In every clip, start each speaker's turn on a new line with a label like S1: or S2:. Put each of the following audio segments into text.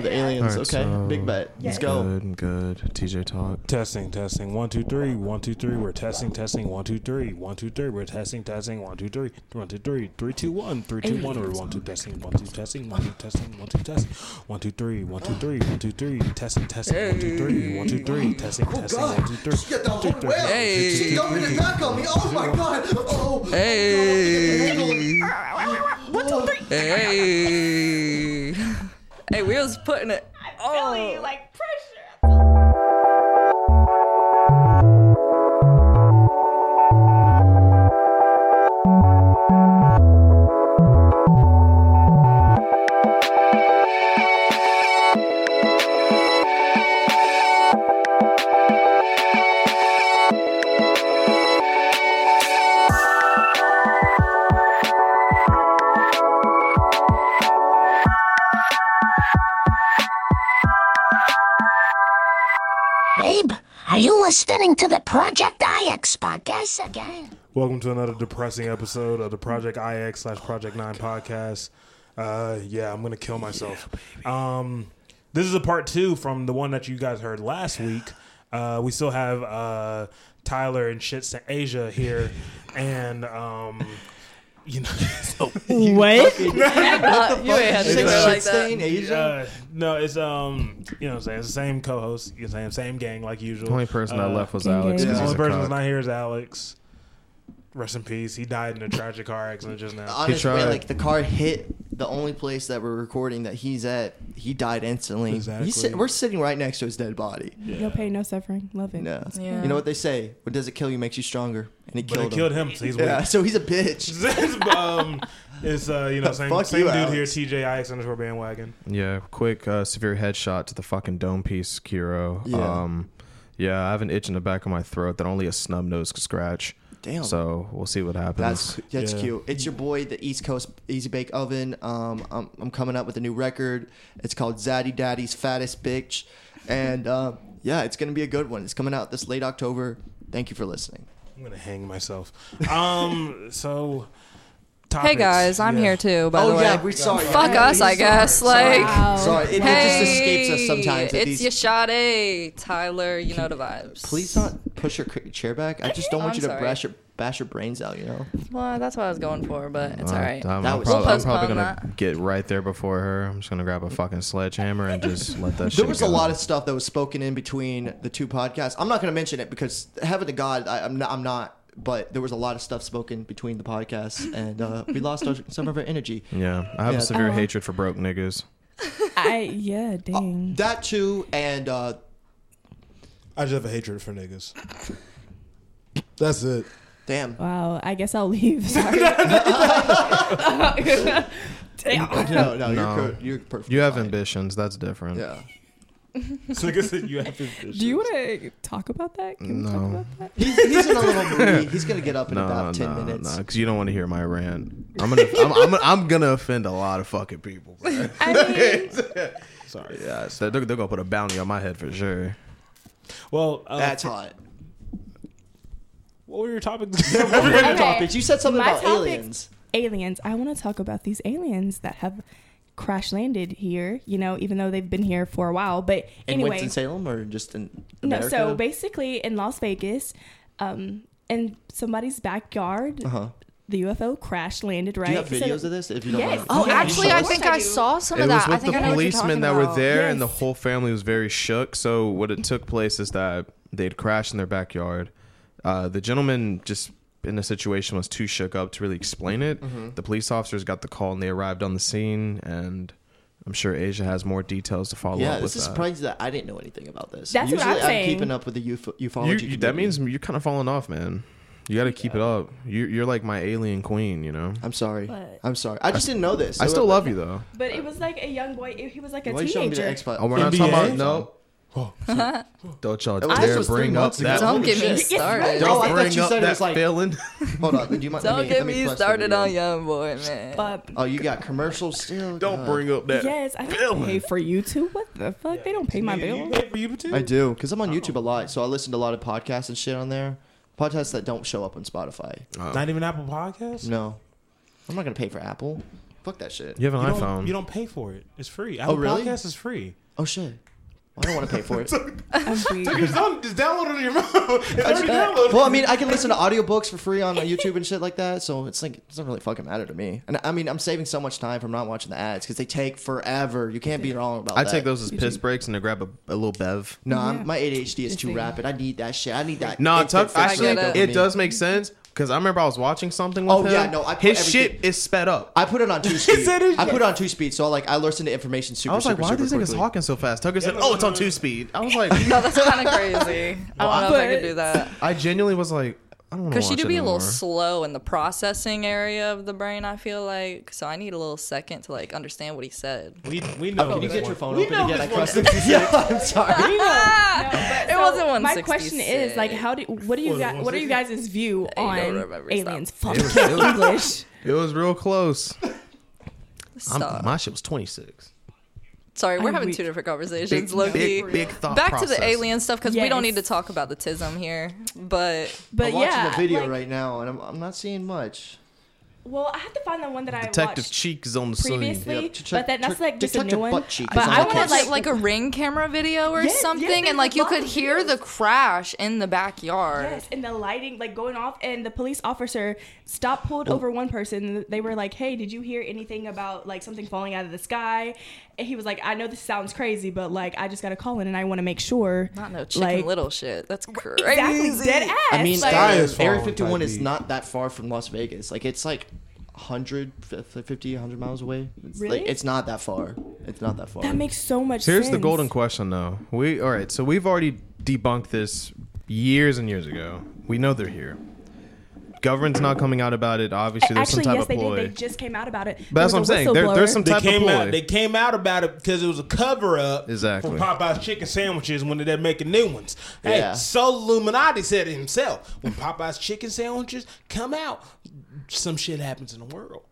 S1: The aliens.
S2: Alright,
S1: okay.
S2: so-
S1: Big bet. Let's go.
S2: Good, good. TJ talk.
S3: Testing, testing, one, two, three, one, two, three. We're testing, testing, one, two, three, one, two, three. We're testing, testing, one, two, three, one, two, three, three, two, one, three, two, one. We're one, two, testing, one, two, testing, one, two, testing, one, two, testing, one, two, three, one, two, three, one, two, three. Testing, testing, one, two, three, one, two, three. Testing, testing, one, two, three.
S4: She got the whole
S3: one, two, three,
S4: well.
S5: Hey.
S4: She dumping it back on me. Oh my god. Oh.
S5: Hey. Hey.
S6: Hey, we was putting it.
S7: Feeling
S6: Oh,
S7: like pressure.
S8: Babe, are you listening to the Project IX podcast again?
S3: Welcome to another depressing episode of the Project IX slash Project Nine podcast. Uh, yeah, I'm gonna kill myself. um, this is a part two from the one that you guys heard last week. Uh, we still have uh, Tyler and Shits to Asia here, and um, you know, so,
S2: What?
S6: uh, you ain't had to say that like that.
S1: Stain Asia.
S3: uh, no, it's um, you know, what I'm saying it's the same co-host, you know, what I'm saying same gang like usual.
S2: The only person that
S3: Uh,
S2: left was
S7: Dang
S2: Alex.
S7: it.
S3: The
S2: because he's
S3: only
S2: a
S3: person that's
S2: cock.
S3: not here is Alex. Rest in peace. He died in a tragic car accident just now.
S1: Honestly,
S2: tried.
S1: like the car hit the only place that we're recording that he's at. He died instantly.
S3: Exactly.
S1: He's sit- we're sitting right next to his dead body.
S7: No pain, no suffering. Love it.
S1: No.
S6: Yeah.
S1: You know what they say? What does it kill you makes you stronger. And it
S3: But
S1: killed
S3: it
S1: him.
S3: killed him, so he's weak.
S1: Yeah. So he's a bitch.
S3: um, it's uh, you know, same,
S1: Fuck
S3: same
S1: you,
S3: dude
S1: Alex.
S3: here, TJ Ix underscore bandwagon.
S2: Yeah, quick uh, severe headshot to the fucking dome piece, Kiro.
S1: Yeah.
S2: Um, yeah, I have an itch in the back of my throat that only a snub nose could scratch.
S1: Damn.
S2: So we'll see what happens.
S1: That's that's
S3: Yeah.
S1: cute. It's your boy, the East Coast Easy Bake Oven. Um, I'm, I'm coming up with a new record. It's called Zaddy Daddy's Fattest Bitch, and uh, yeah, it's gonna be a good one. It's coming out this late October. Thank you for listening.
S3: I'm gonna hang myself. Um, so
S6: Hey
S3: topics.
S6: guys, I'm
S3: Yeah.
S6: here too. By the
S1: oh
S6: way,
S1: yeah, we're sorry.
S6: fuck
S1: Yeah,
S6: us,
S1: we're
S6: I guess.
S1: sorry.
S6: Like,
S7: Wow.
S1: sorry, it, it
S6: hey,
S1: just escapes us sometimes. that
S6: It's
S1: these-
S6: your shot, a Tyler. You know the vibes.
S1: please don't push your c- chair back. I just don't want
S6: I'm
S1: you to
S6: sorry.
S1: bash your bash your brains out. You know.
S6: Well, that's what I was going for, but it's
S2: Uh,
S6: all right.
S2: I'm,
S1: That
S2: I'm
S1: was-
S2: prob-
S6: We'll
S2: I'm probably
S6: postpone
S2: gonna get right there before her. I'm just gonna grab a fucking sledgehammer and just let
S1: There
S2: that. shit
S1: was
S2: go.
S1: a lot of stuff that was spoken in between the two podcasts. I'm not going to mention it because heaven to God, I, I'm not. I'm not. But there was a lot of stuff spoken between the podcasts, and uh, we lost our, some of our energy.
S2: Yeah, I have
S1: Yeah. Uh-huh.
S2: a severe
S7: Oh.
S2: hatred for broke niggas.
S7: I
S1: Oh.
S7: yeah, dang.
S1: That too, and uh,
S4: I just have a hatred for niggas. That's it.
S1: damn,
S7: wow. I guess I'll leave. Sorry. Damn.
S1: no, no,
S2: No.
S1: you're cor- you're perfect.
S2: You have ambitions. That's different.
S1: Yeah,
S3: So I guess that you have to.
S7: Do you want to talk about that?
S1: Mm.
S7: Can we
S2: No.
S7: talk about that?
S1: he's, he's in a little mood. He's gonna get up in
S2: No,
S1: about ten
S2: no,
S1: minutes.
S2: no, because you don't want to hear my rant. I'm gonna, I'm, I'm, I'm gonna offend a lot of fucking people. bro.
S3: Sorry.
S2: yeah, so they're, they're gonna put a bounty on my head for sure.
S3: Well, uh,
S1: That's
S3: for-
S1: hot.
S3: What were your topics?
S1: Your
S7: Okay.
S1: topics. You said something
S7: My
S1: about
S7: topics-
S1: aliens.
S7: aliens. I want to talk about these aliens that have crash landed here. You know, even though they've been here for a while. But
S1: In
S7: anyway,
S1: Winston Salem or just in
S7: No,
S1: America?
S7: so basically in Las Vegas, um, in somebody's backyard,
S1: Uh-huh.
S7: the UFO crash landed. Right?
S1: Do you have
S7: So-
S1: videos of this? If you don't
S7: Yes.
S1: mind.
S6: Oh,
S7: Yeah,
S6: actually,
S7: of
S6: I
S7: course
S6: think
S7: I
S6: I
S7: do.
S6: saw some
S2: it
S6: of that.
S2: was
S6: I
S2: with
S6: think
S2: the
S6: I know what you're talking
S2: policemen that were
S6: about.
S2: there, and the
S7: Yes.
S2: whole family was very shook. So what it took place is that they'd crashed in their backyard. Uh, the gentleman just in the situation was too shook up to really explain it.
S6: Mm-hmm.
S2: The police officers got the call and they arrived on the scene, and I'm sure Asia has more details to follow
S1: Yeah,
S2: up with
S1: this is
S2: that.
S1: surprising that I didn't know anything about this.
S7: That's what
S1: Usually
S7: I'm saying.
S1: keeping up with the ufo- ufology.
S2: You- you- that
S1: community.
S2: means you're kind of falling off, man. You got to keep it up. You, you're like my alien queen, you know.
S1: I'm sorry.
S7: But-
S1: I'm sorry. I just didn't know this.
S2: I still love you though.
S7: But it was like a young boy. He was like a
S1: Why you showing me the
S7: teenager.
S1: X Files?
S2: Oh, we're not
S3: NBA?
S2: talking about no. Don't y'all
S1: was- this
S2: dare
S1: was three
S2: bring up
S1: months ago.
S2: that.
S6: Don't
S1: Holy
S6: get me
S1: shit.
S6: started.
S1: Oh, I
S2: Don't
S1: thought
S2: bring
S1: you
S2: up
S1: said it
S2: that
S1: was like-
S2: feeling.
S1: Hold on. Do you mind? let
S6: Don't get
S1: let
S6: me
S1: press the
S6: started
S1: video.
S6: on young boy, man.
S7: But
S1: Oh, you got commercials still.
S2: Don't
S1: God.
S2: bring up that.
S7: yes, I don't pay for YouTube. What the fuck? They don't pay my bill.
S3: Hey, for you too?
S1: I do because
S6: Oh.
S1: I'm on YouTube a lot, so I listen to a lot of podcasts and shit on there. Podcasts that don't show up on Spotify.
S3: Not even Apple Podcasts.
S1: No, I'm not gonna pay for Apple. Fuck that shit.
S2: You have an
S9: You
S2: iPhone.
S9: don't, you don't pay for it. It's free. Apple
S1: really?
S9: Podcast is free.
S1: Oh shit. I don't want to pay for it.
S9: Just, down, just download it on your phone. It's already downloaded.
S1: well, I mean, I can listen to audiobooks for free on YouTube and shit like that, so it's like it doesn't really fucking matter to me. And I mean, I'm saving so much time from not watching the ads because they take forever. You can't be wrong about
S2: I
S1: that.
S2: take those as piss breaks and I grab a, a little bev.
S1: No, I'm,
S7: Yeah.
S1: my ADHD is too
S7: big.
S1: rapid. I need that shit. I need that.
S2: No,
S1: instant
S2: Tuck,
S1: fix
S2: actually,
S1: of
S2: it,
S6: that
S1: dopamine.
S2: does make sense because I remember I was watching something with
S1: Oh,
S2: him.
S1: yeah, no, I put
S2: his
S1: everything-
S2: shit is sped up.
S1: I put it on two speed.
S9: said it-
S1: I put it on two speed, so I like I listen to information super.
S2: I was like,
S1: super,
S2: why are
S1: super
S2: these niggas
S1: quickly.
S2: talking so fast? Tucker said, oh, it's on two speed. I was like,
S6: No, that's kind of crazy. I don't know if I could do that.
S2: I genuinely was like, I don't want to
S6: Because she do
S2: it
S6: be a little
S2: anymore.
S6: slow in the processing area of the brain, I feel like. So I need a little second to like understand what he said.
S9: we, we know.
S1: Can you
S9: this
S1: get
S9: one.
S1: your phone
S9: We
S1: open
S9: know
S1: again? I
S9: this one.
S1: crossed it. Yeah, I'm sorry.
S6: it wasn't one.
S7: My question is like, how do what do you guys what are you guys' view
S6: I don't
S7: on
S6: remember, stop.
S7: aliens? Fucking English.
S2: It was real close. I'm-
S6: Stop.
S2: my shit was 26.
S6: Sorry, we're
S7: I'm
S6: having
S7: weak.
S6: two different conversations.
S2: Big,
S6: Loki.
S2: big, big thought
S6: Back to
S2: process.
S6: the alien stuff because we don't need to
S7: Yes.
S6: talk about the tism here. But
S7: But
S1: I'm watching
S7: yeah,
S1: the video
S7: like-
S1: right now, and I'm, I'm not seeing much.
S7: Well, I have to find the one that I
S2: Detective
S7: watched
S2: Cheek is on the scene.
S7: previously,
S1: Yep.
S7: but then that's like just a
S1: Detective
S7: new one.
S1: Butt Cheek
S7: But
S1: is on
S7: I
S1: the
S7: want
S1: case.
S7: to
S6: was
S7: like
S6: it like a ring camera video or
S7: Yes, yes,
S6: something?
S7: there's
S6: and like
S7: a
S6: you
S7: lot
S6: could
S7: of
S6: hear the crash in the backyard.
S7: Yes, and the lighting like going off, and the police officer stopped, pulled over one person. They were like, "Hey, did you hear anything about like something falling out of the sky?" And he was like, "I know this sounds crazy, but like I just got a call in, and I want to make sure."
S6: Not no chicken
S7: like,
S6: little shit. That's crazy.
S7: Exactly, dead ass.
S1: I mean,
S7: like,
S9: Sky is
S1: Area
S9: falling,
S1: 51
S9: type
S1: is
S9: beat.
S1: not that far from Las Vegas. Like, it's like 100, 50, 100 miles away. It's
S7: Really?
S1: Like, it's not that far. It's not that far.
S7: that makes so much.
S2: Here's
S7: sense.
S2: the golden question, though. We all right. So we've already debunked this years and years ago. We know they're here. Government's not coming out about it. Obviously, there's
S7: Actually,
S2: some type
S7: yes,
S2: of
S7: they
S2: ploy.
S7: did. They just came out about
S2: but
S7: it.
S2: that's
S7: There
S2: what I'm
S7: was a
S2: saying. There, there's
S7: whistleblower.
S2: some
S9: They
S2: type of
S9: came
S2: ploy.
S9: out. They came out about it because it was a cover up.
S2: Exactly.
S9: For Popeye's chicken sandwiches when they're making new ones. Hey,
S1: Yeah.
S9: Soul Illuminati said it himself. When Popeye's chicken sandwiches come out, some shit happens in the world.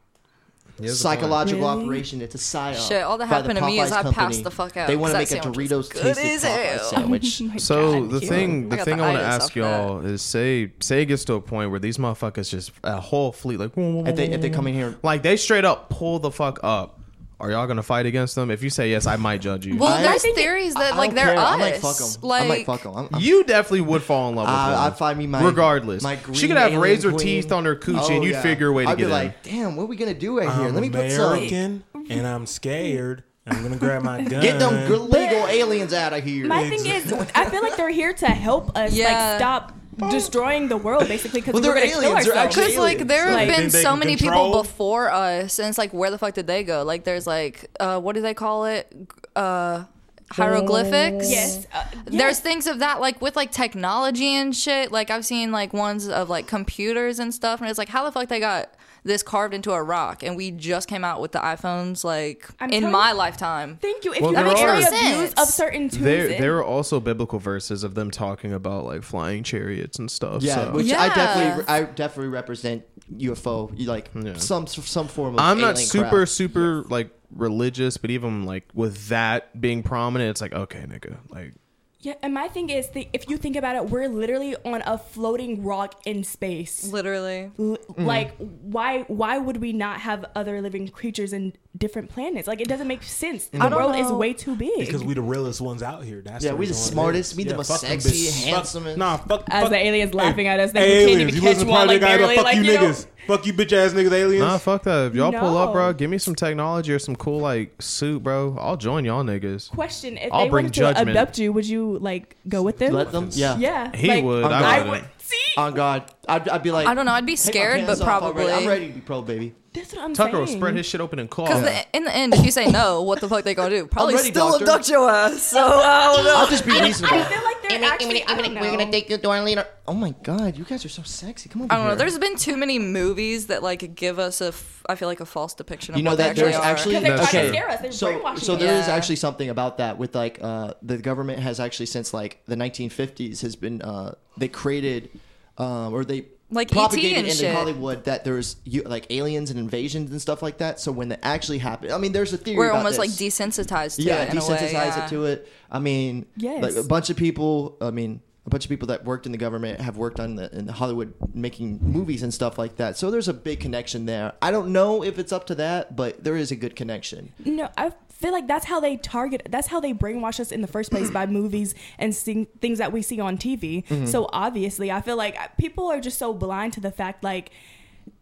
S2: Here's the point.
S1: Psychological
S7: Really?
S1: operation. It's a psyop.
S6: Shit, all that
S1: by the
S6: happened to me is
S1: Popeyes
S6: I
S1: company.
S6: passed the fuck out
S1: They want to make
S6: because
S1: a
S6: that sandwich was
S1: Doritos
S6: good
S1: tasted
S6: as
S1: Popeye
S6: hell.
S1: sandwich.
S7: Oh my
S2: So
S7: God,
S2: the
S7: cute.
S2: thing, the
S6: I got
S2: thing
S6: the
S2: I want to
S6: itis
S2: ask
S6: off
S2: y'all is say say it gets to a point where these motherfuckers just a whole fleet like
S1: If they, if they come in here,
S2: like they straight up pull the fuck up. Are y'all gonna fight against them? If you say yes, I might judge you.
S6: Well,
S1: I-
S6: there's
S1: I think
S7: it-
S6: theories
S1: I
S6: that
S1: don't
S6: like they're
S1: care.
S6: us.
S1: I might fuck them.
S6: Like,
S1: I might fuck them. I'm, I'm,
S2: you definitely would fall in love with
S1: I-
S2: her.
S1: I'd find me my-
S2: regardless.
S1: my
S2: she
S1: green
S2: could have
S1: alien
S2: razor
S1: queen.
S2: teeth on her coochie,
S1: Oh,
S2: and you'd
S1: yeah.
S2: figure a way to
S1: I'd be
S2: get in.
S1: like, damn, what are we gonna do right here?
S9: I'm
S1: Let me put some.
S9: American, and I'm scared, and I'm gonna grab my gun.
S1: Get them illegal aliens out of here.
S7: My thing is, I feel like they're here to help us,
S6: Yeah.
S7: like stop destroying the world, basically, because
S1: Well,
S7: we're
S1: they're
S7: gonna kill
S1: aliens. They're
S7: ourselves.
S1: actually
S6: Because like
S1: aliens.
S6: there have
S7: Like-
S9: They
S6: been
S9: think they
S6: so
S9: can
S6: many
S9: control?
S6: people before us, and it's like where the fuck did they go? Like there's like uh, what do they call it? Uh, hieroglyphics.
S7: yes, uh,
S6: There's things of that like with like technology and shit. Like I've seen like ones of like computers and stuff, and it's like how the fuck they got this carved into a rock, and we just came out with the iPhones like
S7: I'm
S6: in
S7: telling
S6: my
S7: you-
S6: lifetime.
S7: Thank you. If
S2: Well,
S7: you
S2: there
S7: actually
S2: are-
S7: abuse of certain tunes,
S2: There,
S7: in-
S2: there are also biblical verses of them talking about like flying chariots and stuff.
S1: Yeah,
S2: so.
S1: which I
S6: Yeah.
S1: definitely, I definitely represent UFO. You like
S2: Yeah.
S1: some some form of.
S2: I'm not
S1: alien
S2: super,
S1: crap.
S2: super like religious, but even like with that being prominent, it's like okay, nigga, like
S7: yeah. And my thing is, the, if you think about it, we're literally on a floating rock in space.
S6: Literally.
S7: L-
S2: Mm.
S7: Like, why? Why would we not have other living creatures in different planets? Like, it doesn't make sense.
S2: Mm.
S7: The
S6: don't
S7: world is
S6: know.
S7: way too big.
S9: Because we the realest ones out here. That's
S1: Yeah,
S9: the
S1: we the
S9: reason why it
S1: smartest,
S9: is.
S1: we the most
S9: fuck them
S1: sexy,
S9: bitches. Fuck-
S1: handsomest.
S9: Nah, fuck.
S7: As
S9: fuck-
S7: the aliens laughing at us, like, we
S9: aliens,
S7: can't even
S9: you
S7: catch
S9: listen to
S7: one, like,
S9: Project Ida,
S7: barely,
S9: fuck
S7: like,
S9: you
S7: you
S9: niggas. Fuck you, bitch ass niggas, aliens.
S2: Nah, fuck that. If y'all pull up,
S7: No.
S2: bro, give me some technology or some cool like suit, bro. I'll join y'all niggas.
S7: Question: If
S2: I'll
S7: they
S2: bring
S7: wanted
S2: judgment.
S7: to abduct you, would you like go with them?
S1: Let them. Uh, Yeah.
S7: Yeah,
S2: He
S7: like,
S2: would.
S1: I
S2: I,
S1: wouldn't.
S2: wouldn't.
S7: See,
S1: On God, I'd, I'd be like.
S6: I don't know. I'd be
S1: "Take my
S6: scared,
S1: pants
S6: but
S1: off
S6: probably.
S1: already. I'm ready to be pro, baby.
S7: that's what I'm
S2: Tucker will
S7: saying.
S2: spread his shit open and claw.
S6: Because in the end, if you say no, what the fuck they gonna do? Probably
S1: ready,
S6: still
S1: doctor.
S6: abduct your ass. So uh, I don't know.
S1: I'll just be reasonable.
S7: I feel like they're actually. I don't
S8: we're gonna
S7: know.
S8: take you to our leader.
S1: oh my God, you guys are so sexy. Come on.
S6: I don't know. There's been too many movies that like give us a, f- I feel like a false depiction. of
S1: You know
S6: what they
S1: that there's
S6: actually.
S1: actually
S7: Because they're
S2: That's
S7: trying to
S2: true.
S7: scare us. They're
S1: so
S7: brainwashing
S1: so
S7: us.
S1: there is
S6: Yeah.
S1: actually something about that with like uh, the government has actually since like the 1950s has been uh, they created um, or they
S6: Like ET
S1: propagated
S6: and
S1: into
S6: shit.
S1: Hollywood that there's you, like aliens and invasions and stuff like that. So when that actually happened, I mean, there's a theory.
S6: We're
S1: about
S6: almost like
S1: this.
S6: desensitized to
S1: yeah,
S6: it. in a way,
S1: desensitize
S6: yeah.
S1: it to it. I mean,
S7: Yes.
S1: like a bunch of people. I mean, a bunch of people that worked in the government have worked on the in Hollywood making movies and stuff like that. So there's a big connection there. I don't know if it's up to that, but there is a good connection.
S7: No, I feel like that's how they target. That's how they brainwash us in the first place by movies and seeing things that we see on TV.
S2: Mm-hmm.
S7: So obviously, I feel like people are just so blind to the fact like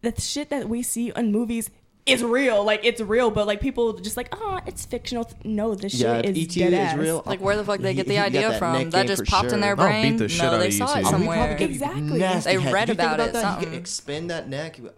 S7: the shit that we see on movies is real. Like it's real, but like people just like, oh, it's fictional. No, this
S1: yeah,
S7: shit
S1: if
S7: is
S1: ET
S7: dead
S1: is
S7: ass.
S1: real.
S6: Like where the fuck they
S1: He-
S6: get
S1: he
S6: the
S1: got
S6: idea
S1: that
S6: from?
S1: neck
S6: That
S1: game
S6: just
S1: for
S6: popped in
S1: sure.
S6: their
S1: Oh,
S2: beat
S6: brain.
S2: the shit
S6: no,
S2: out
S6: they
S2: of
S6: saw
S2: ET.
S6: it
S2: Oh, we
S6: somewhere.
S7: probably- Exactly.
S1: Nasty
S6: They
S1: head.
S6: read
S1: Did you think
S6: about it,
S1: that? You could
S6: something.
S1: expand that neck. You went,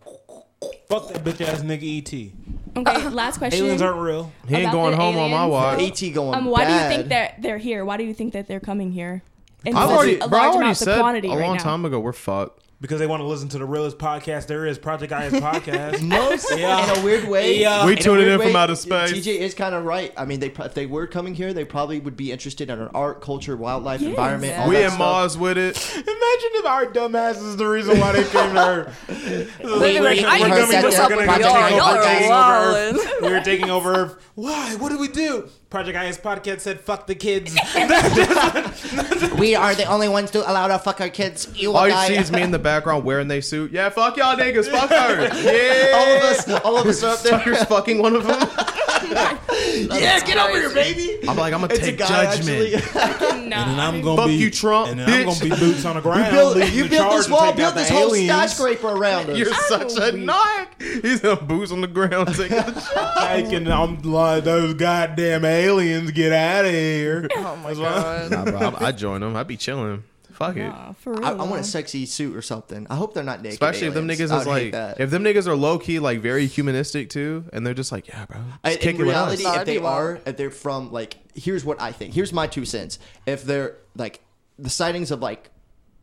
S3: Fuck that bitch
S9: E
S3: ass nigga ET.
S7: Okay, last question.
S3: Aliens aren't real.
S2: He ain't
S7: About
S2: going
S6: the
S2: home on my
S6: aliens?
S2: watch.
S1: ET E going.
S7: um, why
S1: bad.
S7: do you think that they're here? Why do you think that they're coming here? And
S2: I've
S7: such
S2: already, bro,
S7: a
S2: I
S7: large
S2: already
S7: amount, the
S2: said
S7: quantity
S2: a
S7: right
S2: long
S7: now.
S2: time ago we're fucked.
S3: Because they want to listen to the realest podcast there is, Project IS Podcast.
S1: Most
S3: Yeah.
S1: in a weird way.
S3: Yeah.
S2: We
S1: a
S2: tuned
S1: weird
S2: in from
S1: way,
S2: outer space.
S1: TJ is kind of right. I mean, they pro- if they were coming here, they probably would be interested in our art, culture, wildlife,
S7: Yes.
S1: environment. All
S2: we
S1: that
S2: in
S1: stuff.
S2: Mars with it.
S3: Imagine if our dumbass is the reason why they came to Earth.
S6: Wait, wait, I
S3: We're
S1: didn't
S3: gonna-
S1: set
S3: we're
S1: that up
S3: gonna
S1: with
S3: take
S1: y'all.
S3: over-
S1: Y'all
S3: we're
S1: are
S3: taking over
S6: wildin'.
S3: Earth. We were taking over Earth. Why? What did we do? Project IS Podcast said, fuck the kids.
S1: We are the only ones to allow to fuck our kids. You
S2: All
S1: will
S2: you
S1: die.
S2: see is me in the background wearing they suit. Yeah, fuck y'all niggas. Fuck her. Yeah.
S1: all of us, all of us are up there.
S2: Tucker's fucking one of them.
S1: yeah, get over here, baby.
S2: I'm like, I'm gonna
S1: It's a
S2: take
S1: guy,
S2: judgment.
S1: actually.
S3: and I'm gonna
S2: Fuck
S3: be,
S2: you, Trump,
S3: And
S2: bitch.
S3: I'm gonna be boots on the ground.
S1: You built,
S3: leading
S1: you
S3: the
S1: built
S3: charge
S1: this
S3: to
S1: wall,
S3: take
S1: built
S3: out
S1: this
S3: the
S1: whole
S3: aliens.
S1: skyscraper around us.
S2: You're such a knock. He's in boots on the ground taking the shot.
S3: Like, and I'm like, those goddamn aliens get out of here.
S6: Oh my god.
S2: Nah, bro, I, I join him. I'd be chilling. Fuck it.
S7: Aw, for real.
S1: I, I want a sexy suit or something. I hope they're not naked.
S2: Especially if them
S1: aliens.
S2: niggas
S1: I
S2: is
S1: would hate
S2: like,
S1: that.
S2: if them niggas are low key, like very humanistic too, and they're just like, yeah, bro,
S1: I,
S2: just kick
S1: in
S2: it with us."
S1: reality,
S6: That'd
S1: if they
S6: be wild.
S1: are, if they're from like, here's what I think. Here's my two cents. If they're like the sightings of like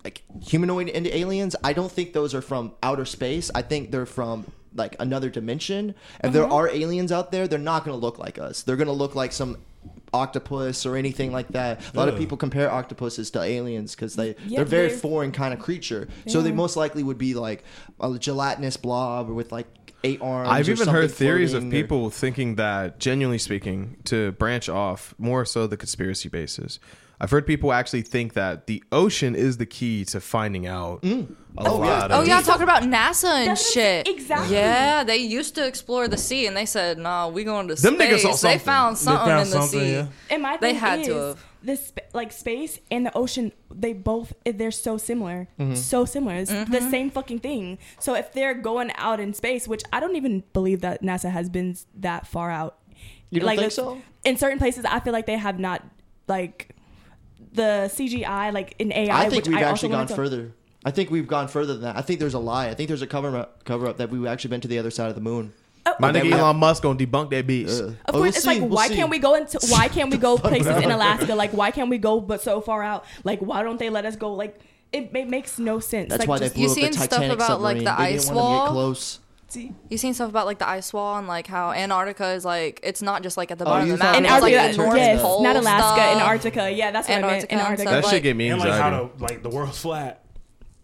S1: like humanoid and aliens, I don't think those are from outer space. I think they're from like another dimension. If
S7: Mm-hmm.
S1: there are aliens out there, they're not going to look like us. They're going to look like some octopus or anything like that. A lot of
S3: Ugh.
S1: people compare octopuses to aliens because they
S7: Yeah,
S1: they're very
S7: they're-
S1: foreign kind of creature. So they
S7: Yeah.
S1: most likely would be like a gelatinous blob with like eight arms.
S2: I've
S1: or
S2: even
S1: something
S2: heard theories of
S1: floating or-
S2: people thinking that, genuinely speaking, to branch off more so the conspiracy basis. I've heard people actually think that the ocean is the key to finding out
S1: Mm.
S2: a lot
S6: Oh
S2: of.
S6: yeah, talking about NASA and
S7: That's what I'm-
S6: shit.
S7: exactly.
S6: Yeah, they used to explore the sea, and they said, "Nah, we going to
S2: Them niggas
S6: space."
S2: saw
S6: they
S2: something.
S6: found something
S3: found
S6: in the
S3: something,
S6: sea.
S3: yeah.
S7: And my
S6: They
S7: thing
S6: had
S7: is,
S6: to have.
S7: the sp- like space and the ocean. They both eh, they're so similar,
S1: Mm-hmm.
S7: so similar. It's the
S6: Mm-hmm.
S7: same fucking thing. So if they're going out in space, which I don't even believe that NASA has been s- that far out.
S1: You don't think
S7: it's-
S1: so?
S7: In certain places, I feel like they have not like the CGI, like in AI.
S1: I think
S7: which
S1: we've
S7: I also
S1: actually gone
S7: wanna talk-
S1: further. I think we've gone further than that. I think there's a lie. I think there's a cover up, cover up that we've actually been to the other side of the moon.
S2: My
S1: Then
S2: nigga
S1: we have-
S2: Elon Musk gonna debunk that bitch.
S7: Of
S1: Oh,
S7: course,
S1: we'll
S7: it's
S1: see,
S7: like
S1: we'll
S7: why
S1: see.
S7: can't we go into why can't we go places in Alaska? Like why can't we go but so far out? Like why don't they let us go? Like it, it makes no sense.
S1: That's
S7: like,
S1: why they
S7: just-
S1: blew
S6: you
S1: up the
S6: seen stuff
S1: Titanic
S6: about, like,
S1: submarine.
S6: the
S1: they
S6: ice
S1: didn't want them to
S6: wall?
S1: get close.
S6: You seen stuff about like the ice wall and like how Antarctica is like it's not just like at the
S1: Oh,
S6: bottom of
S1: you
S6: the
S1: thought
S6: mountain.
S7: in
S1: it
S6: It's like
S1: Antarctica,
S6: the
S7: Antarctica,
S6: North
S7: yes,
S6: Pole
S7: not Alaska,
S6: stuff.
S7: Antarctica. Yeah, that's what
S6: Antarctica
S7: I
S6: and
S7: meant. Antarctica.
S2: That
S6: stuff.
S2: shit gave me
S3: And like
S2: anxiety.
S3: how to like the world's flat.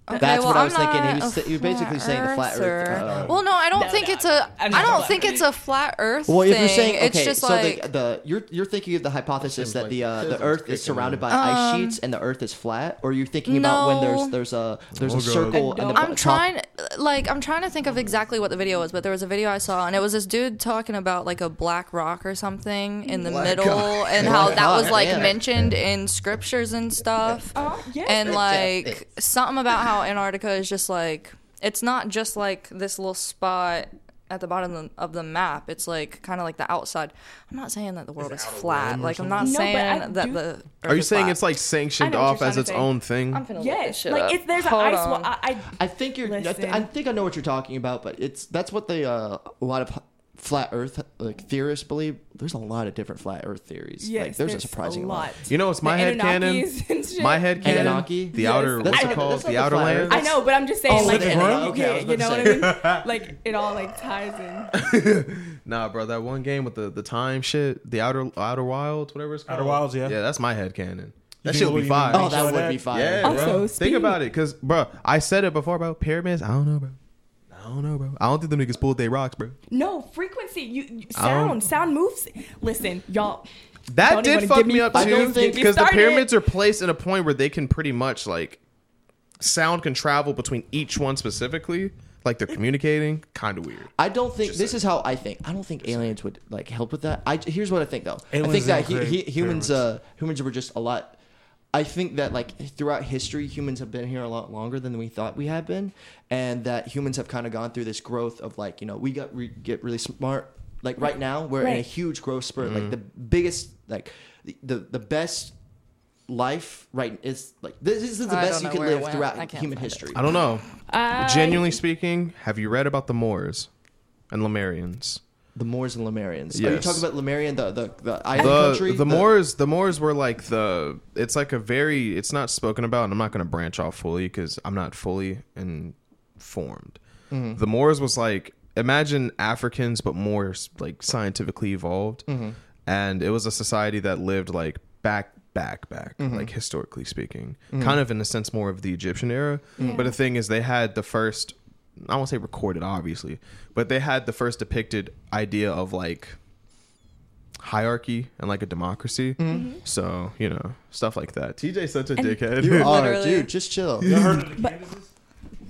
S1: That's
S6: well,
S1: what I
S6: I'm
S1: was thinking. He
S6: not
S1: was,
S6: a
S1: sa- he was basically
S6: flat
S1: saying the flat Earth.
S6: earther.
S1: uh,
S6: well, no, I don't think it's a.
S7: I'm
S6: I
S7: not
S6: don't
S7: a
S6: think it's a flat Earth
S1: well,
S6: thing.
S1: if you're saying okay,
S6: it's just
S1: so
S6: like
S1: the, the you're you're thinking of the hypothesis that the uh, the
S2: physics
S1: Earth
S2: kicking
S1: is surrounded by ice sheets and the Earth is flat, or you're thinking about when there's
S6: No.
S1: there's a there's
S2: Oh,
S1: a
S2: God.
S1: circle and the
S6: I'm
S1: top-
S6: trying, like, I'm trying to think of exactly what the video was, but there was a video I saw, and it was this dude talking about like a black rock or something in the middle, and how
S1: Black
S6: that was
S1: rock,
S6: like
S1: yeah.
S6: mentioned in scriptures and stuff,
S7: Uh, yeah.
S6: and like something about how Antarctica is just like it's not just like this little spot at the bottom of the, of the map. It's like kind of like the outside. I'm not saying that the world is flat. Like I'm not
S7: No, but I
S6: saying that
S7: do-
S6: the. Earth
S2: Are you
S6: is
S2: saying
S6: flat.
S2: it's like sanctioned
S7: I know what
S2: off
S7: you're
S2: as
S7: trying
S2: its
S7: to
S2: own thing?
S6: I'm finna look this
S7: yes,
S6: shit
S7: like
S6: up.
S7: if there's an
S6: Hold
S7: ice
S6: on.
S7: wall, I, I
S1: I think you're. I, th-
S7: Listen.
S1: I think I know what you're talking about, but it's that's what the uh, a lot of h- flat Earth like theorists believe. There's a lot of different flat Earth theories.
S7: yes,
S1: like, there's, a surprising lot.
S2: You know, it's my
S7: The
S2: head cannon.
S7: Anunnakis and shit.
S2: My head cannon.
S1: Anunnaki?
S2: The
S1: Yes.
S2: outer.
S1: That's
S2: What's
S1: not-
S2: it called?
S1: that's not
S2: The
S1: the
S2: outer
S1: flat
S2: layer.
S1: Earth.
S7: I know, but I'm just saying,
S1: Oh,
S7: like,
S1: with the
S7: it-
S1: Antarctica, okay, I
S7: yeah,
S1: was
S7: you know
S1: about
S7: what
S1: to
S7: I mean? Like, it all like ties in.
S2: Nah, bro, that one game with the, the time shit, the outer outer wilds, whatever it's called.
S3: Outer Wilds, yeah.
S2: Yeah, that's my head cannon. That
S3: think
S2: shit would
S3: Louis
S2: be fire.
S1: Oh,
S3: Armstrong-
S1: that would be
S3: Yeah.
S1: fire.
S2: yeah,
S7: Also,
S2: bro.
S7: speed.
S2: Think about it, cause bro, I said it before, bro. Pyramids, I don't know, bro. I don't know, bro. I don't think them niggas pulled their rocks, bro.
S7: No, frequency. You, you
S2: I don't-
S7: sound, sound moves. Listen, y'all.
S2: That
S7: Don't
S2: did
S7: even
S2: fuck
S7: get
S2: me,
S7: me
S2: up
S7: fucking
S2: too,
S7: thinking.
S2: because the
S7: Started.
S2: pyramids are placed in a point where they can pretty much like sound can travel between each one specifically. Like they're communicating, kind of weird.
S1: I don't think this is how I think. I don't think aliens would like help with that. I here's what I think though. I think
S9: Aliens
S1: that
S9: don't
S1: he, he,
S9: create
S1: humans uh, humans were just a lot. I think that like throughout history, humans have been here a lot longer than we thought we had been, and that humans have kind of gone through this growth of like you know we got we get really smart. Like right now, we're in a
S7: Right.
S1: huge growth spurt. Like the biggest, like the the, the best life right is like this is the
S6: I
S1: best you
S6: don't know
S1: can
S6: where it
S1: live
S6: went. I
S1: throughout
S6: can't
S1: human
S6: find it.
S1: history.
S2: I don't know.
S7: I-
S2: Genuinely speaking, have you read about the Moors and Lemurians?
S1: The Moors and Lemurians. Are you
S2: Yes.
S1: talking about Lemurian, the the the island country?
S2: The, the Moors, the Moors were like the. It's like a very. It's not spoken about, and I'm not going to branch off fully because I'm not fully informed. The Moors was like imagine Africans, but more like scientifically evolved, and it was a society that lived like back, back, back, like historically speaking, kind of in a sense more of the Egyptian era. But the thing is, they had the first. I won't say recorded, obviously, but they had the first depicted idea of like hierarchy and like a democracy.
S6: Mm-hmm.
S2: So you know stuff like that. TJ's such a dickhead.
S1: You are,
S6: Literally.
S1: Oh, dude. Just chill.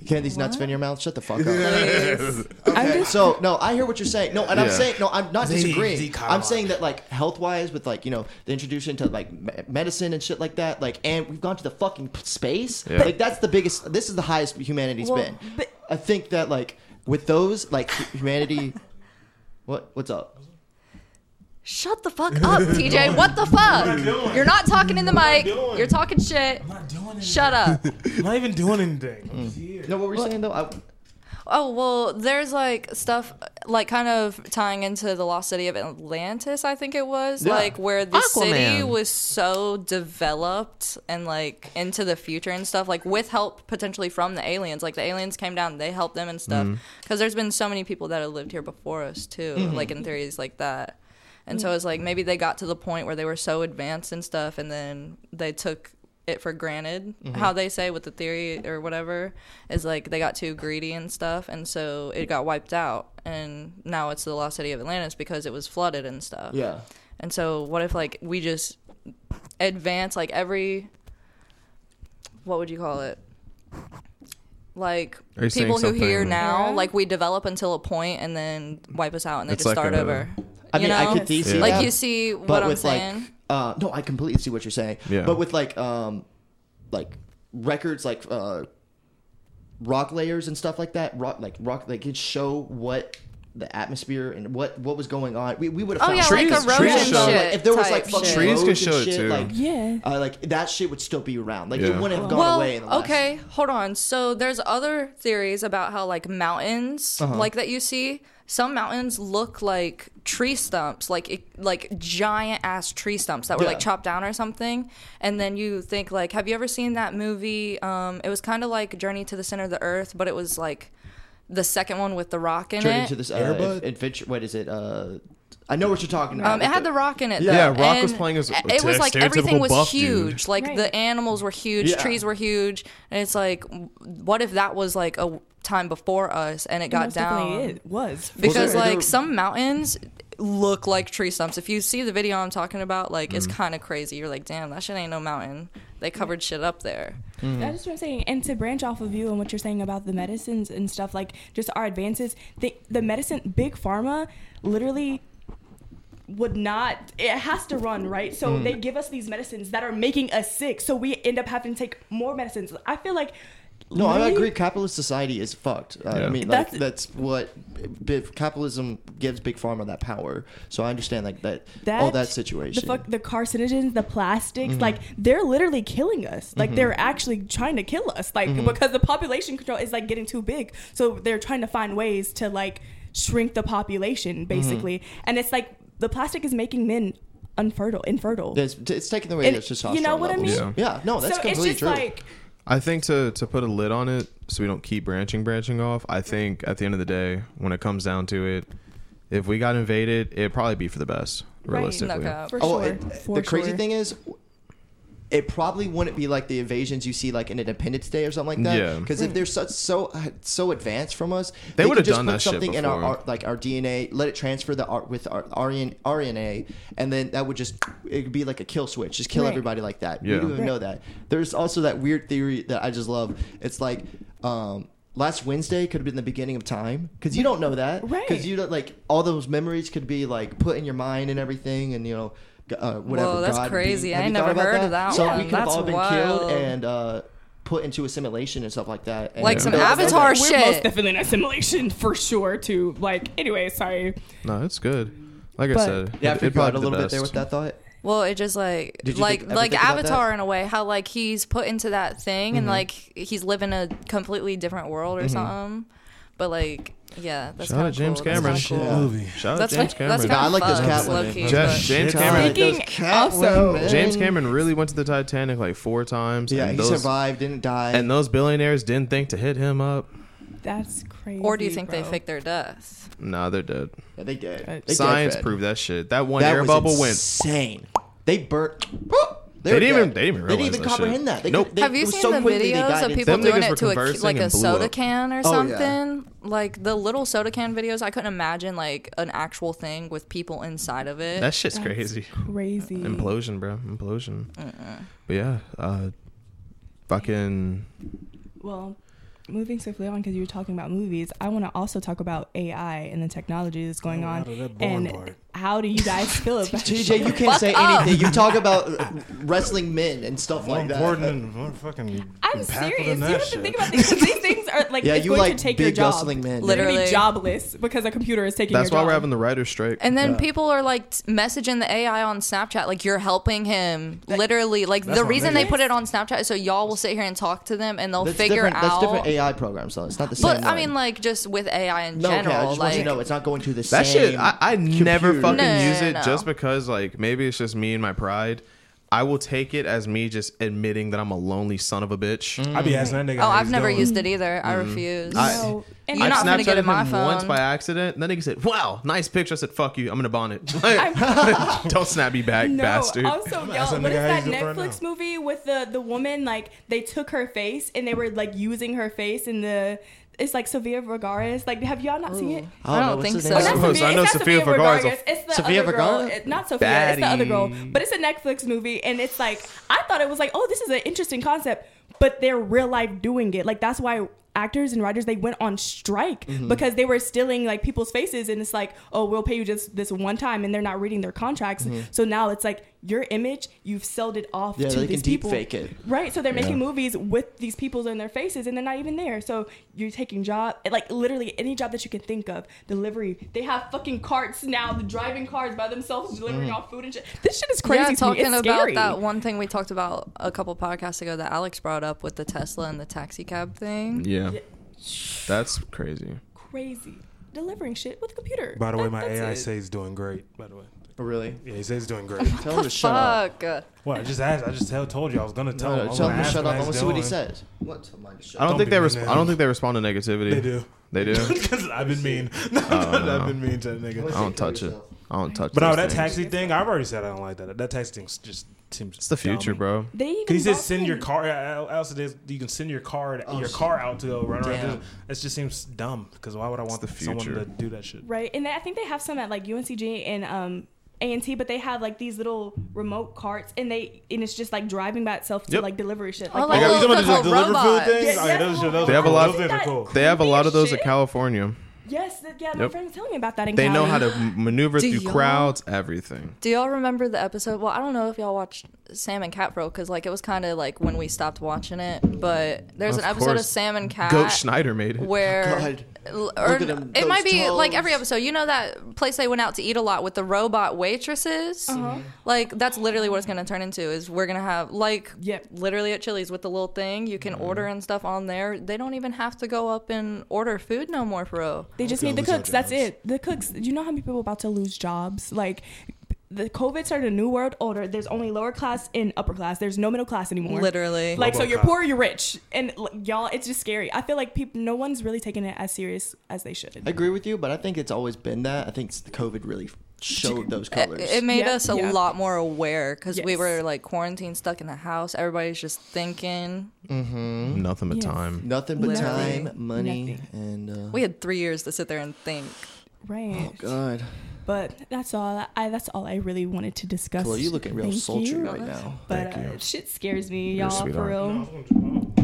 S1: Candy's nuts been in your mouth. Shut the fuck up.
S6: Please.
S1: Okay, so no, I hear what you're saying. No, and I'm
S2: Yeah.
S1: saying no, I'm not
S3: They need
S1: disagreeing.
S3: decon.
S1: I'm saying that like health wise, with like you know the introduction to like me- medicine and shit like that, like and we've gone to the fucking p- space.
S2: Yeah.
S1: Like that's the biggest. This is the highest humanity's
S7: Well,
S1: been.
S7: but-
S1: I think that like with those like hu- humanity. What what's up?
S6: Shut the fuck up, TJ. What the fuck? You're not talking in the mic.
S9: doing.
S6: You're talking shit.
S9: not doing anything.
S6: Shut up.
S9: I'm not even doing anything.
S3: Mm.
S9: I'm just here.
S1: No, what were you saying though? I,
S6: Oh, well, there's like stuff like kind of tying into the lost city of Atlantis, I think it was,
S1: Yeah.
S6: like where the city
S5: Aquaman.
S6: was so developed and like into the future and stuff, like with help potentially from the aliens. Like the aliens came down, they helped them and stuff. Because there's been so many people that have lived here before us too, like in theories like that. And
S2: Mm.
S6: so it's like maybe they got to the point where they were so advanced and stuff, and then they took it for granted.
S2: Mm-hmm.
S6: How they say with the theory or whatever is like they got too greedy and stuff, and so it got wiped out. And now it's the lost city of Atlantis because it was flooded and stuff.
S1: yeah.
S6: And so what if like we just advance like every what would you call it? Like
S2: Are you saying
S6: people who here
S2: something-
S6: now,
S7: Yeah.
S6: like we develop until a point and then wipe us out and they
S2: It's
S6: just
S2: like
S6: start
S2: a-
S6: over.
S1: I
S6: You
S1: mean, I
S6: know?
S1: could see
S2: Yeah.
S6: Like
S1: that,
S6: you see what
S1: but
S6: I'm
S1: with
S6: saying?
S1: like uh, no, I completely see what you're saying.
S2: Yeah.
S1: But with like um like records like uh rock layers and stuff like that, rock like rock like it show what the atmosphere and what what was going on. We we would have
S6: oh yeah,
S2: Trees-
S6: like
S2: trees
S6: erosion
S2: show-
S6: shit.
S1: like, if there was like
S6: type
S1: fucking
S6: shit.
S2: Trees can
S1: roads
S2: show
S1: and
S2: it,
S1: shit,
S2: too.
S1: like
S7: Yeah.
S1: uh, like that shit would still be around. Like
S2: Yeah.
S1: it wouldn't have gone
S6: well,
S1: away. In the last,
S6: okay, hold on. So there's other theories about how like mountains,
S1: Uh-huh.
S6: like that you see, some mountains look like tree stumps, like it, like giant ass tree stumps that were
S1: Yeah.
S6: like chopped down or something. And then you think like, have you ever seen that movie? Um, it was kind of like Journey to the Center of the Earth, but it was like the second one with the rock in
S1: Journey
S6: it.
S1: to this uh,
S3: Airbud?
S1: adventure. What is it? Uh, I know what you're talking about.
S6: Um, it
S1: with
S6: had the rock in it.
S2: Yeah,
S6: though.
S2: Rock was
S6: And
S2: playing as a
S6: It was like everything
S2: stereotypical
S6: was
S2: buff dude.
S6: huge. Like
S7: Right.
S6: the animals were huge,
S1: Yeah.
S6: trees were huge, and it's like, w- what if that was like a time before us and it got
S7: Most
S6: down?
S7: definitely It was.
S6: Because
S1: there-
S6: like
S1: there-
S6: some mountains look like tree stumps. If you see the video I'm talking about, like it's
S2: Mm.
S6: kind of crazy. You're like, damn, that shit ain't no mountain. They covered shit up there.
S1: Mm-hmm.
S7: That's just what I'm saying. And to branch off of you and what you're saying about the medicines and stuff, like just our advances, the, the medicine, big pharma, literally would not it has to run right so
S1: Mm.
S7: they give us these medicines that are making us sick so we end up having to take more medicines i feel like
S1: No, I
S7: literally-
S1: agree. Capitalist society is fucked. Uh, I
S2: Yeah.
S1: mean, like, that's,
S7: That's-
S1: what bi- capitalism gives big pharma that power. So I understand like that, all that situation. Mm-hmm.
S7: The, fuck, the carcinogens, the plastics, like they're literally killing us. Like they're actually trying to kill us. Like
S1: Mm-hmm.
S7: because the population control is like getting too big, so they're trying to find ways to like shrink the
S1: Mm-hmm.
S7: population basically. And it's like the plastic is making men unfertile, infertile.
S1: it's, it's taking away
S7: And
S1: their testosterone.
S7: you know what I
S1: levels.
S2: mean?
S1: Yeah. no, that's
S7: so it's
S1: completely
S7: just
S1: true.
S7: like
S2: I think to to put a lid on it, so we don't keep branching branching off. I think at the end of the day, when it comes down to it, if we got invaded, it'd probably be for the best,
S7: Right.
S2: realistically.
S6: No cap.
S7: for
S1: oh,
S7: sure.
S1: it-
S7: for
S1: the crazy
S7: sure.
S1: thing is, it probably wouldn't be like the invasions you see like in Independence Day or something like that.
S2: Yeah.
S1: Because if they're such so so advanced from us,
S2: They
S1: could
S2: would've
S1: just
S2: done
S1: put
S2: that shit
S1: something in our,
S2: before.
S1: our like our DNA, let it transfer the art with our RN, RNA, and then that would just it would be like a kill switch, just kill
S7: Right.
S1: everybody like that.
S2: Yeah.
S1: We don't even know that. There's also that weird theory that I just love. It's like. um Last Wednesday could have been the beginning of time because you don't know that
S7: Right.
S1: because you don't like all those memories could be like put in your mind and everything and you know g- uh, whatever.
S6: Whoa, that's
S1: God
S6: crazy.
S1: being- Have
S6: I
S1: you
S6: never
S1: thought about
S6: heard of that
S1: So
S6: one.
S1: we could have
S6: That's
S1: all been
S6: wild.
S1: killed and uh, put into assimilation and stuff like that. And
S6: Like
S1: we
S6: some
S1: don't know that.
S6: Avatar
S7: We're most
S6: Oh, shit.
S7: definitely an assimilation for sure. To like, anyway, sorry.
S2: No, it's good. Like I
S7: But-
S2: said,
S1: Yeah, I
S2: it-
S1: figured
S2: it probably
S1: out a
S2: the
S1: little bit there
S2: best.
S1: with that thought.
S6: Well, it just like
S1: Did you
S6: like
S1: think- ever
S6: like
S1: think about that? Mm-hmm.
S6: Avatar in a way, how like he's put into that thing and like he's living a completely different world or something. But like, yeah, that's
S2: Shout out
S6: kind of
S2: James
S6: cool. That's
S2: Cameron.
S6: kinda
S2: Shit.
S6: cool.
S3: Movie.
S2: Shout out
S6: That's
S2: James
S6: what-
S2: Cameron.
S6: that's
S1: Nah, I like
S6: Fuck,
S1: those cat
S6: it's low-key,
S1: women.
S2: James- James Cameron.
S7: Speaking
S1: Those cat
S7: also-
S1: women.
S2: James Cameron really went to the Titanic like four times.
S1: Yeah,
S2: and
S1: he
S2: those,
S1: survived, didn't die.
S2: And those billionaires didn't think to hit him up.
S7: That's crazy.
S6: Or do you think they
S7: bro.
S6: fake their death?
S2: Nah, they're dead.
S1: yeah, they did. They did,
S2: Science
S1: Fred.
S2: proved that shit. That one
S1: that
S2: air
S1: was
S2: bubble went.
S1: insane. They burnt.
S2: They
S1: were
S2: didn't even-
S1: dead.
S2: they didn't even realize
S1: even
S2: that shit.
S1: comprehend that. They
S2: Nope.
S1: could- they-
S6: Have
S1: it
S6: you
S1: was
S6: seen
S1: so
S6: the
S1: quickly they
S6: videos
S1: died
S6: of
S1: in-
S6: people
S2: Them
S6: doing
S2: niggas were
S6: it to a
S2: conversing
S6: like
S2: and
S6: a
S2: blew
S6: soda
S2: up.
S6: can or
S1: yeah.
S6: something? Like the little soda can videos, I couldn't imagine like an actual thing with people inside of it.
S2: That shit's crazy.
S7: Crazy.
S2: Implosion, bro. Implosion. But yeah, uh, fucking.
S7: Well, moving swiftly on because you were talking about movies, I want to also talk about AI and the technology that's going
S3: Oh,
S7: on.
S3: out of that barn
S7: and
S3: part.
S7: how do you guys feel about
S1: TJ, you can't say
S6: up.
S1: anything. You talk about uh, wrestling men and stuff
S3: More
S1: like that.
S3: important and more fucking
S7: I'm
S3: impactful
S7: serious.
S3: than
S7: You
S3: that
S7: have to
S3: shit.
S7: think about these. 'cause these things are like
S1: Yeah,
S7: it's
S1: you
S7: going
S1: like
S7: to take your
S1: big
S7: job.
S1: wrestling men.
S7: You're gonna be
S6: Literally.
S7: jobless because a computer is taking
S2: That's
S7: your
S2: why
S7: job.
S2: we're having the writer's strike.
S6: And then people are like t- messaging the AI on Snapchat, like you're helping him. Literally, like the
S3: what
S6: reason
S3: it
S6: they
S3: is.
S6: put it on Snapchat is so y'all will sit here and talk to them and they'll
S1: That's
S6: figure
S1: different,
S6: out.
S1: That's different AI programs, though. It's not the same.
S6: but I
S1: one.
S6: mean, like just with AI in
S1: no, okay,
S6: general,
S1: I just want
S6: like
S1: you to know it's not going to the same.
S2: That shit, I, I never
S1: computer.
S2: fucking
S6: No,
S2: use
S6: no,
S2: it
S6: no.
S2: just because, like, maybe it's just me and my pride. I will take it as me just admitting that I'm a lonely son of a bitch.
S9: I'd be asking that nigga.
S6: oh,
S9: how
S6: I've
S9: he's
S6: never
S9: doing.
S6: used it either. I
S1: Mm-hmm.
S6: refuse.
S7: No. And
S6: You're
S7: I
S6: not gonna
S2: Snapchatted
S6: get in my
S2: him
S6: phone.
S2: once by accident. And then he said, "Wow, nice picture." I said, "Fuck you, I'm gonna bon it." Don't snap me back,
S7: No,
S2: bastard.
S7: also, y'all,
S3: asking
S7: what
S3: the
S7: is
S3: guy
S7: that
S3: who's doing it right
S7: Netflix movie with the the woman? Like they took her face and they were like using her face in the. It's like Sofia Vergara's. Like, have y'all not seen it?
S1: I
S6: I
S1: don't,
S6: don't
S1: know,
S6: think
S1: what's the
S6: so.
S1: name?
S6: Well,
S7: Not
S2: suppose I
S7: Sophia-
S2: know
S7: it's not
S2: Sofia Vergara's a-
S7: Vergara's, It's the
S1: Sofia
S7: other
S1: Vergara?
S7: girl. It- Not Sophia. It's the other girl.
S2: Baddie.
S7: But it's a Netflix movie, and it's like I thought it was like, oh, this is an interesting concept, but they're real life doing it. Like that's why actors and writers they went on strike
S1: Mm-hmm.
S7: because they were stealing like people's faces, and it's like, oh, we'll pay you just this one time, and they're not reading their contracts. So now it's like your image, you've sold it off
S1: Mm-hmm. Yeah,
S7: to
S1: they can
S7: these
S1: deep
S7: people.
S1: fake it.
S7: Right, so they're making movies with these people in their faces, and they're not even there. So you're taking job, eh, like literally any job that you can think of. Delivery, they have fucking carts now, the driving cars by themselves delivering off food and shit. This shit is crazy.
S6: Yeah,
S7: to me.
S6: talking
S7: It's
S6: about
S7: scary.
S6: that one thing we talked about a couple podcasts ago that Alex brought up with the Tesla and the taxi cab thing.
S2: yeah, that's crazy.
S7: Crazy delivering shit with a computer.
S9: By the way,
S7: That-
S9: my
S7: that's
S9: AI
S7: it.
S9: says he's doing great. By the way,
S1: Oh, really?
S9: yeah, he says he's doing great.
S1: Tell him to shut up.
S6: Fuck.
S9: What I just asked, I just tell, told you I was gonna tell
S1: No,
S9: him.
S1: no,
S9: I was
S1: tell
S9: gonna
S1: him to
S9: ask
S1: shut
S9: him
S1: up. I
S9: how
S1: want
S9: he's
S1: to see what he
S9: doing.
S1: says. What? Tell him to shut
S2: I don't
S1: up.
S2: think they
S9: be
S2: resp-
S9: mean.
S2: I don't think they respond to negativity.
S9: They do.
S2: They do. I
S9: Because I've been mean. No, I've been mean to that nigga.
S2: don't touch it. I don't touch.
S9: But no,
S2: those
S9: that
S2: things.
S9: taxi thing, I've already said I don't like that. That taxi thing's just seems.
S2: It's the future, bro.
S7: They even
S9: Because he says
S7: brought
S9: send your
S7: in-
S9: car. uh, Also, you can send your car
S1: Oh,
S9: your car out to go run
S1: Damn.
S9: around. It just seems dumb. Because why would I want
S2: the
S9: someone
S2: future.
S9: to do that shit?
S7: Right, and I think they have some at like UNCG and um A&T, but they have like these little remote carts, and they and it's just like driving by itself to
S2: Yep.
S7: like delivery shit.
S6: Oh,
S7: Like,
S6: like
S7: that.
S9: talking
S6: little, the
S9: about just
S6: whole
S9: deliver
S6: robot.
S9: food things?
S7: Yeah,
S9: Oh,
S7: yeah,
S9: those shit- those
S2: They have a
S9: cool.
S2: lot-
S9: Those things are cool.
S2: They have a lot of those
S7: Shit.
S2: in California.
S7: yes, that- yeah. My
S2: Yep.
S7: friend was telling me about that. In
S2: They know
S7: Cali.
S2: how to m- maneuver
S6: Do
S2: through
S6: y'all-
S2: crowds. Everything.
S6: Do y'all remember the episode? Well, I don't know if y'all watched Sam and Cat Bro because like it was kind of like when we stopped watching it. But there's
S2: Of
S6: an episode of
S2: course.
S6: Sam and Cat
S2: Goat Schneider made it.
S6: where
S1: Oh, God.
S6: l- or
S1: at them,
S6: it might
S1: those
S6: be like
S1: toes.
S6: every episode. You know that place they went out to eat a lot with the robot waitresses. Like that's literally what it's gonna turn into. Is we're gonna have like
S7: Yep.
S6: literally at Chili's with the little thing you
S2: Mm-hmm.
S6: can order and stuff on there. They don't even have to go up and order food no more, bro.
S7: They just need the cooks. That's it. The cooks. You know how many people about to lose jobs? Like the COVID started a new world order. There's only lower class and upper class. There's no middle class anymore.
S6: Literally.
S7: Like so, you're
S9: Robocop.
S7: poor, you're rich, and like, y'all, it's just scary. I feel like people, no one's really taking it as serious as they should.
S1: I agree with you, but I think it's always been that. I think the COVID really showed those colors.
S6: It, it made
S7: Yeah,
S6: us a
S7: yeah.
S6: lot more aware because we
S7: Yes.
S6: were like quarantined, stuck in the house. Everybody's just thinking.
S2: Nothing but
S7: Yes.
S2: time.
S1: Nothing but
S6: Literally
S1: time, money, and uh,
S6: We had three years to sit there and think.
S7: right.
S1: God.
S7: But that's all. I that's all I really wanted to discuss.
S1: Well, you looking real
S7: Thank
S1: sultry
S7: you.
S1: right now.
S7: But
S2: Thank
S7: uh,
S2: you.
S7: shit scares me,
S2: You're a
S7: y'all. For
S2: sweetheart.
S7: real.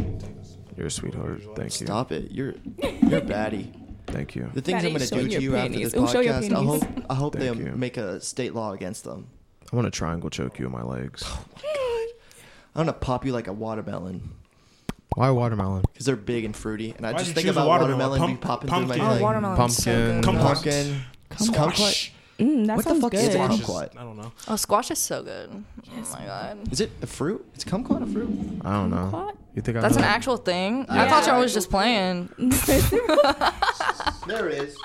S2: You're a sweetheart. Thank you.
S1: Stop it. You're you're batty.
S2: Thank you.
S1: The things
S7: Batty,
S1: I'm gonna
S7: show
S1: do
S7: your
S1: to you
S7: panties. Ooh,
S1: after
S7: show
S1: this
S7: your
S1: podcast, I
S7: panties.
S1: hope I hope they
S2: Thank you.
S1: make a state law against them.
S2: I want to triangle choke you in my legs.
S1: I'm gonna pop you like a watermelon
S2: Why watermelon?
S1: because they're big and fruity, and I
S9: Why'd
S1: just
S9: you
S1: think
S9: choose a
S1: about
S9: watermelon?
S1: watermelon, be
S9: Pump-
S1: popping through
S9: pumpkin.
S1: my
S6: Oh,
S1: thing.
S6: watermelon.
S2: Pumpkin.
S6: So
S9: Come
S6: good.
S9: on.
S1: Pumpkin,
S9: Squash.
S7: Mm, that
S1: What the
S7: sounds
S1: fuck
S7: good.
S1: is
S9: Squash is-
S1: Kumquat.
S9: I don't know.
S6: Oh, squash is so good. Oh my god.
S1: Is it a fruit? It's kumquat a fruit?
S2: I don't know.
S7: Kumquat?
S2: You think I
S6: That's an
S2: know?
S6: actual thing. I thought y'all was just playing.
S1: There it is.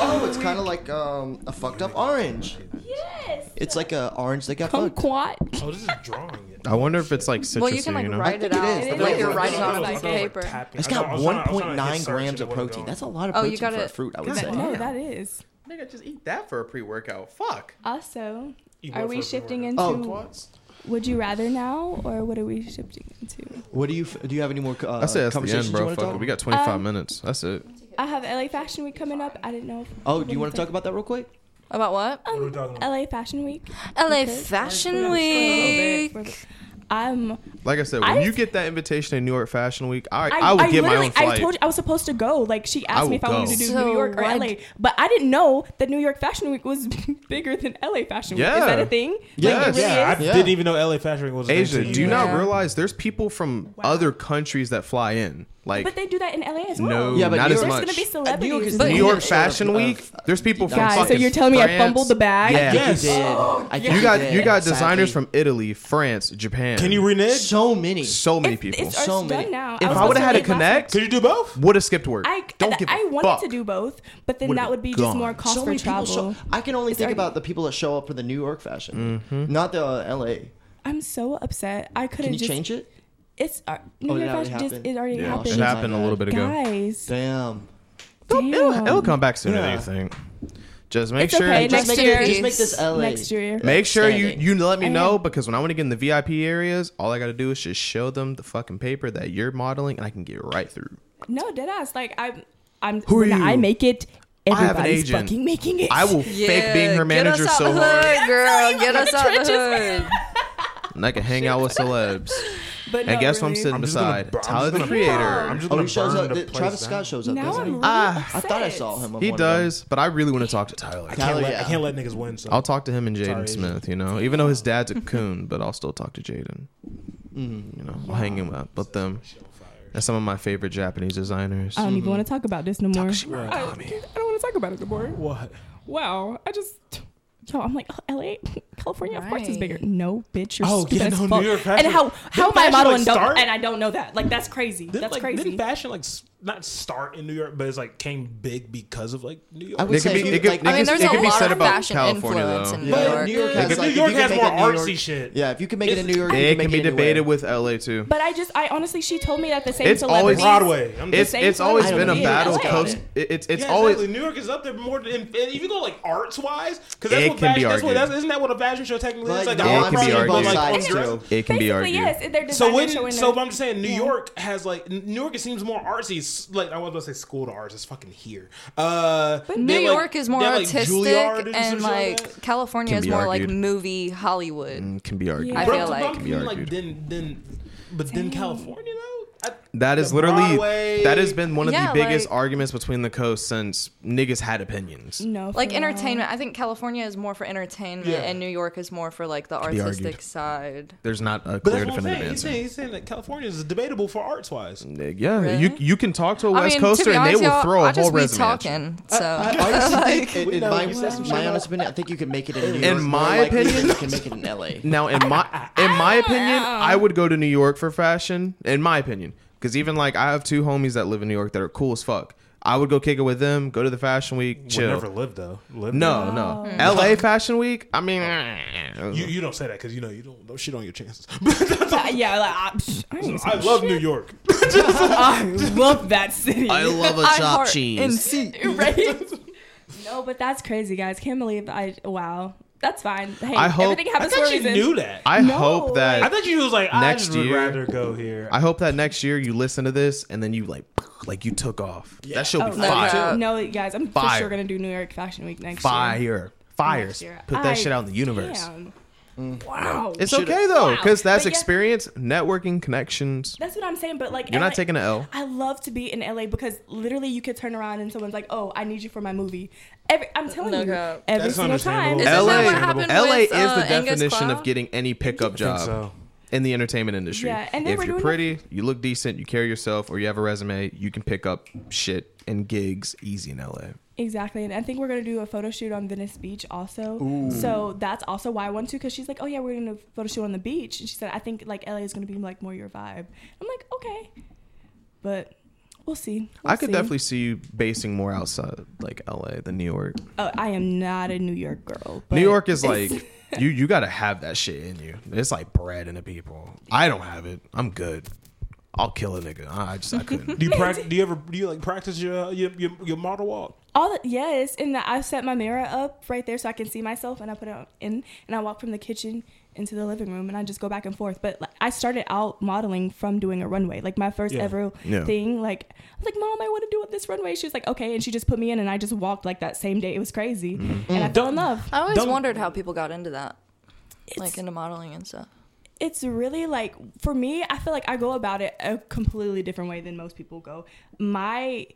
S1: Oh, it's kind of like um, a fucked up orange.
S7: Yes.
S1: It's like a orange that got fucked.
S7: Kumquat.
S9: Oh, this is drawing it.
S2: I wonder if it's like citrusy.
S6: Well, you can like
S2: you know?
S6: write it
S1: I think
S6: out.
S1: it is.
S6: Like
S1: The way
S6: you're
S1: it's
S6: writing on a
S1: like-
S6: piece of paper.
S1: It's got 1.9 grams of protein. That's a lot of
S6: Oh,
S1: protein
S6: you
S1: for
S6: gotta-
S1: a fruit, I would say.
S7: No, that is.
S2: Nigga, just eat that for a pre-workout. Fuck.
S7: Also,
S9: You
S7: are
S9: went for
S7: we
S9: a
S7: shifting
S9: brewer.
S7: into
S1: Oh.
S7: Would You Rather now, or what are we shifting into?
S1: What do you f- do? You have any more uh,
S2: That's it. That's the
S1: conversations
S2: end,
S1: you
S2: bro.
S1: want to
S2: Fuck
S1: talk?
S2: it. We got 25
S7: Um,
S2: minutes. That's it.
S7: I have LA Fashion Week coming up. I didn't know. If
S1: Oh, do you want to talk about that real quick?
S6: About what?
S9: What are we talking about?
S7: LA Fashion Week.
S6: LA
S7: Okay.
S6: Fashion Week.
S7: I'm.
S2: Like I said, when
S7: I
S2: you
S7: just-
S2: get that invitation to New York Fashion Week, I
S7: I,
S2: I, would get my
S7: literally-
S2: own flight.
S7: I told you I was supposed to go. Like she asked
S2: will
S7: me if I wanted
S2: go.
S7: to do
S6: So
S7: New York or
S6: why
S7: LA,
S6: d-
S7: but I didn't know that New York Fashion Week was bigger than LA Fashion Week. Is that
S2: Yeah.
S7: a thing?
S2: Yes.
S7: Like, it really
S9: Yeah,
S7: is?
S9: I
S1: Yeah.
S9: didn't even know LA Fashion Week was. a thing
S2: Asia,
S9: until
S2: do you not
S6: Yeah.
S2: realize there's people from other countries that fly in? Like
S7: But they do that in LA as well.
S2: No,
S1: Yeah, but
S2: not
S1: New York's
S2: as
S7: There's
S2: much.
S7: gonna be
S1: Uh, New York
S7: celebrities.
S1: is
S6: But
S2: New
S1: the
S2: York
S1: shit
S2: Fashion
S1: of-
S2: Week.
S1: of-
S2: There's people from
S7: Guys, so
S2: fucking
S7: you're telling me I
S2: France.
S7: fumbled the bag?
S2: Yeah,
S1: I
S9: Yes.
S1: think you did. I think
S2: you got
S1: did,
S2: you got designers
S1: sadly.
S2: from Italy, France, Japan.
S9: Can you renege?
S1: so many.
S2: So many
S7: It's-
S2: people.
S7: it's-
S1: so
S7: done
S1: many.
S7: now.
S2: if
S7: I was
S2: I would have
S7: supposed
S2: had
S7: to
S2: a
S7: do it last
S2: connect,
S9: Could you do both?
S2: would have skipped work.
S7: I
S2: Don't give a
S7: I wanted
S2: fuck.
S7: to do both, but then
S2: Would've
S7: that would be
S2: gone.
S7: just more cost for
S1: many people
S7: travel.
S1: show- I can only think
S7: already-
S1: about the people that show up for the New York fashion, not the uh, L.A.
S7: I'm so upset. I couldn't
S1: Can you
S7: just
S1: change it?
S7: It's uh, New
S1: Oh,
S7: York
S1: that already
S7: Fashion just
S1: happened.
S7: it already
S1: Yeah.
S7: happened.
S2: It happened a little bit ago.
S7: Guys,
S1: Damn.
S2: It'll,
S7: damn.
S2: it'll come back sooner than
S1: Yeah.
S2: you think. Just make
S7: It's
S2: sure.
S7: okay,
S2: Just
S1: Just
S7: Next
S1: make,
S6: year.
S1: it, just make this L.A.
S7: Next year.
S2: Make sure you,
S1: Outstanding.
S2: you let me
S7: I
S2: know
S7: am.
S2: because when I want to get in the VIP areas, all I got to do is just show them the fucking paper that you're modeling, and I can get right through.
S7: No, dead ass. Like I'm, I'm.
S2: Who are
S7: when I
S2: you?
S7: make it.
S2: I have an
S7: Everybody's
S2: agent.
S7: fucking making it.
S2: I will fake being her manager
S6: get us out
S2: so
S6: the
S2: hard,
S6: hood, girl. Get us out the hood.
S2: and I can hang out with celebs.
S7: But
S2: and
S7: no,
S2: guess who I'm
S7: really.
S2: sitting
S9: I'm just
S2: beside?
S9: gonna- I'm
S2: Tyler
S9: just
S2: the
S9: gonna-
S2: Creator.
S9: I'm just
S1: Oh,
S9: gonna
S1: he shows
S9: burn
S1: up.
S9: the
S1: th-
S9: place
S1: Travis
S9: down.
S1: Scott shows up,
S7: Now
S1: doesn't
S7: I'm
S1: he?
S7: really
S2: Ah,
S1: I
S7: upset.
S1: thought I saw him. On
S2: He
S1: one of them.
S2: does, but I really want to talk to Tyler.
S9: I can't,
S1: Hell
S9: let, I
S1: yeah.
S9: can't let niggas win. So
S2: I'll talk to him and Jaden
S9: Sorry.
S2: Smith, you know, even though his dad's a coon, but I'll still talk to Jaden.
S9: Mm-hmm.
S2: You know, I'll hang him up with them. That's some of my favorite Japanese designers.
S7: I
S6: Oh,
S7: don't even want to talk about this no more.
S2: Takashimura
S7: I, I
S2: Kami.
S7: don't want to talk about it no more.
S9: What?
S7: Wow, I just. Yo, I'm like oh, LA, California, of course is bigger.
S6: Right.
S7: No, bitch, you're
S9: Oh,
S7: stupid
S9: yeah,
S7: as
S9: no,
S7: fuck.
S9: New York
S7: and
S9: fashion-
S7: how how
S9: Didn't
S7: am I
S9: fashion,
S7: modeling?
S9: like,
S7: don't-
S9: start?
S7: and I don't know that. Like that's crazy.
S9: Didn't,
S7: that's
S9: like,
S7: crazy.
S9: Didn't fashion like s- not start in New York, but it's like came big because of like New York.
S1: I would
S2: It could
S1: say
S2: be-
S1: you-
S2: it could-
S1: like,
S2: it
S6: I mean,
S2: could-
S6: there's
S2: it
S6: a
S2: could be
S6: lot
S2: said
S6: of
S2: about
S6: fashion
S2: California,
S6: influence
S2: though.
S6: in
S1: Yeah,
S6: New
S1: New
S6: York.
S1: York has,
S9: Because
S1: like,
S9: New
S1: if you
S9: York
S1: can
S9: has
S1: make
S9: more
S1: it New York-
S9: artsy shit.
S1: Yeah, if you can make it in New York, you
S2: It
S1: make
S2: can be
S1: it anywhere.
S2: debated with LA too.
S7: But I just, I honestly, she told me that the same
S2: It's always-
S7: celebrities.
S9: Broadway. I'm
S2: It's
S9: just,
S7: same
S2: it's
S7: time
S2: always
S7: as
S2: been a
S7: LA.
S2: battle
S7: Yeah.
S2: coast. It, it's it's
S9: yeah,
S2: always
S9: exactly. New York is up there more than and if you go like arts wise, because that's
S2: It
S9: what
S2: can be
S9: fashion. That's what,
S2: argued.
S9: that's, isn't that what a fashion show technically
S1: But
S9: is? Like
S1: no,
S2: it
S9: art
S2: can be
S9: project,
S2: argued.
S9: but,
S2: Both
S1: sides
S9: on
S1: too.
S9: dresses.
S2: it can be
S7: Basically,
S2: argued.
S7: yes. They're
S9: So
S7: so
S9: when,
S7: showing
S9: so
S7: their-
S9: I'm just saying, New
S7: Yeah.
S9: York has like N- New York. It seems more artsy. s- Like I was about to say, school to arts. It's fucking here. Uh, but
S6: New York is more artistic, and like California
S2: Can
S6: is
S2: be
S6: more like
S2: argued.
S6: movie Hollywood.
S2: can be argued.
S6: I
S9: But
S6: feel
S9: I'm- but
S6: like
S9: I'm
S2: Can be
S9: thinking, like
S2: argued.
S9: then then, but then California though. I-
S2: That is
S9: the
S2: literally
S9: Broadway-
S2: that has been one of
S6: Yeah,
S2: the biggest
S6: like-
S2: arguments between the coasts since niggas had opinions.
S7: No, for
S6: Like
S7: real.
S6: entertainment, I think California is more for entertainment,
S9: Yeah.
S6: and New York is more for like the
S2: be
S6: artistic
S2: argued.
S6: side.
S2: There's not a
S9: But
S2: clear
S9: that's what I'm
S2: definitive
S9: saying. He's
S2: answer.
S9: saying, he's saying that California is debatable for arts wise.
S2: Yeah, you
S6: Really?
S2: you can talk to a
S6: I
S2: West
S6: mean, to
S2: Coaster
S6: be
S2: and they
S6: honest,
S2: will
S6: y'all,
S2: throw
S6: I
S2: a whole
S6: just be
S2: resume. at you.
S6: talking. So
S1: I honestly think, in,
S9: We
S1: in
S9: know
S1: my,
S9: you said some
S1: my
S9: shit
S1: honest opinion, I think you can make it in New
S2: In
S1: York. more
S2: my
S1: likely than
S2: opinion-
S1: you can make it in L.A.
S2: Now, in my in my opinion, I would go to New York for fashion. In my opinion, because even like I have two homies that live in New York that are cool as fuck. I would go kick it with them. Go to the fashion week.
S9: Would
S2: Chill.
S9: never live though. Live
S2: no, no.
S7: Oh.
S2: L.A. Fashion Week. I mean, eh.
S3: You, you don't say that because you know you don't, don't shit on your chances.
S7: Uh, yeah, like I, psh, I, ain't-
S3: I love New York.
S7: I love that city.
S2: love a
S6: I heart NC.
S7: right? no, but that's crazy, guys. Can't believe I. Wow, that's fine. Hey,
S2: I hope-
S7: everything happens
S9: I
S7: for a
S9: thought you
S7: reason.
S9: knew that. I,
S2: I
S7: No,
S2: hope that
S9: thought you was like I
S2: Next
S9: just would
S2: year-
S9: rather go here.
S2: I hope that next year you listen to this and then you like like you took off. That should be
S7: Oh, no,
S2: fire.
S7: no, no, guys, I'm for
S2: Fire.
S7: sure gonna do New York Fashion Week next year.
S2: Fire. Fires.
S7: Next year.
S2: Put that
S7: I-
S2: shit out in the universe. Mm.
S7: Damn. Wow.
S2: It's okay though,
S7: Wow.
S2: because that's
S7: But yeah-
S2: experience, networking, connections.
S7: That's what I'm saying, but like
S2: You're not
S7: LA
S2: taking an L.
S7: I love to be in LA because literally you could turn around and someone's like, "Oh, I need you for my movie." Every I'm telling
S6: No
S7: you,
S6: cap.
S7: every
S3: That's
S7: single time.
S3: understandable.
S6: Is that
S2: LA,
S6: what happened
S2: LA
S6: with,
S2: is
S6: uh,
S2: the
S6: Angus
S2: definition
S6: Cloud?
S2: of getting any pickup job
S9: so.
S2: in the entertainment industry.
S7: Yeah, and they
S2: if
S7: were
S2: you're
S7: doing
S2: pretty, you look decent, you carry yourself, or you have a resume, you can pick up shit and gigs easy in LA.
S7: Exactly, and I think we're gonna do a photo shoot on Venice Beach also. So that's also why I want to, because she's like, "Oh yeah, we're gonna photo shoot on the beach," and she said, "I think like LA is gonna be like more your vibe." I'm like, "Okay," but we'll see.
S2: I
S7: We'll
S2: could
S7: see.
S2: definitely see you basing more outside like LA than New York.
S7: Oh, I am not a New York girl. But
S2: New York is like you you gotta have that shit in you. It's like bread into people. I don't have it. I'm good. I'll kill a nigga. I I just I couldn't.
S3: Do you prac- Do you ever do you like practice your uh, your, your your model walk?
S7: all the yes, and I set my mirror up right there so I can see myself, and I put it in, and I walk from the kitchen into the living room, and I just go back and forth. But like, I started out modeling from doing a runway, like my first ever
S2: Yeah.
S7: thing. Like I was like, Mom, I want to do this runway. She was like, Okay, and she just put me in, and I just walked like that same day. It was crazy, and I
S3: Mm.
S7: fell in love.
S6: I always
S3: Don't-
S6: wondered how people got into that,
S7: It's,
S6: like into modeling and stuff.
S7: it's really like for me, I feel like I go about it a completely different way than most people go. My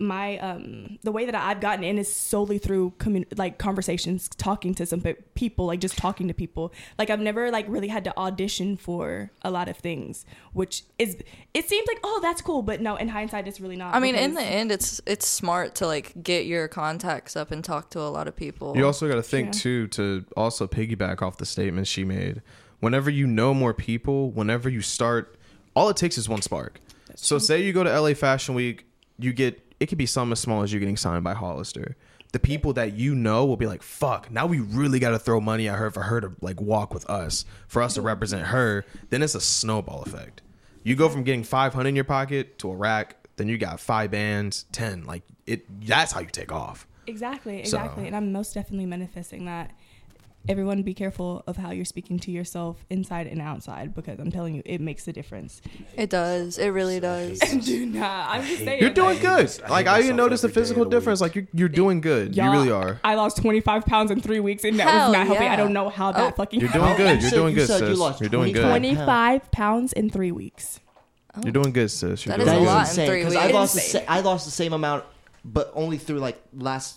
S7: my um the way that I've gotten in is solely through commun- like conversations, talking to some pe- people, like just talking to people. Like I've never like really had to audition for a lot of things, which is it seems like oh that's cool, but no, in hindsight it's really not.
S6: I mean, in the
S7: because-
S6: end, it's it's smart to like get your contacts up and talk to a lot of people.
S2: You also got to think
S7: Yeah.
S2: too to also piggyback off the statement she made. Whenever you know more people, whenever you start, all it takes is one spark. so say you go to LA Fashion Week, you get it could be something as small as you getting signed by Hollister. The people that you know will be like, "Fuck! Now we really got to throw money at her for her to like walk with us, for us to represent her." Then it's a snowball effect. You go from getting five hundred in your pocket to a rack, then you got five bands, ten. Like it, that's how you take off.
S7: Exactly,
S2: So-
S7: exactly. And I'm most definitely manifesting that. Everyone be careful of how you're speaking to yourself inside and outside because I'm telling you, it makes a difference.
S6: It does. It really does.
S7: Do not. I'm just saying.
S2: You're doing
S9: hate
S2: good.
S9: this- I
S2: like
S9: hate
S2: I even
S9: myself
S2: noticed the
S9: every day of
S2: physical
S9: the
S2: difference. Like you're, you're doing good.
S7: Y'all,
S2: you really are.
S7: I lost 25 pounds in three weeks and that
S6: Hell
S7: was not healthy.
S6: yeah.
S7: I don't know how that fucking
S2: You're doing good. You're
S1: said-
S2: doing
S1: you
S2: good,
S1: said you
S2: sis.
S1: lost
S2: You're doing good.
S1: 20.
S7: 25 pounds in three weeks.
S2: You're doing good, sis. You're
S6: That is
S2: doing
S6: a
S2: good.
S6: lot. in three
S1: because I
S6: weeks.
S1: lost the sa-
S7: Insane.
S1: I lost the same amount, but only through like last.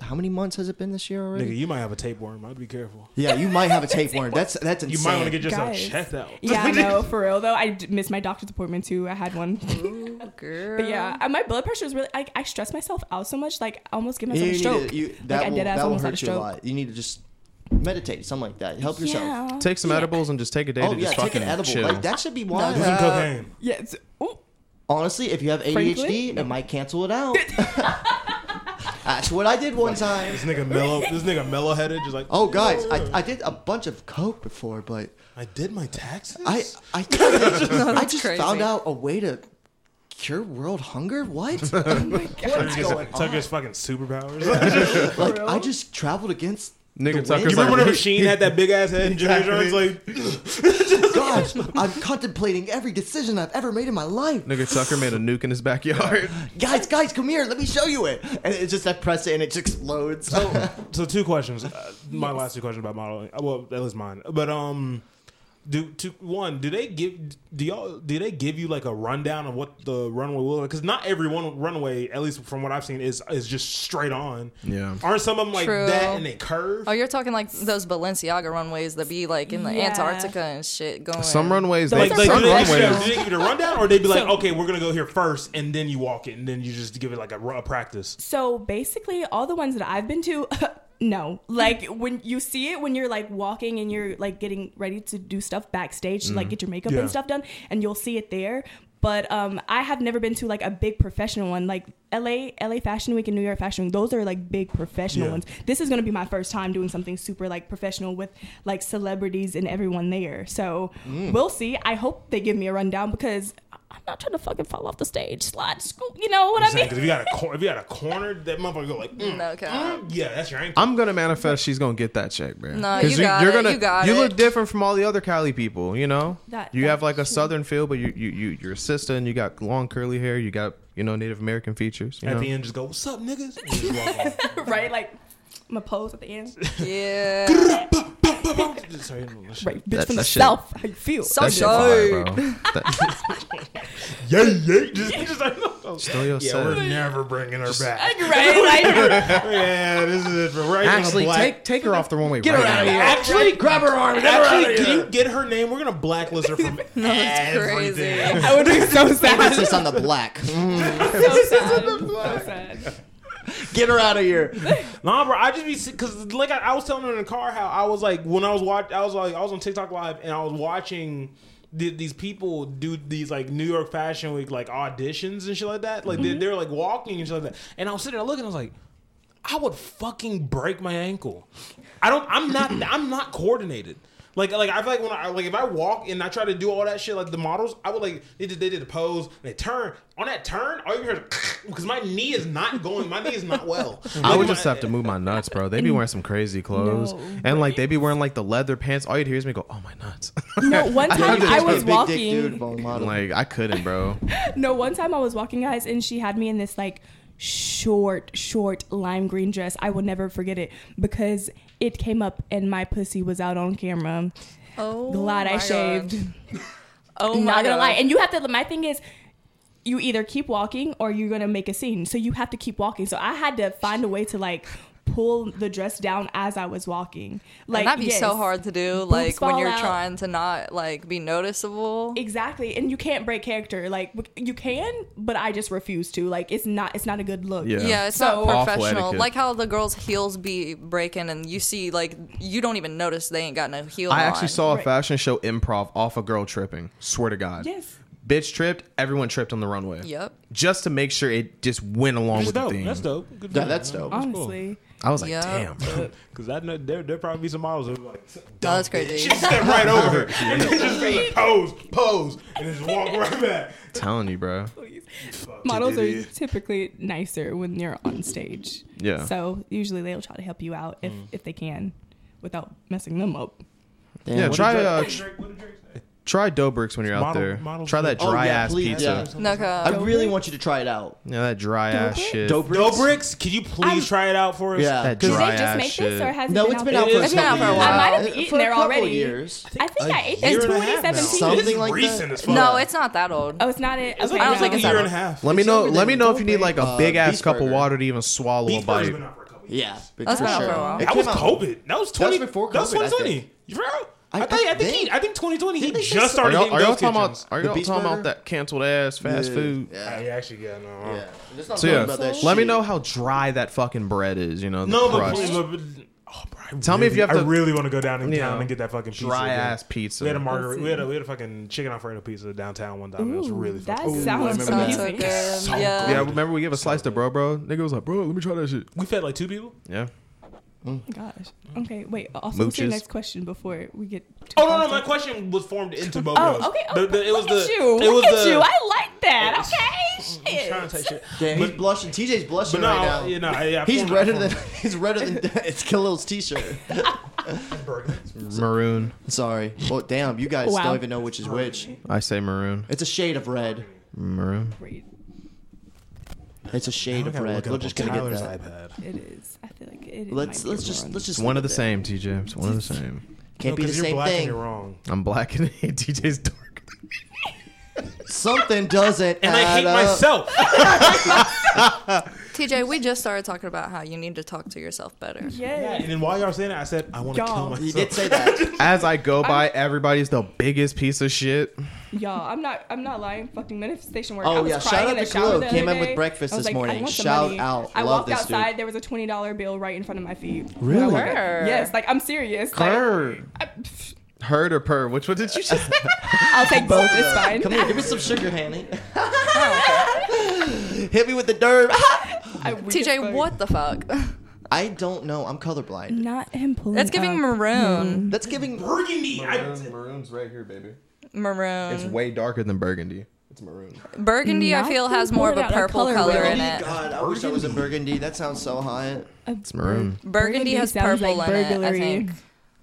S1: How many months has it been this year already?
S3: Nigga, you might have a tapeworm. I'd be careful.
S1: Yeah, you might have a tapeworm. That's that's insane.
S3: You might want to get yourself
S7: Guys.
S3: checked out.
S7: Yeah, I know, for real though. I d- missed my doctor's appointment too. I had one.
S6: Ooh, girl.
S7: but yeah, I- my blood pressure is really, I, I stress myself out so much, like I almost give
S1: You
S7: myself a
S1: need
S7: stroke.
S1: To, you, that
S7: I
S1: will,
S7: dead ass
S1: that will
S7: almost had a
S1: hurt you a
S7: stroke.
S1: lot. You need to just meditate, something like that. Help yourself.
S7: Yeah.
S2: Take some edibles and just take a day
S1: Oh
S2: to
S1: yeah,
S2: just
S1: take
S2: fucking
S1: an edible.
S2: chill.
S1: Like that should be wild.
S3: Do some cocaine.
S7: Yeah. It's, ooh.
S1: Honestly, if you have ADHD,
S7: Frankly?
S1: it might cancel it out. That's what I did one time.
S3: This nigga mellow. This nigga mellow headed. Just like
S1: Oh guys, I, I did a bunch of coke before, but
S3: I did my taxes.
S1: I I I just
S6: crazy.
S1: found out a way to cure world hunger. What?
S3: Took his-
S1: going
S3: took
S1: on?
S3: his fucking superpowers.
S1: like I just traveled against.
S2: Nigga
S1: wind?
S2: Tucker's
S1: You
S2: like,
S3: Remember when
S2: "Hey,
S3: Machine had that big ass head and Jimmy John's like,
S1: Gosh, I'm contemplating every decision I've ever made in my life.
S2: Nigga Tucker made a nuke in his backyard.
S1: Guys, guys, come here. Let me show you it. And it's just I press it and it just explodes.
S3: so two questions. Uh, my last two questions about modeling. Uh, Well, that was mine. But um, do two one. Do they give? Do y'all? Do they give you like a rundown of what the runway will? Because not every one runway, at least from what I've seen, is is just straight on.
S2: Yeah.
S3: Aren't some of them like
S6: True.
S3: that and they curve?
S6: Oh, you're talking like those Balenciaga runways that be like in the
S7: Yeah.
S6: Antarctica and shit going.
S2: Some runways, they,
S3: like, like,
S2: some
S3: do, they give you,
S2: runways.
S3: do they give you the rundown, or they be like, okay, we're gonna go here first, and then you walk it, and then you just give it like a, ru- a practice.
S7: So basically, all the ones that I've been to, no. Like when you see it, when you're like walking and you're like getting ready to do stuff backstage, to, like get your makeup
S3: Yeah.
S7: and stuff done, and you'll see it there. But um, I have never been to like a big professional one. Like LA, LA Fashion Week and New York Fashion Week. Those are like big professional
S9: Yeah.
S7: ones. This is gonna be my first time doing something super like professional with like celebrities and everyone there. So we'll see. I hope they give me a rundown because I'm not trying to fucking fall off the stage, slide, scoop. You know what I mean?
S3: Because if you got a cor- if you got a corner, that motherfucker go like, mm,
S6: No, okay.
S3: mm, yeah, that's your ankle.
S2: I'm gonna manifest. She's gonna get that check, man.
S6: No, you got it,
S2: gonna,
S6: you got
S2: You look
S6: it.
S2: different from all the other Cali people. You know,
S7: That-
S2: you
S7: that-
S2: have like a southern feel, but you you you you're a sister, and you got long curly hair. You got you know Native American features. You
S3: At
S2: know?
S3: the end, just go, "What's up, niggas?" And just walk off.
S7: right? Like I'm a pose at the end.
S6: Yeah.
S3: Just say, "Mm, shit."
S7: Right, bitch
S2: That-
S7: from
S2: that
S7: the
S2: shit-
S7: south. How you feel?
S6: So
S2: that shit fire, bro. That,
S3: Yeah, yeah. Just, just like,
S2: still your
S3: yeah,
S2: soul.
S3: we're never bringing her back.
S7: right, like
S3: yeah, this is it. We're right
S2: Actually,
S3: on a black.
S2: take take her off the one way.
S1: Get her out of here.
S3: Actually,
S1: grab her arm. Get her out
S3: Actually,
S1: of
S3: can
S1: here.
S3: you get her name? We're gonna blacklist her from
S6: That's
S3: everything.
S6: crazy.
S7: I would be so sad.
S1: Emphasis on the black.
S7: so sad. so sad.
S1: Get her out of here.
S3: Nah, bro, I just be because like I, I was telling her in the car how I was like when I was watch I was like I was on TikTok live and I was watching th- these people do these like New York Fashion Week like auditions and shit like that. Like
S2: Mm-hmm.
S3: they, they're like walking and shit like that. And I was sitting there looking, I was like. I would fucking break my ankle. I don't. I'm not. I'm not coordinated. Like, like I feel like when I like if I walk and I try to do all that shit like the models, I would like they did they did a pose, they turn on that turn. All you hear is because my knee is not going. My knee is not well.
S2: I
S3: Like,
S2: would
S3: my-
S2: just have to move my nuts, bro. They be wearing some crazy clothes, and like they be wearing like the leather pants. All you'd hear is me go, "Oh my nuts!"
S7: No, one time I was
S1: Big dick
S7: walking.
S1: dude role model.
S2: like I couldn't, bro.
S7: No, one time I was walking, guys, and she had me in this like short, short lime green dress. I will never forget it because it came up and my pussy was out on camera.
S6: Oh,
S7: Glad I
S6: my
S7: shaved.
S6: God. Oh my
S7: Not gonna
S6: God.
S7: lie. And you have to. My thing is. You either keep walking or you're gonna make a scene. So you have to keep walking. So I had to find a way to like pull the dress down as I was walking. Like
S6: And that'd be so
S7: yes.
S6: hard to do, like when
S7: fall
S6: you're
S7: out.
S6: trying to not like be noticeable.
S7: Exactly, and you can't break character. Like w- you can, but I just refuse to. Like it's not it's not a good look.
S2: Yeah.
S6: Yeah, it's
S7: So-
S6: not
S7: Awful
S6: professional.
S2: etiquette.
S6: Like how the girls' heels be breaking, and you see like you don't even notice they ain't got no heel.
S2: I actually
S6: on.
S2: saw a
S7: Right.
S2: fashion show improv off a girl tripping. Swear to God.
S7: Yes.
S2: Bitch tripped. Everyone tripped on the runway.
S6: Yep.
S2: Just to make sure it just went along
S3: That's
S2: with
S3: dope.
S2: the theme.
S3: That's dope. Good
S1: Yeah,
S3: for
S1: that's
S3: you.
S1: dope.
S7: Honestly.
S2: I was like,
S6: Yep.
S2: damn, bro.
S3: Because I know there there probably be some models who like
S6: Oh, that's crazy.
S3: step right over her and just be like, pose, pose, and just walk right back.
S2: telling you, bro.
S7: Models are typically nicer when they're on stage.
S2: Yeah.
S7: So usually they'll try to help you out
S1: Mm.
S7: if if they can, without messing them up.
S1: Damn,
S2: yeah,
S1: what
S2: try
S1: a-
S2: uh, tr- try Dobricks when you're out
S3: Model-
S2: there.
S3: model
S2: try that
S1: food.
S2: dry
S1: Oh, yeah,
S2: ass
S1: please,
S2: pizza. Yeah.
S6: No,
S1: I
S6: okay.
S1: really want you to try it out.
S2: that dry ass shit.
S1: Dope
S3: Dope
S1: Bricks?
S3: bricks, can you please
S7: I'm-
S3: try it out for us?
S1: Yeah.
S2: That
S1: Do
S7: Do
S1: they
S2: dry
S7: they
S2: ass
S7: just make
S2: shit.
S7: this or has it
S1: No,
S7: been
S1: it's
S7: out
S1: been
S7: there?
S1: out for a
S6: It's been out
S1: couple
S6: for a
S1: years.
S6: while.
S7: I might have
S1: For
S7: eaten
S1: a
S7: there
S1: couple
S7: already.
S1: Years.
S7: I think I ate
S3: year
S7: in
S3: and a half now.
S7: 2017.
S1: Something
S3: This is
S1: like that.
S3: recent as fuck.
S6: No, it's not that old.
S7: Oh, it's not it. Okay.
S3: I don't think
S6: it's
S3: a year
S6: that
S3: and a
S6: old.
S3: half.
S2: Let me know.
S1: over
S2: Let me
S1: there.
S2: know if you need like a
S1: Uh,
S2: big ass cup of
S1: Beefburger.
S2: water to even swallow a
S3: Beef burger's
S2: bite.
S3: been out for a couple years.
S1: Yeah, but
S6: That's
S1: for
S6: been out for a
S1: sure.
S6: while.
S1: It
S3: That was
S1: came out-
S3: COVID. That was twenty.
S1: before
S3: That
S1: COVID,
S3: was
S1: I
S3: twenty twenty. You bro? I,
S1: I-
S3: think. I
S1: I
S3: think. He,
S1: think-
S3: I think twenty twenty. He
S1: Didn't they say
S3: just
S1: so?
S2: Are
S3: started
S2: y'all,
S3: getting
S2: are y'all
S3: ghost
S2: talking
S3: kitchens.
S2: about? Are
S1: The
S2: y'all
S1: Beast
S2: talking about
S1: Burger?
S2: that canceled ass fast
S1: Yeah.
S2: food?
S1: Yeah.
S3: Yeah, actually, yeah, no.
S1: Yeah. There's not
S2: So
S1: going
S2: yeah,
S1: about that
S2: let me
S1: shit.
S2: know how dry that fucking bread is. You know, the
S3: No, but,
S2: crust.
S3: please, but, but oh, bro, I
S2: Tell me if
S3: really-
S2: you have to-
S3: I really want to go down in
S2: you
S3: town
S2: know,
S3: and get that fucking pizza
S2: dry
S3: again.
S2: ass pizza.
S3: We had a margarita. We had a we had a fucking chicken alfredo pizza downtown one time. it was
S7: Ooh,
S3: really
S7: that
S3: fucking.
S7: sounds
S6: It's not so
S7: amazing.
S6: good. yeah.
S2: yeah, remember we gave a slice to bro, bro. Nigga was like, bro, let me try that shit.
S3: We fed like two people.
S2: Yeah,
S7: Gosh. Okay. Wait. Also, what's your
S2: Mooches.
S7: next question before we get? too
S3: Oh no no!
S7: far?
S3: My question was formed into both.
S7: Oh,
S3: of those.
S7: okay. Oh,
S3: The- the- it was
S7: look at
S3: the-
S7: you.
S3: It was
S7: look at
S3: the,
S7: you. I like that.
S3: I'm
S7: Okay. Shit.
S3: trying to take shit.
S1: Damn, he's blushing. TJ's
S3: But
S1: blushing
S3: no,
S1: right now.
S3: you know, yeah, I
S1: He's
S3: formed- I
S1: redder
S3: formed
S1: than he's redder than it's Khalil's t-shirt.
S3: a burger.
S2: maroon.
S1: Sorry. Well, damn, you guys
S7: Wow.
S1: don't even know which is which.
S2: I say maroon,
S1: It's a shade of red.
S2: maroon.
S7: Great.
S1: It's a shade of red. We're just gonna get that.
S3: iPad.
S7: It is. I feel like it.
S1: Let's
S7: might be
S1: let's
S7: a
S1: just
S7: run.
S1: let's
S2: It's
S1: just
S2: one of the
S1: leave it
S2: same, TJ. It's one of the same.
S1: there. Can't be the
S3: you're
S1: same
S3: black and
S1: thing.
S3: you're wrong.
S2: I'm black and TJ's dark.
S1: Something doesn't.
S3: And I
S1: add
S3: hate
S1: up.
S3: myself.
S6: TJ, we just started talking about how you need to talk to yourself better.
S7: Yes.
S3: and then while y'all saying that, I said I want to kill
S7: Y'all.
S3: myself.
S1: You did say that.
S2: As I go by, everybody's the biggest piece of shit.
S7: Y'all, I'm not. I'm not lying. Fucking manifestation work.
S1: Oh,
S7: I was
S1: yeah, shout
S7: crying
S1: out
S7: in the
S1: to
S7: shower
S1: Khloe.
S7: the
S1: Came
S7: other
S1: in with
S7: day.
S1: breakfast
S7: I was
S1: this
S7: like, I
S1: morning.
S7: want the
S1: Shout
S7: money.
S1: out.
S7: I
S1: Love
S7: walked
S1: this dude.
S7: outside. There was a twenty dollar bill right in front of my feet.
S1: Really?
S7: Yes. Like I'm serious. Like,
S2: Grr.
S7: I- pff,
S2: Heard or purr? Which one did you just?
S7: I'll take both. It's fine.
S1: Come here, give me some sugar, Hanny.
S7: Oh,
S1: Hit me with the dirt.
S7: I- we just Mm-hmm.
S6: TJ,
S7: both-
S6: what the fuck?
S1: I don't know. I'm colorblind.
S7: Not him pulling.
S6: That's giving
S7: up. mm-hmm.
S6: maroon.
S1: That's giving.
S2: Maroon, maroon's right here, baby. It's
S6: Maroon.
S2: way darker than burgundy. It's maroon.
S6: Burgundy, I
S7: Not
S6: feel, has
S7: being
S6: more of
S7: pulled
S6: a
S7: out of
S6: purple
S7: color
S6: color
S7: wheel.
S6: in it.
S1: God, I wish I was in burgundy. That sounds so hot.
S2: It's maroon.
S6: Burgundy
S7: Burgundy
S6: has
S7: sounds
S6: purple
S7: like
S6: in it, I
S7: burglary.
S6: think.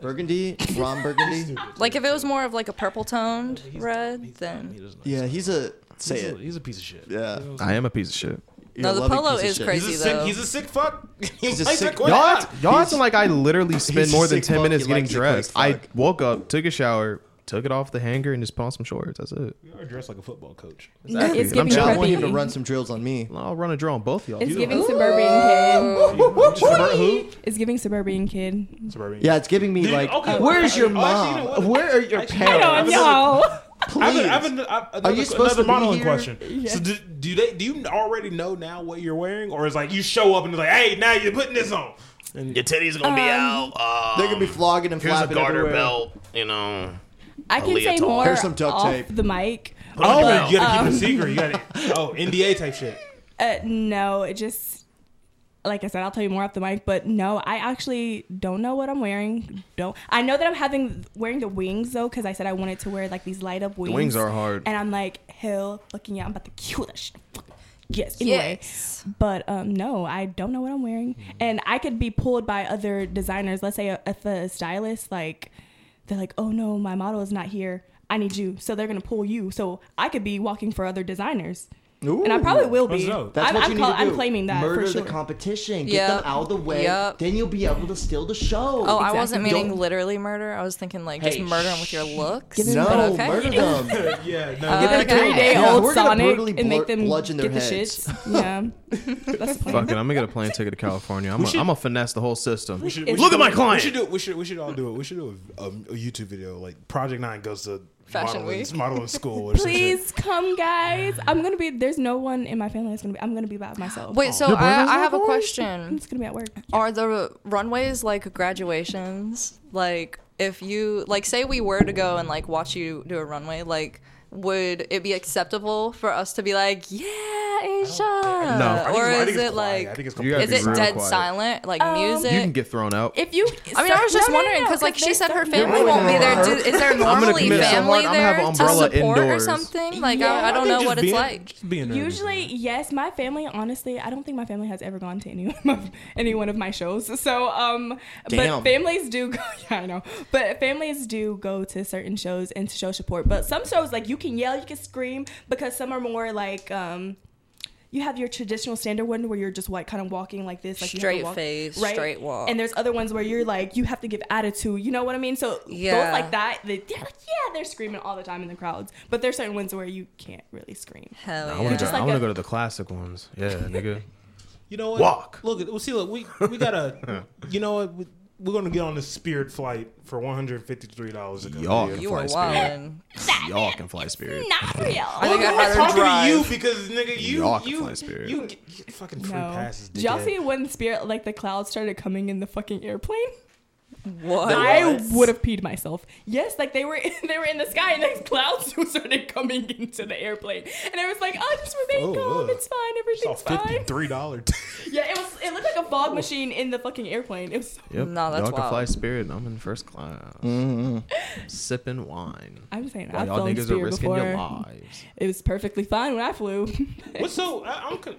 S1: Burgundy, rom burgundy.
S6: Like if it was more of like a purple toned red,
S3: He
S6: then
S3: doesn't know.
S1: Yeah, he's a say
S3: He's a,
S1: it.
S3: he's a piece of shit.
S1: Yeah.
S2: I am a piece of shit.
S1: You're a
S6: the
S1: lovely
S6: polo
S1: piece of
S6: is
S1: shit.
S6: crazy.
S3: He's a
S6: Easy,
S3: sick.
S6: though.
S3: He's a sick fuck. He
S1: He's a
S3: likes
S1: sick-
S3: it quite a
S2: Y'all,
S3: lot.
S2: act, y'all acting like I literally
S1: he's
S2: spent
S1: a
S2: more than
S1: sick
S2: ten
S1: fuck,
S2: minutes
S1: he
S2: getting
S1: likes it
S2: dressed.
S1: quick,
S2: I
S1: fuck.
S2: woke up, took a shower, took it off the hanger, and just put on some shorts. That's it.
S3: You're dressed like a football coach.
S2: Exactly.
S7: It's
S2: And I'm
S7: giving
S1: I want him to
S7: preppy.
S1: run some drills on me.
S2: I'll run a draw on both of y'all.
S7: It's
S2: You
S7: giving
S2: don't-
S7: suburban kid.
S3: Suburban who?
S7: It's giving suburban kid.
S3: Suburban.
S1: Yeah, it's giving me
S3: Dude,
S1: like,
S3: okay,
S1: where's
S3: okay,
S1: your
S3: actually, you
S1: mom?
S3: know what?
S1: Where are your
S3: Actually, I
S1: parents?
S3: don't
S7: no.
S3: I have,
S1: Please.
S3: a, I have an- I- another,
S1: supposed
S3: another
S1: to be
S3: modeling
S1: here?
S3: question. So do, do they? Do you already know now what you're wearing, or is like you show up and it's like, hey, now you're putting this on? And your titties are gonna
S7: be Um,
S3: out. uh,
S1: They're gonna be flogging and flapping everywhere.
S3: you know.
S7: I can say
S3: leotard.
S7: more
S1: Here's some duct
S7: off
S1: tape.
S7: the mic.
S3: Oh, you
S1: um,
S3: gotta keep it a secret. You gotta oh NDA type shit.
S7: Uh, no, it just like I said, I'll tell you more off the mic. But no, I actually don't know what I'm wearing. Don't I know that I'm having wearing the wings though, because I said I wanted to wear like these light up wings.
S2: wings are hard.
S7: and I'm like hell fucking yeah, I'm about to kill that shit. Fuck. Yes. Anyway,
S6: Yes.
S7: but um, no, I don't know what I'm wearing,
S2: Mm-hmm.
S7: and I could be pulled by other designers. Let's say if a stylist like they're like, oh no, my model is not here. I need you, so they're gonna pull you. So I could be walking for other designers, and I probably will be.
S3: Let's go.
S1: That's
S7: I'm,
S1: what
S7: I'm
S1: you need
S7: call-
S1: to do.
S7: I'm claiming that
S1: Murder
S7: for sure.
S1: the competition. Get
S6: Yep.
S1: them out of the way.
S6: Yep.
S1: Then you'll be able to steal the show.
S6: Oh, I wasn't
S1: Exactly.
S6: meaning
S1: Don't-
S6: literally murder. I was thinking like just
S1: Hey,
S6: murder him with your looks.
S7: Give him
S1: No,
S6: but okay.
S1: murder them.
S3: Yeah, no,
S6: Uh,
S7: Like
S6: okay.
S7: three day
S1: Yeah,
S7: old
S1: we're gonna
S7: Sonic
S1: brutally
S7: and
S1: blu-
S7: make them
S1: bludgeon their
S7: get the
S1: heads.
S7: shits. Yeah, that's the plan.
S2: Fuck it, I'm gonna get a plane ticket to California. I'm gonna finesse the whole system.
S3: should-
S7: Look
S2: at my client.
S3: We should do. We should. We should all do it. We should do a, a, a YouTube video like Project Nine goes to
S6: Fashion
S3: modeling,
S6: Week.
S3: modeling school. Or some shit.
S7: Please come, guys. I'm gonna be. There's no one in my family that's gonna be. I'm gonna be by myself.
S6: Wait, so I, I have a question.
S7: It's gonna be at work.
S6: Are the runways like graduations? Like if you like say we were to go and like watch you do a runway, like would it be acceptable for us to be like, yeah, Asia?
S2: No.
S3: I think
S6: or
S3: it's- I
S6: is
S3: think it's quiet. I
S6: it like,
S3: think it's
S2: You gotta
S6: is
S2: be
S6: it
S2: real
S6: dead
S2: quiet.
S6: silent? Like music?
S2: You can get thrown out.
S7: If you,
S6: I mean, I was just
S7: No, no,
S6: wondering
S7: no,
S6: because, like, she
S7: they-
S6: said her family won't be there. Do, is there
S2: gonna
S6: normally
S2: commit so
S6: family
S2: hard, I'm gonna have
S6: there
S2: an
S6: to
S2: umbrella
S6: support or
S2: indoors.
S6: something? Like,
S7: Yeah,
S6: I, I
S7: I
S6: don't
S7: think
S6: know
S7: just
S6: what it's like.
S7: Usually, yes. My family, honestly, I don't think my family has ever gone to any one of any one of my shows. So, um,
S1: Damn.
S7: but families do go. Yeah, I know. But families do go to certain shows and to show support. But some shows, like you can yell, you can scream, because some are more like, um, you have your traditional standard one where you're just like kind of walking like this, like you have to
S6: Straight
S7: walk-
S6: face, straight walk.
S7: And there's other ones where you're like you have to give attitude. You know what I mean? So
S6: Yeah.
S7: those like that, they, yeah, like, yeah, they're screaming all the time in the crowds. But there's certain ones where you can't really scream.
S6: Hell
S2: I wanna,
S6: yeah.
S2: go,
S7: Just
S2: I
S7: like
S2: wanna
S7: a-
S2: go to the classic ones. Yeah, nigga.
S3: You know what?
S2: Walk.
S3: Look, at- well, see, look, we we gotta. you know what? We, we're gonna get on this Spirit flight for one hundred fifty three dollars.
S2: Y'all can
S6: You
S2: fly
S6: are
S2: spirit.
S6: wild.
S2: Y'all can fly spirit.
S7: Not
S6: I
S7: real.
S6: think I'd
S3: I'm
S6: rather
S3: talking
S6: drive.
S3: to you because nigga, you
S2: Y'all can
S3: you
S2: fly Spirit.
S3: you get, get fucking free
S7: No.
S3: passes.
S7: Did y'all
S3: dickhead.
S7: see when spirit like the clouds started coming in the fucking airplane?
S6: What?
S7: I would have peed myself. Yes, like they were they were in the sky and the clouds started coming into the airplane, and I was like, "Oh, just remain
S3: Oh,
S7: calm.
S3: ugh.
S7: It's fine.
S3: Saw
S7: Everything's
S3: fifty
S7: fine."
S3: three dollars.
S7: Yeah, it was. It looked like a fog machine in the fucking airplane. It was.
S2: Yep.
S6: No, that's
S2: Y'all can
S6: wild.
S2: fly spirit. and I'm in first class, Mm-hmm. sipping wine.
S7: I'm saying
S2: While
S7: I've
S2: y'all
S7: flown
S2: niggas are
S7: Spirit
S2: risking your
S7: before.
S2: lives.
S7: It was perfectly fine when I flew.
S3: What's so? I, I'm. Con-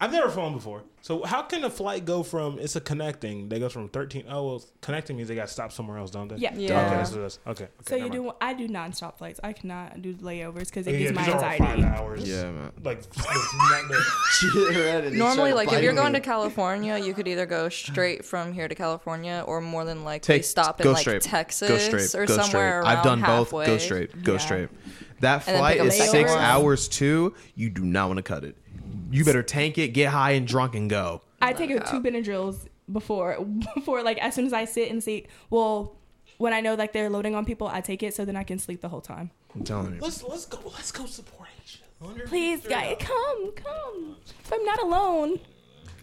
S3: I've never flown before. So how can a flight go from it's a connecting that goes from thirteen? Oh well, connecting means they got to stop somewhere else, don't they?
S7: yeah.
S6: Yeah.
S3: Okay, that's what it is. Okay. okay
S7: So you
S3: never mind.
S7: do. I do nonstop flights. I cannot do layovers because it
S3: Yeah,
S7: gives my
S3: these are all
S7: anxiety.
S3: Five hours.
S2: Yeah, man.
S3: Like it's not the-
S1: She hit her head and it
S6: Normally,
S1: started
S6: like if you're
S1: biting
S6: going
S1: me.
S6: to California, you could either go straight from here to California, or more than likely
S2: Take
S6: stop
S2: go
S6: in like
S2: straight.
S6: Texas
S2: go straight.
S6: or
S2: go
S6: somewhere
S2: straight.
S6: around
S2: I've done
S6: halfway.
S2: both. Go straight. Go
S7: Yeah.
S2: straight. That
S6: And then
S2: flight
S6: pick up
S2: is
S6: layover.
S2: six hours too. You do not want to cut it. You better tank it, get high and drunk, and go.
S7: I take a two Benadryls before before like as soon as I sit and see. Well, when I know like they're loading on people, I take it so then I can sleep the whole time.
S2: I'm telling you.
S3: let's let's go let's go support Asia.
S7: Please, guys, come, come. If I'm not alone,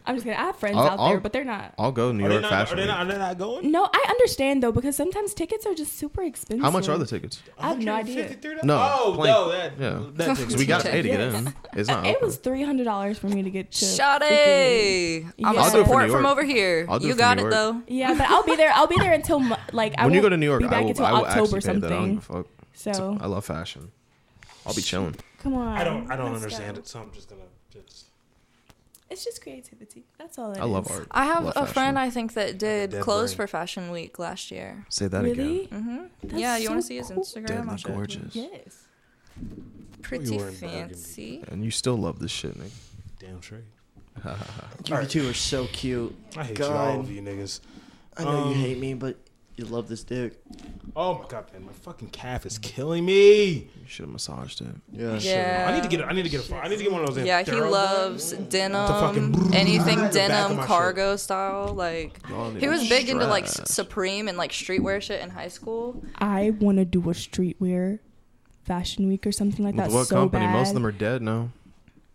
S7: I'm just kidding. I have friends
S2: I'll-
S7: out there,
S2: I'll-
S7: but they're not.
S2: I'll go New
S3: Are they
S2: York
S3: not, are
S2: Fashion
S3: they
S2: Week.
S3: not, are they not going?
S7: No, I understand though because sometimes tickets are just super expensive.
S2: How much are the tickets?
S7: I have no idea.
S3: $153?
S2: No,
S3: Oh,
S2: plane.
S3: no, that,
S2: Yeah.
S3: that takes
S2: 'Cause we got to pay to get
S7: Yes.
S2: in. It's not.
S7: It
S2: open.
S7: was three hundred dollars for me to get to. freaking-
S6: Shawty. I'm
S7: Yeah.
S6: a
S7: I'll do it for
S6: support
S2: New
S6: from
S2: York.
S6: over here.
S2: I'll do it
S6: You
S2: for
S6: got
S2: New
S6: it
S2: York.
S6: though.
S7: Yeah, but I'll be there. I'll be there until mo- like I
S2: when you
S7: won't
S2: go to New York,
S7: be back
S2: I will,
S7: until
S2: I will
S7: October
S2: actually pay that. I don't
S7: something.
S2: give a fuck.
S7: So
S2: I love fashion. I'll be chilling.
S7: come on.
S3: I don't, I don't
S7: Let's
S3: understand
S7: go.
S3: it, so I'm just going to just.
S7: It's just creativity. That's all. it is.
S2: I love art.
S6: I have
S2: Love
S6: a
S2: fashion.
S6: friend I think that did
S3: dead
S6: clothes
S3: brain.
S6: for Fashion Week last year.
S2: Say that
S7: Really?
S2: again.
S7: That's
S6: yeah, you want to
S7: so
S6: see his
S7: cool.
S6: Instagram?
S2: Deadly
S6: I'll show it to you.
S2: gorgeous.
S7: Yes.
S6: Pretty
S3: wearing burgundy.
S6: fancy.
S2: And you still love this shit, Nick.
S3: Damn straight.
S1: You two are so cute.
S3: I hate you, all
S1: God,
S3: of you niggas.
S1: I know
S3: Um,
S1: you hate me, but you love this dick.
S3: Oh my god, man, my fucking calf
S7: Mm-hmm.
S3: is killing me.
S2: You should have massaged it.
S1: Yeah.
S6: Yeah.
S3: I need to get, a- I need to get a, I need to get one of those.
S6: Yeah, he
S3: Thera-
S6: loves
S3: fucking
S6: denim,
S3: brrrr out
S6: anything
S3: of the back of
S6: denim,
S3: my
S6: cargo style. Like
S2: Y'all need
S6: he
S2: to
S6: was big into like
S2: stress.
S6: S- Supreme and like streetwear shit in high school.
S7: I want to do a streetwear fashion week or something like that.
S2: With what
S7: so
S2: company?
S7: Bad.
S2: Most of them are dead now.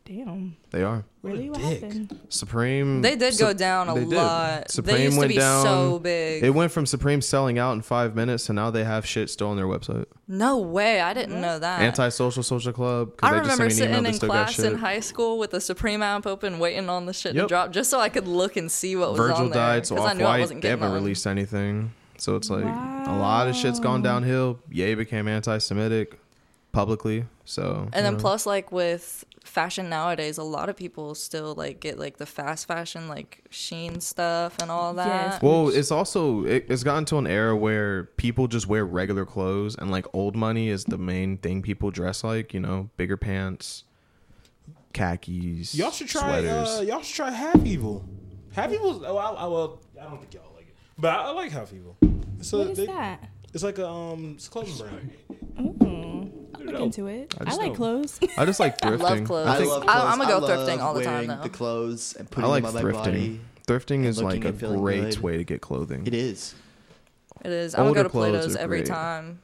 S7: Damn.
S2: They are.
S7: Really? What
S3: dick.
S7: happened?
S2: Supreme.
S6: They did
S2: Sup-
S6: go down a
S2: they did.
S6: lot.
S2: Supreme
S6: they used
S2: went
S6: to be
S2: down.
S6: so big.
S2: It went from Supreme selling out in five minutes to now they have shit still on their website.
S6: no way, I didn't know that.
S2: Anti-social social club. Mm-hmm. 'cause
S6: I
S2: they just sent me an
S6: remember
S2: email,
S6: sitting
S2: they
S6: in
S2: still got
S6: class
S2: shit.
S6: in high school with the Supreme app open, waiting on the shit
S2: Yep.
S6: to drop, just so I could look and see what was
S2: Virgil
S6: on there.
S2: died, so
S6: 'cause I
S2: Off
S6: knew I
S2: White
S6: wasn't
S2: they
S6: getting
S2: haven't
S6: that one.
S2: released anything. So it's like a lot of shit's gone downhill. Ye became anti-Semitic publicly. So you
S6: And then
S2: know.
S6: plus like with fashion nowadays, a lot of people still like get like the fast fashion like Sheen stuff and all that.
S2: Well, it's also it, it's gotten to an era where people just wear regular clothes, and like old money is the main thing people dress like. You know, bigger pants, khakis.
S3: Y'all should try.
S2: sweaters.
S3: Uh, y'all should try half evil. Half evil's. Oh, I, I, well, I don't think y'all like it, but I, I like half evil. It's a,
S7: What is
S3: they-
S7: that?
S3: It's like a um, it's a clothing brand.
S7: Ooh, I'll look into it. I,
S2: Oh, just
S7: like
S2: know.
S7: clothes.
S2: I just like thrifting.
S6: Love clothes. I
S1: I love
S6: I, am
S1: clothes.
S6: gonna go
S1: I
S6: thrifting
S1: love
S6: all the time
S1: wearing
S6: though.
S1: The clothes and
S2: I
S1: putting
S2: like
S1: them on
S2: thrifting.
S1: my body.
S2: Thrifting is
S1: looking
S2: like a
S1: and feeling
S2: great
S1: good.
S2: way to get clothing.
S1: It is.
S6: it is. I'm gonna
S2: Older
S6: go to
S2: clothes
S6: Plato's
S2: are
S6: every
S2: great.
S6: time.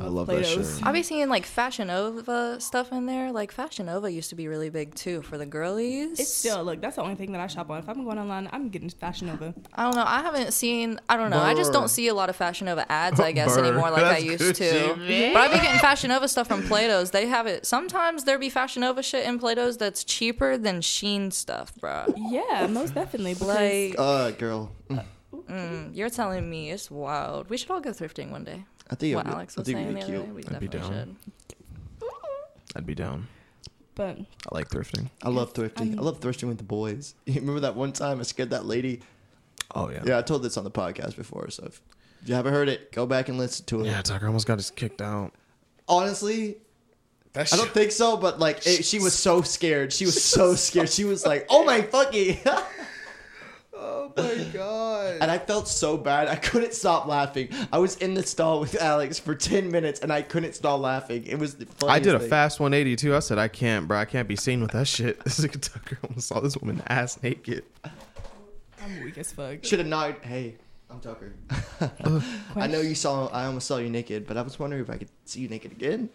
S2: I love that
S7: Play-Dohs.
S2: shit.
S6: I'll be seeing like Fashion Nova stuff in there. Like Fashion Nova used to be really big too for the girlies.
S7: It's still look. That's the only thing that I shop on. If I'm going online, I'm getting Fashion Nova.
S6: I don't know. I haven't seen. I don't know. I just
S2: Burr.
S6: don't see a lot of Fashion Nova ads, I guess,
S2: Burr.
S6: anymore like I
S2: That's
S6: used
S2: good
S6: to.
S2: shit,
S6: But I be getting Fashion Nova stuff from Plato's. They have it. Sometimes there be Fashion Nova shit in Plato's that's cheaper than Sheen stuff, bruh.
S7: Yeah, most definitely. Because
S6: Like
S1: Uh, girl. Mm.
S6: you're telling me, it's wild. We should all go thrifting one day.
S1: I think
S6: what
S1: it'd be-
S6: Alex
S1: I
S6: was
S1: think it'd
S6: saying
S1: be
S6: the other
S1: cute.
S6: day, we
S2: I'd be
S6: definitely should.
S2: down. I'd be down.
S7: but mm,
S2: I like thrifting.
S1: I love thrifting. I love thrifting with the boys. You remember that one time I scared that lady?
S2: Oh yeah.
S1: Yeah, I told this on the podcast before, so if you haven't heard it, go back and listen to it.
S2: Yeah, Tucker almost got us kicked out.
S1: Honestly,
S2: That's
S1: I don't think so, but like it, she was so scared. She was so scared. She was like, "Oh my fucking."
S2: Oh my god.
S1: And I felt so bad. I couldn't stop laughing. I was in the stall with Alex for 10 minutes and I couldn't stop laughing. It was the
S2: I
S1: funniest
S2: did a
S1: thing.
S2: fast 180 too. I said I can't, bro. I can't be seen with that shit. This nigga Tucker almost saw this woman ass naked.
S7: I'm weak as fuck.
S1: Should have not. Hey, I'm Tucker. I know you saw. I almost saw you naked, but I was wondering if I could see you naked again.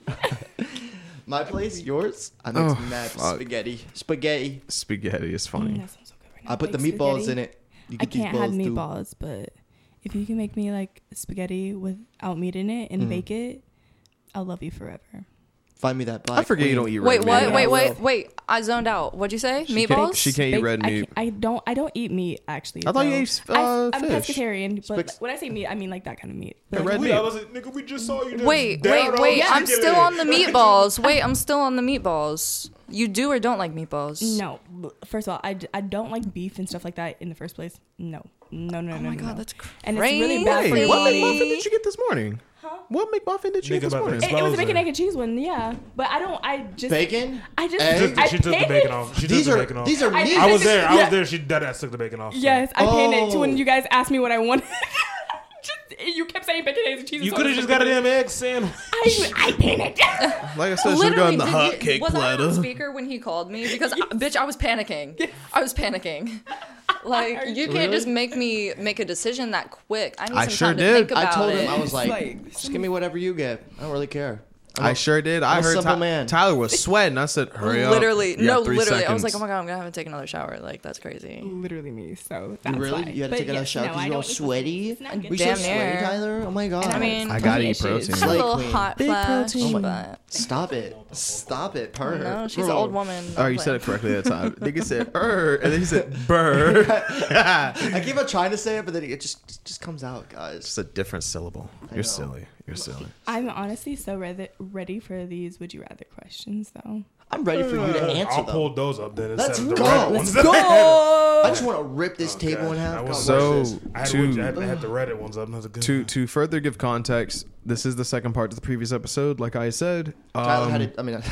S1: My place, yours. I make
S2: Oh,
S1: some mad
S2: fuck.
S1: spaghetti. Spaghetti.
S2: Spaghetti is
S7: Mm,
S2: funny.
S7: that sounds so good right now.
S1: I put the
S7: Baked
S1: meatballs
S7: spaghetti.
S1: in it. You
S7: I
S1: get these
S7: can't have
S1: balls through.
S7: meatballs, but if you can make me like spaghetti without meat in it
S2: Mm.
S7: and bake it, I'll love you forever.
S1: Find me that black.
S2: I forget you don't
S1: queen.
S2: eat red
S6: Wait,
S2: meat.
S6: what? Wait, wait, wait. I zoned out. What'd you say?
S2: She
S6: Meatballs?
S2: Can't, she can't eat
S7: Baked-
S2: red
S7: I
S2: meat.
S7: can't- I, don't. I don't eat meat actually.
S2: I thought you
S7: so-
S2: ate,
S7: I-
S2: uh,
S7: I'm
S2: fish.
S7: pescatarian, but
S1: Specs-
S7: when I say meat, I mean like that kind of meat.
S2: Yeah,
S7: Like,
S2: red
S3: We,
S2: meat.
S3: I was like, nigga, we just saw you. just
S6: Wait,
S3: down
S6: wait,
S3: on
S6: wait.
S3: the
S6: I'm
S3: chicken
S6: still
S3: leg.
S6: on the meatballs. Wait, I'm still on the meatballs. You do or don't like meatballs?
S7: No. First of all, I, d- I don't like beef and stuff like that in the first place. No. No, no, no.
S6: Oh my
S7: no,
S6: god,
S7: no.
S6: that's crazy.
S7: And it's really bad for
S2: Hey,
S7: your
S2: what
S7: body.
S2: McMuffin did you get this morning? What McMuffin did you
S3: Nigga
S2: get this
S3: about
S2: morning?
S3: this.
S7: It, it was a
S3: Exposure.
S7: bacon, egg, and cheese one, yeah. But I don't, I just.
S1: bacon.
S7: I just.
S1: Egg?
S3: She took,
S7: I
S3: she took the
S7: panicked.
S3: bacon off. She
S1: These
S3: took
S1: are
S3: the bacon off.
S1: these are
S7: I-
S1: meat.
S3: I was there. I
S7: Yeah.
S3: was there. She dead ass took the bacon off. so.
S7: Yes, I panicked
S1: Oh.
S7: when you guys asked me what I wanted. just, you kept saying bacon, eggs, and cheese.
S3: You
S7: so I
S3: could have
S7: was
S3: just
S7: like,
S3: got a damn egg sandwich.
S7: I, I panicked.
S2: Like I said, should have gotten the
S6: did
S2: hot
S6: you-
S2: cake
S6: was I on
S2: platter.
S6: speaker when he called me because I- bitch, I was panicking. I was panicking. Like you can't just make me make a decision that quick. I need
S2: I
S6: some
S2: sure
S6: time to
S2: did.
S6: think
S1: I
S6: about
S1: told
S6: it.
S1: him I was like,
S7: Like,
S1: just give me whatever you get. I don't really care.
S2: I sure did. I
S1: I'm a
S2: heard
S1: simple
S2: Ty-
S1: man.
S2: Tyler was sweating. I said, "Hurry up!"
S6: literally,
S2: You got
S6: no,
S2: three
S6: literally. I was like,
S2: seconds.
S6: oh my god, I'm gonna have to take another shower. Like that's crazy.
S10: Literally me. So that's
S1: really?
S10: why.
S1: You had to
S7: But
S1: take another
S7: yes,
S1: shower
S7: no,
S1: because
S7: I
S1: you're all
S7: know it's-
S1: sweaty.
S7: it's not good
S1: We
S7: for
S1: should
S6: Damn
S7: you.
S1: sweaty,
S6: near.
S1: Tyler. Oh my god.
S6: I mean,
S2: I
S6: I
S2: gotta
S10: Protein
S2: eat protein.
S10: issues.
S6: had a
S1: Slay
S6: little
S1: queen.
S6: hot
S2: Big
S6: flash,
S2: protein.
S6: but
S1: Stop it. Stop it. Per.
S6: no, she's an old woman.
S2: Oh, you said it correctly that time. Nigga said "er," and then he said "burr."
S1: I keep on trying to say it, but then it just just comes out, guys.
S2: It's a different syllable.
S1: know.
S2: You're silly. You're silly.
S7: I'm honestly so rather ready for these would you rather questions though.
S1: I'm ready for you to answer
S3: I'll
S1: them.
S3: pull those up then.
S1: Let's
S3: instead of
S1: go.
S3: the red
S1: Let's
S3: ones.
S1: I just want to rip this table in
S3: I
S1: half.
S3: was
S1: God,
S2: so-
S1: watch this.
S3: I had,
S2: Two.
S3: to- I had, I had the Reddit ones up. and That's a good.
S2: To to further give context, this is the second part to the previous episode. Like I said,
S1: Tyler
S2: um,
S1: had a, I mean,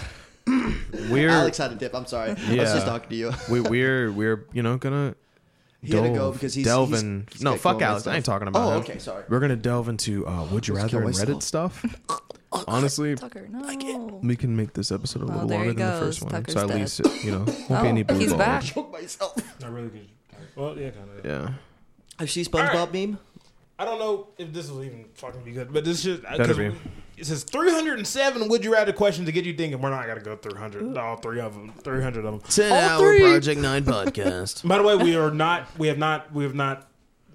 S2: we're
S1: Alex had a dip. I'm sorry. I was
S2: Yeah.
S1: just talking to you.
S2: we, we're we're you know gonna
S1: He had to go because he's-
S2: delve
S1: he's-
S2: in-
S1: he's
S2: no,
S1: got
S2: fuck
S1: COVID
S2: Alex.
S1: stuff.
S2: I ain't talking about
S1: Oh,
S2: him.
S1: okay, sorry.
S2: We're gonna delve into uh, would you rather
S1: kill
S2: and
S1: myself.
S2: Reddit stuff. Honestly,
S6: Tucker, no.
S2: we can make this episode a little
S6: there
S2: longer
S6: he
S2: than the first one,
S6: goes. Tucker's
S2: so at
S6: dead.
S2: least it, you know won't be any
S6: Oh,
S2: blue
S6: he's
S2: balls.
S6: back.
S1: Choke myself.
S3: I really good. Well, yeah, kind of.
S2: Yeah,
S1: Have you seen SpongeBob meme?
S3: I don't know if this will even fucking be good, but this should.
S2: Better be.
S3: It says 307 would you rather questions to get you thinking. We're not gonna go through hundred, all three of them, 300 of them.
S2: ten hour Project Nine podcast.
S3: By the way, we are not. We have not. We have not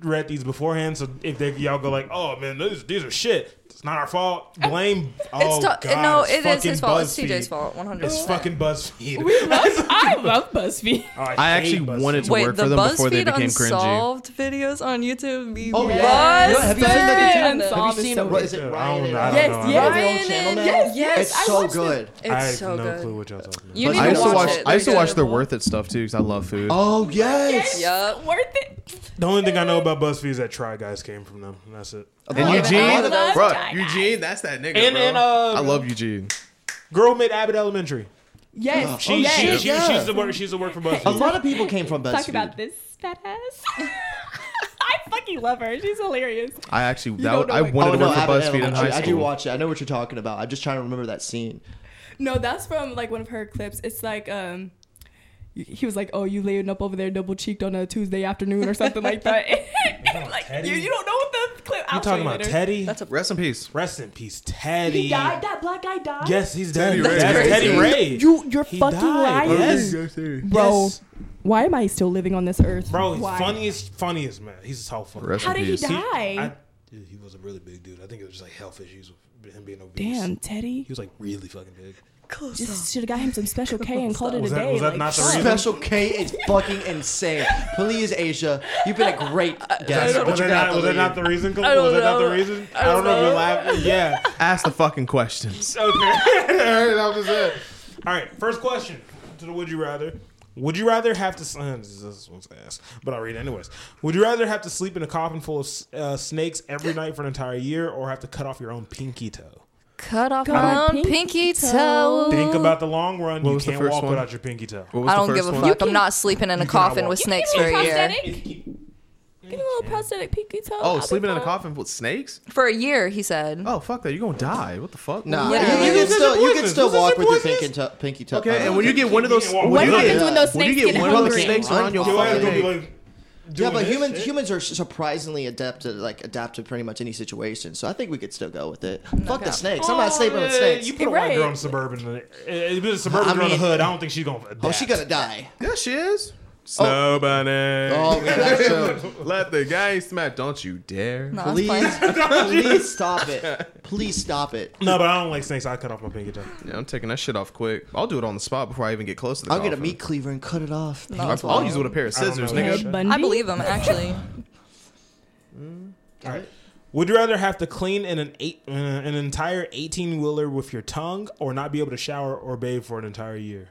S3: read these beforehand. So if they, y'all go like, "Oh man, these these are shit," it's not our fault. Blame. oh
S6: It's t-
S3: God,
S6: no,
S3: it's
S6: it is
S3: fucking
S6: his fault. It's
S3: BuzzFeed.
S6: TJ's fault. 100.
S3: It's fucking BuzzFeed.
S10: We love, I love BuzzFeed.
S3: Oh,
S2: I
S3: hate
S2: actually
S3: BuzzFeed.
S2: wanted to
S6: Wait,
S2: work
S6: the
S2: for them before they
S6: BuzzFeed
S2: became cringy.
S6: unsolved videos on YouTube. Be
S1: Oh,
S6: oh,
S1: yeah.
S6: yeah.
S1: Yeah, have you seen that
S10: YouTube?
S1: Have
S10: Unsolved
S1: you
S10: is
S1: seen
S10: so
S1: what
S10: good.
S1: is it?
S3: I
S1: Ryan
S3: don't
S1: and
S3: know. I
S1: Ryan?
S3: don't
S1: They
S3: know.
S10: Yes, yes.
S1: have their own channel now?
S10: Yes, yes.
S1: It's
S10: I
S1: so
S10: watched it.
S1: good.
S3: I
S6: It's
S3: have
S6: so
S3: no
S6: good.
S3: clue what y'all talking about.
S6: You need
S2: I used to
S6: watch
S2: watch.
S6: it.
S2: I used to
S6: They're
S2: watch their
S6: terrible.
S2: worth it stuff too because I love food.
S1: Oh yes.
S6: Yup.
S10: Worth it.
S3: The only thing I know about BuzzFeed is that Try Guys came from them. And that's it.
S2: and Eugene,
S10: love
S2: bro,
S10: Try Guys.
S2: Eugene, that's that nigga.
S3: And-
S2: bro.
S3: and, uh,
S2: I love Eugene.
S3: Girl made Abbott Elementary.
S10: Yes.
S1: Oh,
S3: She,
S1: yeah,
S3: she, she,
S1: yeah.
S3: She's the work. She's the work for
S1: A
S3: BuzzFeed.
S1: lot of people came from BuzzFeed.
S7: Talk about this fat ass. I fucking love her. She's hilarious.
S2: I actually,
S10: don't
S2: that,
S10: know
S2: I
S10: what-
S2: wanted
S1: Oh,
S2: to work for
S1: Abbott
S2: BuzzFeed in
S1: Elementary.
S2: high
S1: I do
S2: school.
S1: watch it. I know what you're talking about. I'm just trying to remember that scene.
S10: No, that's from like one of her clips. It's like um he was like, "Oh, you laying up over there, double cheeked on a Tuesday afternoon or something like that." like
S3: Teddy?
S10: you, you don't know what the clip. I'll
S3: You talking about Teddy?
S6: That's a
S2: Rest in peace.
S3: Rest in peace, Teddy.
S7: He died. That black guy died.
S3: Yes, he's dead.
S2: Teddy Ray.
S3: That's
S2: That's
S3: Teddy
S2: crazy.
S3: Ray.
S10: You, you're
S3: He
S10: fucking
S3: died.
S10: lying,
S3: Yes.
S10: bro.
S3: Yes.
S10: Why am I still living on this earth,
S3: Bro, he's
S10: Why?
S3: funniest, funniest man. He's so funny.
S2: Rest
S7: How
S2: in
S7: did he
S2: peace.
S7: die?
S3: I, dude, he was a really big dude. I think it was just like health issues with him being obese.
S10: Damn,
S3: He
S10: Teddy.
S3: was like really fucking big.
S10: Just should have got him some special K and called it
S3: Was
S10: a
S3: that-
S10: day.
S3: was that
S10: like,
S3: not the
S10: fuck.
S3: reason?
S1: Special K is fucking insane. Please, Asia, you've been a great
S6: Uh,
S1: guest.
S3: Was
S1: but you're gonna have
S3: that not,
S1: to
S3: was that
S1: leave.
S3: not the reason? Was
S6: don't
S3: that not the
S6: know.
S3: reason?
S6: I
S3: I don't
S6: don't
S3: know if you're
S6: know.
S3: laughing. Yeah.
S2: Ask the fucking questions.
S3: Okay. that was it. All right. First question to the Would You Rather. Would you rather have to? Uh, this this one's ass, but I'll read it anyways. Would you rather have to sleep in a coffin full of uh, snakes every night for an entire year, or have to cut off your own pinky toe?
S6: cut off my
S10: God,
S6: own pinky
S10: pinky
S6: toe.
S3: Think about the long run. you
S2: was the
S3: can't
S2: first
S3: walk
S2: one?
S3: without your pinky toe.
S2: What was
S6: I
S2: the
S6: don't
S2: first
S6: give a
S2: one?
S6: fuck.
S10: can-
S6: I'm not sleeping in a
S3: You cannot
S6: coffin
S3: walk.
S6: with
S10: You
S6: snakes
S10: give
S6: for
S10: me
S6: a year.
S10: prosthetic? Give me a little prosthetic pinky toe. I'll
S2: Oh,
S10: be
S2: sleeping in a
S10: fine.
S2: coffin with snakes?
S6: For a year, he said.
S2: Oh, fuck that. You're going to die. What the fuck?
S1: Nah,
S6: Yeah.
S1: you, you
S6: This
S1: can
S3: is
S1: still,
S3: a
S1: you can
S3: business.
S1: still
S3: This is
S1: walk
S3: a
S1: with your
S3: business.
S1: pinky toe. Pinky toe. Uh,
S2: Okay, and when you get one of those.
S3: What
S2: when you
S10: happens
S2: get-
S10: when those
S2: when you
S10: snakes
S2: get
S10: get
S2: one of those
S10: hungry?
S2: snakes around your
S3: Your ass
S2: fucking
S3: gonna be
S2: leg?
S3: like.
S1: yeah,
S3: doing
S1: but
S3: this
S1: humans
S3: shit.
S1: humans are surprisingly adept to like adapt to pretty much any situation. So I think we could still go with it. Fuck the snakes. I'm not sleeping with
S3: Oh, Yeah,
S1: snakes.
S3: You put a white
S10: Right.
S3: girl in suburban. uh, If it's a suburban
S1: I
S3: girl in the
S1: mean-
S3: hood, I don't think she's gonna. Adapt.
S1: oh, she gonna die.
S2: Yeah, she is. Snow bunny.
S1: Oh, we got you.
S2: Let the guy smack. Don't you dare.
S6: No, I was playing.
S1: Please, please stop it. Please stop it.
S3: No, but I don't like snakes. I cut off my pinky toe.
S2: Yeah, I'm taking that shit off quick. I'll do it on the spot before I even get close to the
S1: I'll get a
S2: coffin.
S1: meat cleaver and cut it off.
S6: No,
S2: I'll,
S6: it's
S2: I'll
S6: wild.
S2: use it with a pair of
S3: I don't
S2: scissors,
S3: know.
S2: nigga.
S10: Ted Bundy.
S6: I believe him actually.
S3: Would you rather have to clean in an eight, uh, an entire eighteen wheeler with your tongue, or not be able to shower or bathe for an entire year?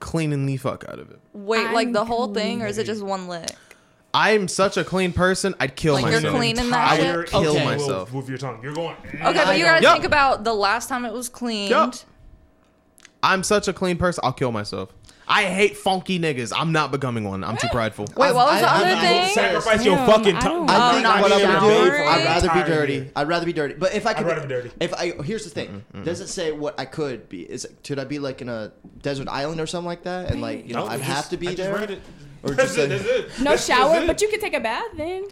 S2: Cleaning the fuck out of it.
S6: Wait, like the whole thing, or is it just one lick?
S2: I'm such a clean person. I'd kill
S6: Like, you're
S2: myself.
S6: cleaning that
S2: I would
S6: shit?
S2: kill
S1: Okay.
S2: myself.
S3: with your tongue. You're going.
S6: Okay, but you gotta
S2: Yup.
S6: think about the last time it was cleaned.
S2: Yup. I'm such a clean person. I'll kill myself. I hate funky niggas. I'm not becoming one. I'm too prideful.
S6: Wait, what was the
S1: I- I-
S6: other
S1: I-
S6: thing?
S3: Sacrifice your
S10: Damn,
S3: fucking
S10: I
S3: tongue.
S10: don't-
S1: I
S6: Oh,
S1: think
S6: not
S1: what I would do,
S6: showering?
S1: I'd rather be
S3: Tired.
S1: dirty. I'd rather be dirty. But if I could,
S3: rather be dirty.
S1: If I here's the thing,
S6: Mm,
S1: doesn't say what I could be. Is could I be like in a desert island or something like that? And like you know,
S3: No,
S1: I'd
S3: just-
S1: have to be
S3: I just
S1: there.
S3: read it.
S1: Or
S3: That's
S1: just
S3: it,
S1: like-
S3: that's it.
S10: No
S3: That's-
S10: shower,
S3: that's it.
S10: but you can take a bath then.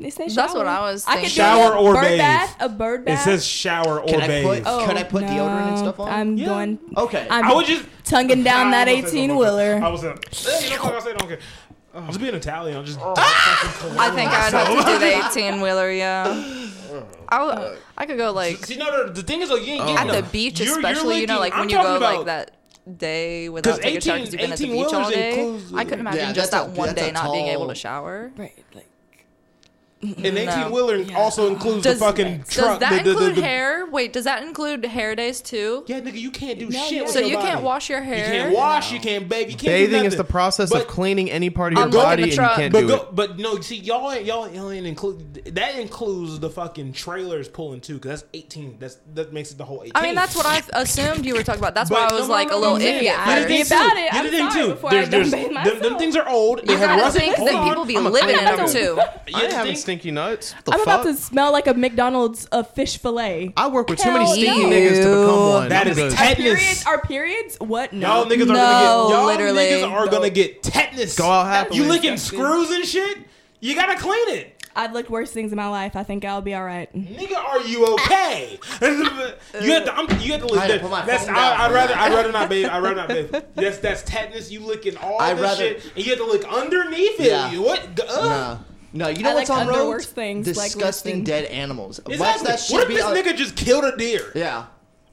S7: It says
S6: That's what
S7: shower.
S6: I was
S7: I could do
S6: thinking.
S3: Shower
S7: a
S3: or
S7: bird
S3: bathe.
S7: bath. A bird
S3: It
S7: bath. Oh,
S3: says shower or
S1: Can I
S3: bathe.
S1: put,
S6: Oh,
S1: can I put deodorant and
S7: no.
S1: stuff on?
S7: I'm
S3: Yeah.
S7: going.
S1: okay.
S7: I'm
S3: I would just
S7: tonguing down that 18
S3: I
S7: wheeler.
S3: was uh, hey, you know what I said? I don't care. I was being Italian. I'm just
S1: Oh.
S3: Ah!
S6: I think I'd have to do the eighteen wheeler. Yeah, I would- I could go like
S3: See, no, no, the thing is, like, Oh.
S1: Oh.
S3: you ain't getting
S6: at the
S3: them.
S6: beach,
S3: You're- you're
S6: especially. You know,
S3: looking-
S6: like
S3: I'm
S6: when you
S3: talking
S6: go like
S3: about-
S6: that day without
S3: 'Cause
S6: taking a shower
S3: 18
S6: because you've been at the
S3: 18
S6: beach all
S3: wheelers
S6: day.
S3: includes-
S6: I couldn't imagine
S1: Yeah,
S6: just
S1: that's
S6: that
S1: a-
S6: one
S1: that's a
S6: day not being able
S1: tall-
S6: to shower.
S7: Right. Like,
S3: An 18 wheeler also includes
S6: Does,
S3: the fucking
S6: does
S3: truck.
S6: that
S3: the, the, the-
S6: include
S3: the-
S6: hair? Wait, does that include hair days too?
S3: Yeah, nigga, you can't do shit. with
S6: So
S3: your
S6: you
S3: body.
S6: can't wash your
S3: You
S6: hair.
S3: can't wash. You can't bathe. You can't. do
S2: Bathing is
S3: nothing.
S2: the process
S3: but,
S2: of cleaning any part of your
S6: I'm looking
S2: body,
S6: the
S2: and you
S6: truck.
S2: can't
S3: But
S2: do
S3: go,
S2: it.
S3: but no, see, y'all ain't y'all ain't- y'all ain't include that includes the fucking trailers pulling too, because that's 18. That's that makes it the whole 18.
S6: I mean, that's what I assumed you were talking about. That's
S3: But
S6: why I
S3: no,
S6: was
S3: no,
S6: like
S3: no,
S6: a little
S3: no,
S6: idiot.
S7: yeah,
S6: at
S3: You're
S7: I
S6: first.
S3: the
S7: did
S3: thing
S7: about
S3: too.
S7: it.
S3: You're
S7: I'm
S3: the thing
S7: sorry
S3: too.
S7: before I
S3: There's,
S7: done
S3: there's,
S7: bathe
S3: them, them
S7: myself.
S3: things are old.
S6: You
S3: It had
S6: gotta
S3: rusted-
S6: think
S3: hold
S6: that
S3: on.
S6: people be
S3: I'm a-
S6: living
S7: I'm
S6: in
S7: not
S6: them
S7: the-
S6: too.
S2: I ain't having
S3: think-
S2: stinky nuts. What the
S7: I'm
S2: fuck?
S7: about to smell like a McDonald's a fish fillet.
S2: I work with too many
S7: Hell
S2: stinky
S7: no.
S2: niggas to become one.
S3: That
S2: I'm
S3: is
S2: good.
S3: tight.
S7: Are
S3: Tetanus.
S7: periods? Are periods? What? No.
S3: Y'all niggas
S6: No,
S3: are gonna get y'all
S6: literally.
S3: niggas are gonna get tetanus.
S2: Go out happily.
S3: You licking screws and shit. You gotta clean it.
S7: I've looked worse things in my life. I think I'll be all right.
S3: Nigga, are you okay? you have to. I'm, you have
S1: I had
S3: to
S1: to
S3: listen.
S1: put my
S3: That's.
S1: phone down
S3: I, I'd
S1: for
S3: rather.
S1: that.
S3: I'd rather not bathe. I'd rather not bathe. That's that's tetanus. You licking all
S1: I'd
S3: this
S1: rather-
S3: shit, and you have to look underneath it.
S1: Yeah.
S3: You- What? G- uh, Ugh.
S1: Nah. No, you know
S7: I
S1: what's
S7: like
S1: on
S7: under
S1: roads?
S7: worse things, like
S1: Disgusting
S7: listing.
S1: dead animals. Watch
S3: Exactly.
S1: that shit
S3: what
S1: be
S3: if this
S1: on-
S3: nigga just killed a deer?
S1: Yeah,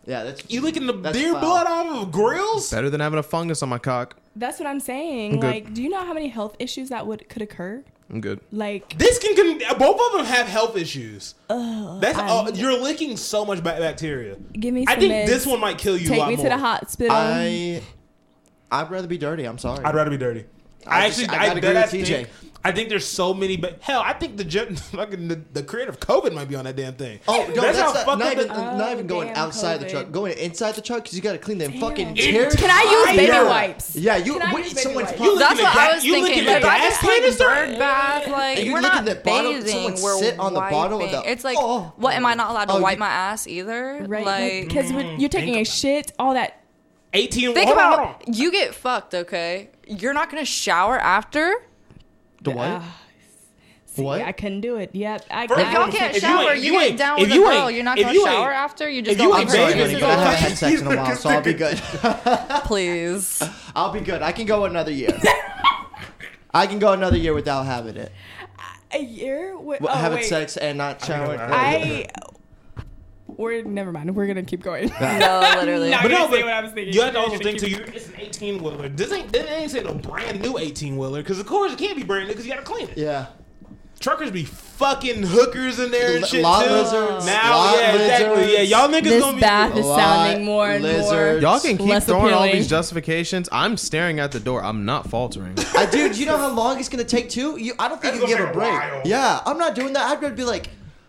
S1: yeah. That's
S3: You licking the
S1: That's
S3: deer
S1: foul.
S3: blood off of grills?
S2: Better than having a fungus on my cock.
S7: That's what I'm saying.
S2: good.
S7: Like, do you know how many health issues that would could occur?
S2: I'm good.
S7: Like,
S3: This can, can both of them have health issues. That's
S7: I'm-
S3: all, you're licking so much ba- bacteria.
S7: give me. Some
S3: I think
S7: meds.
S3: this one might kill you. a
S7: Take
S3: lot
S7: me
S3: more.
S7: to the hospital.
S1: I. I'd rather be dirty. I'm sorry.
S3: I'd rather be dirty. I,
S1: just-
S3: actually,
S1: I
S3: I,
S1: gotta
S3: dead
S1: agree
S3: ass
S1: with TJ.
S3: think, I think there's so many, but hell, I think the gen- fucking the, the creator of COVID might be on that damn thing.
S1: Oh no, that's,
S3: how
S1: not,
S3: fucked
S1: not
S3: up.
S1: even,
S3: it-
S1: not even going
S7: Oh, damn
S1: outside the
S7: COVID.
S1: truck. Going inside the truck because you got to clean them fucking
S7: Damn.
S1: tears.
S7: Can I use baby
S3: Yeah.
S7: wipes?
S1: Yeah, you.
S7: Can I
S1: What,
S7: use baby
S1: someone's
S7: wipes?
S1: pop-
S3: You
S6: That's
S3: looking
S6: what
S3: at
S6: I
S3: gas-
S6: was
S3: you looking
S6: thinking.
S3: at
S6: Like, I
S3: gas
S6: just like
S3: cans, sir?
S6: bird bath. Like
S1: And you
S6: we're
S1: look
S6: not
S1: at that bottom,
S6: bathing.
S1: someone
S6: We're
S1: sit on the bottom of
S6: wiping.
S1: the-
S6: It's like,
S1: Oh.
S6: what am I not allowed to
S1: Oh,
S6: wipe
S1: you-
S6: my ass either?
S7: right?
S6: Like,
S7: Because you're taking a shit, all that.
S3: 18.
S6: think
S3: hold on, hold
S6: about you get fucked. Okay, you're not gonna shower after.
S1: The what?
S7: Ah, see,
S1: What?
S7: I couldn't do it. Yep. I
S3: First
S6: If
S3: of all,
S6: y'all
S7: can't.
S6: can't
S3: If you
S6: shower,
S3: ain't-
S6: you,
S3: you
S6: get
S3: ain't-
S6: down
S3: if
S6: with a
S3: you
S6: girl.
S3: ain't-
S6: You're not
S3: if
S6: gonna
S3: you ain't-
S6: shower after. You just
S3: if you
S6: go.
S3: ain't
S6: I'm
S1: I'm sorry,
S6: sorry,
S3: bathing,
S6: this
S1: honey,
S6: is
S1: but I
S6: all
S1: haven't
S6: fake.
S1: had sex in a while, so I'll be good.
S6: Please.
S1: I'll be good. I can go another year. I can go another year without having it,
S7: A year? Wait,
S1: Well,
S7: oh,
S1: having
S7: wait.
S1: sex and not showering.
S7: I. We're never mind. We're gonna keep going.
S6: No, literally.
S7: Not
S3: But
S7: gonna
S3: no,
S7: say
S3: but
S7: what I was thinking.
S3: you have to
S7: You're
S3: also
S7: gonna
S3: think
S7: keep
S3: too. You, it's an 18 wheeler. This ain't this ain't saying a brand new 18 wheeler because of course it can't be brand new because you gotta clean it.
S1: yeah.
S3: Truckers be fucking hookers in there and
S1: L-
S3: shit
S1: lot
S3: too.
S1: lizards,
S3: Now,
S1: lot
S3: yeah, exactly. Yeah,
S1: lizards.
S3: y'all niggas
S7: this
S3: gonna be
S7: bath is
S1: lot
S7: sounding more and
S1: lizards.
S2: Y'all can keep
S7: Less
S2: throwing all
S7: appealing.
S2: these justifications. I'm staring at the door. I'm not faltering.
S1: I, dude, you know how long it's gonna take too? You, I don't think
S3: That's
S1: you give
S3: gonna
S1: a
S3: take a
S1: break.
S3: while.
S1: yeah, I'm not doing that. I'd rather be like,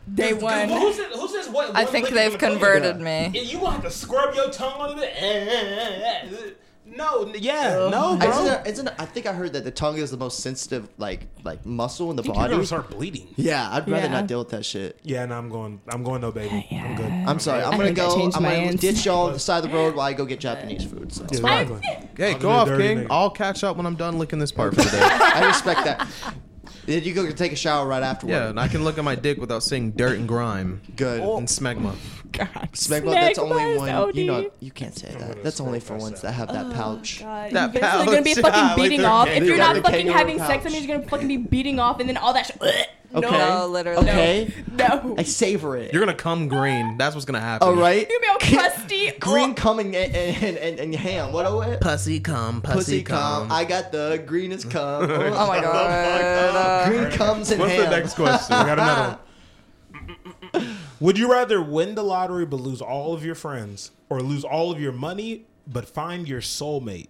S7: more day one.
S3: Well, who says, who says what?
S6: I
S3: one
S6: think
S3: lick is
S6: they've
S3: gonna kill you?
S6: converted me.
S3: Yeah, You gonna have to scrub your tongue a little bit. Eh, eh, eh, eh. No, n- yeah, no,
S1: isn't
S3: bro.
S1: there, isn't there- I think I heard that the tongue is the most sensitive, like, like muscle in the
S3: You're
S1: body.
S3: gonna start bleeding.
S1: Yeah, I'd rather
S7: Yeah.
S1: not deal with that shit.
S3: Yeah, no, I'm going. I'm going no, baby. I'm good.
S1: I'm sorry. I'm gonna
S7: think I
S1: go.
S7: changed
S1: I'm
S7: my
S1: gonna
S7: answer.
S1: ditch y'all on the side of the road while I go get Japanese food. So.
S2: Hey,
S3: I'm
S2: go
S3: a
S2: off,
S3: dirty
S2: King.
S3: nigga.
S2: I'll catch up when I'm done licking this part for the day.
S1: I respect that. Then you go take a shower right afterward.
S2: yeah, and I can look at my dick without seeing dirt and grime
S1: Good.
S3: Oh,
S2: and smegma.
S1: Smegma, that's only
S7: Smegma's
S1: one. You
S7: OD.
S1: know, you can't say that. That's only for ones that have that pouch.
S7: Oh, God,
S2: That
S7: Uh, you guys are gonna be
S2: pouch. Yeah, like
S7: fucking beating
S2: they're
S7: off.
S2: kangaroo-
S7: If you're
S1: like
S7: not
S1: the
S7: fucking
S1: kangaroo
S7: having
S1: pouch.
S7: sex, I'm just gonna fucking be beating off, and then all that. Sh- no,
S1: Okay.
S6: No, literally.
S1: Okay.
S7: no.
S1: I savor it.
S2: You're gonna come green. That's what's gonna happen.
S1: All right.
S7: You're gonna be all crusty.
S1: Green coming and and, and, and ham. What? what?
S2: Pussy cum, pussy,
S1: Pussy
S2: cum.
S1: cum. I got the greenest cum.
S6: Oh my god.
S1: Green comes and
S2: What's
S1: Uh, ham.
S2: the next question?
S3: I got another one. Would you rather win the lottery but lose all of your friends, or lose all of your money but find your soulmate?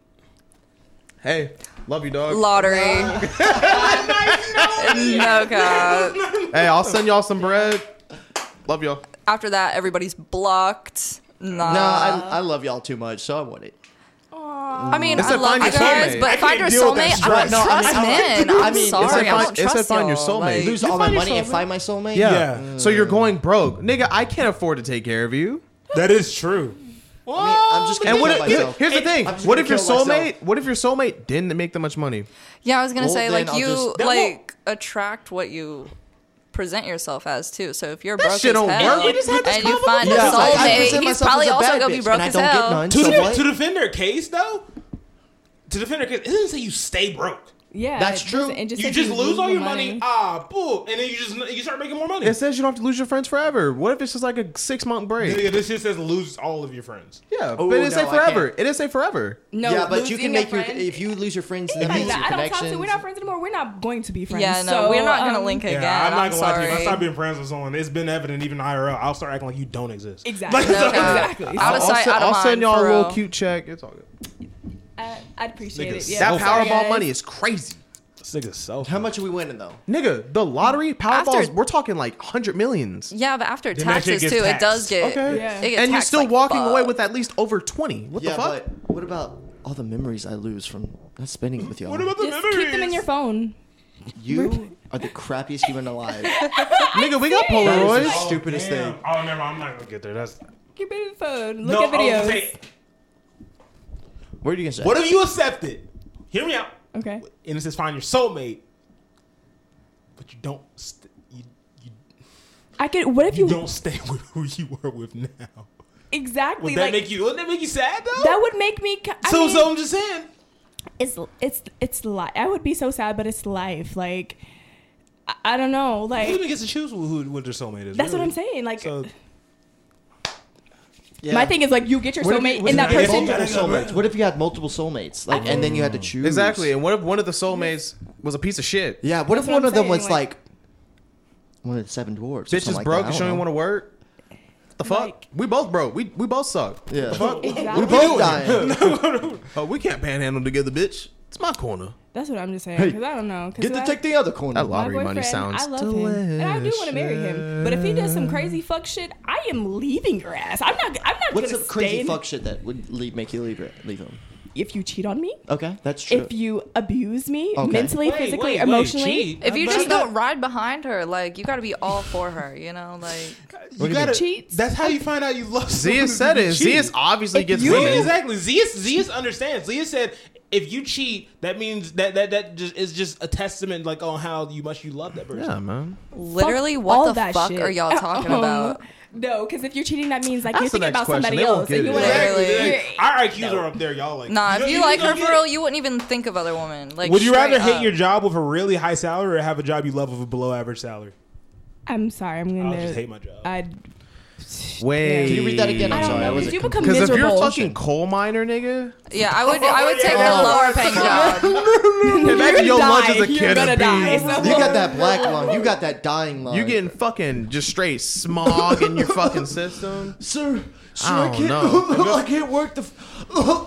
S2: hey, love you, dog.
S6: Lottery. no god.
S2: hey, I'll send y'all some bread. Love y'all.
S6: After that, everybody's blocked. Nah.
S1: No,
S2: Uh,
S1: I, I love y'all too much, so I want it.
S6: I mean,
S2: It's
S6: I
S2: a
S6: love
S2: find
S6: you
S2: your
S6: guys,
S2: soulmate. I
S6: but find your
S3: can't deal with that
S6: soulmate, I don't
S1: stress. No, I
S6: trust
S1: mean,
S6: men.
S1: I
S6: I'm
S1: mean, it's
S6: sorry,
S2: a
S6: I
S2: find-
S6: don't
S2: it's a
S6: trust
S2: find your
S6: y'all.
S2: soulmate.
S6: Like,
S1: Lose all my
S2: find your
S1: money and
S2: soulmate.
S1: find my soulmate.
S2: Yeah.
S3: Yeah.
S2: So you're going broke, nigga. I can't afford to take care of you.
S3: That is true.
S1: I'm just gonna
S2: And what
S1: kill
S2: if, here-
S1: myself.
S2: here's the thing.
S1: I'm just
S2: What
S1: gonna
S2: if your
S1: kill
S2: soulmate?
S1: myself.
S2: What if your soulmate didn't make that much money?
S6: yeah, I was gonna
S1: Well,
S6: say
S1: then
S6: like
S1: I'll
S6: you
S1: just-
S3: That
S6: like attract what you present yourself as too. So if you're
S2: That
S6: broke
S2: shit
S6: as
S2: don't
S6: hell
S2: work. We just had this
S6: and you find
S1: Yeah,
S6: a
S1: I- I present
S6: soulmate, he's
S1: myself
S6: probably
S1: as a
S6: also
S1: bad
S6: gonna be
S1: bitch,
S6: broke
S1: and I
S6: as
S1: don't get
S6: hell.
S1: none,
S3: To,
S1: so
S3: def-
S1: what?
S3: to defend their case, though, to defend their case, it doesn't say you stay broke.
S7: Yeah,
S1: That's
S7: it
S1: true.
S7: doesn't- it just
S3: You
S7: says
S3: just lose all
S7: the
S3: your money. Ah, boom, and then you just you start making more money.
S2: It says you don't have to lose your friends forever. What if it's just like a six month break?
S3: Nigga, this shit says lose all of your friends.
S2: Yeah,
S1: Oh,
S2: but it didn't say
S1: no, I can't.
S2: forever. It didn't say forever.
S7: No,
S1: yeah, but you
S7: losing
S1: can
S7: a
S1: make your
S7: friend-
S1: if you lose your friends, that
S7: Like
S1: means your
S7: that. I don't talk to. We're not
S1: connections.
S7: friends anymore. We're not going to be friends.
S6: Yeah, no, we're not gonna
S7: um,
S6: link again.
S3: I'm not
S6: I'm
S3: gonna lie to you. If I
S6: sorry.
S3: stop being friends with someone, it's been evident even IRL. I'll start acting like you don't exist.
S7: Exactly.
S6: No, okay.
S7: Exactly.
S6: Out
S2: I'll,
S6: of sight,
S2: se-
S6: out of
S2: I'll
S6: mind.
S2: send y'all
S6: for
S2: a little
S6: real.
S2: cute check. It's all good.
S7: I, I'd appreciate
S3: Niggas
S7: it. Yeah,
S2: That
S7: I'm sorry,
S2: Powerball
S7: guys.
S2: money is crazy.
S3: This nigga's self.
S1: How much are we winning though?
S2: Nigga, the lottery,
S6: After-
S2: Powerballs, we're talking like hundred millions.
S6: Yeah, but after
S3: Then that shit
S6: taxes
S3: gets
S6: too, it
S3: taxed.
S6: does get.
S2: Okay.
S7: Yeah.
S6: It gets
S2: And you're
S6: taxed
S2: still
S6: like
S2: walking away
S6: fuck.
S2: with at least over twenty. What
S1: yeah,
S2: the fuck?
S1: but what about all the memories I lose from not spending it with y'all?
S3: What about the
S7: Just
S3: memories?
S7: keep them in your phone.
S1: you are the crappiest human alive. That
S2: Nigga, we got
S1: is
S3: Oh,
S1: the
S2: Polaroids.
S1: stupidest
S3: Damn.
S1: thing.
S3: Oh, never. mind. I'm not gonna get there. That's
S7: Keep it in the phone.
S3: No, oh, I
S7: Look
S3: was
S7: at
S3: gonna
S7: videos.
S3: say,
S1: What are you gonna say?
S3: What if you accept it? Hear me out.
S7: Okay.
S3: And this is find your soulmate, but you don't. St- you, you,
S7: I could. What if
S3: you
S7: you,
S3: don't stay with who you were with now.
S7: exactly
S3: Would that
S7: like
S3: make you? Wouldn't that make you sad though?
S7: that would make me? c- I
S3: so,
S7: mean,
S3: so I'm just saying.
S7: it's it's it's life. I would be so sad, but it's life. Like I, I don't know.
S3: Who even
S7: Like
S3: gets to choose who, who what their soulmate is?
S7: that's what
S3: really?
S7: I'm saying. Like
S3: So,
S1: Yeah.
S7: my thing is like you get your
S1: What if-
S7: soulmate
S1: what
S7: in
S1: if
S7: that
S1: you had
S7: person.
S1: multiple soulmates? What if you had multiple soulmates, like, and then you had to choose?
S2: Mm. Exactly. And what if one of the soulmates was a piece of shit?
S1: Yeah. What
S7: That's
S1: if one
S7: what I'm
S1: of them
S7: saying,
S1: was
S7: like-
S1: like one of the seven dwarves? or
S2: Bitch is
S1: something like
S2: broke
S1: that,
S2: and
S1: I
S2: she
S1: don't
S2: don't even
S1: know.
S2: want to work. The fuck?
S7: Like-
S2: we both broke. We we both suck.
S1: Yeah.
S7: Exactly.
S1: We both dying.
S2: Oh, we can't panhandle together, bitch. It's my corner.
S7: That's what I'm just saying. Because I don't know. 'Cause
S1: Get to
S7: I-
S1: take the other corner.
S2: I love-
S7: my
S2: Lottery money
S7: boyfriend,
S2: sounds
S7: I love him, and I do want to marry him. But if he does some crazy fuck shit, I am leaving your ass. I'm not. I'm not
S1: What's
S7: gonna
S1: some
S7: stay
S1: crazy
S7: in-
S1: fuck shit that would leave, make you leave it, leave him?
S7: If you cheat on me,
S2: Uh,
S1: Okay, that's true.
S7: if you abuse me
S1: Okay.
S7: mentally, physically, emotionally,
S6: If you just don't ride behind her, like you got to be all for her, you know, like
S3: you gotta,
S7: cheats.
S3: That's how you find out you love.
S2: Zia
S3: someone
S2: said
S3: if you
S2: it.
S3: cheat.
S2: Zia obviously gets
S7: you-
S2: women.
S3: Exactly. Zeus Zeus understands. Zia said if you cheat, that means that that that just is just a testament like on how you much you love that person.
S2: Yeah, man.
S6: literally,
S7: Fuck
S6: what
S7: all
S6: the
S7: that
S6: fuck
S7: shit.
S6: are y'all talking
S7: Um,
S6: about?
S7: No, because if you're cheating, that means like
S2: That's
S7: you're
S2: the
S7: thinking
S2: next
S7: about
S2: question.
S7: somebody
S2: They won't
S7: else.
S2: get
S7: and you
S2: it.
S7: wanna-
S3: Exactly.
S6: Really?
S7: you're-
S3: Like, Our IQs are up there, y'all. Like,
S6: Nah, if you,
S3: don't
S6: like her
S3: get
S6: for
S3: it.
S6: real, you wouldn't even think of other women. Like,
S3: Would you
S6: straight
S3: rather hate
S6: up.
S3: your job with a really high salary or have a job you love with a below average salary?
S7: I'm sorry.
S3: I
S7: I'm gonna.
S3: would just hate my job.
S7: I'd-
S2: Wait.
S1: Can you read that again?
S7: I
S1: I'm
S7: don't
S1: sorry, I
S7: know.
S1: wasn't.
S7: Did you
S1: com-
S7: become
S2: Because if
S7: miserable?
S2: you're a fucking coal miner, nigga,
S6: Yeah, I would. I would take the lower paying job.
S2: imagine your lunch is a
S7: You're
S2: can
S7: gonna
S2: of
S7: die,
S2: beans.
S7: so-
S1: you got that black lung. You got that dying lung.
S2: You getting fucking just straight smog in your fucking system.
S1: sir. Sir, I,
S2: I don't
S1: can't.
S2: know.
S1: I can't work the. F-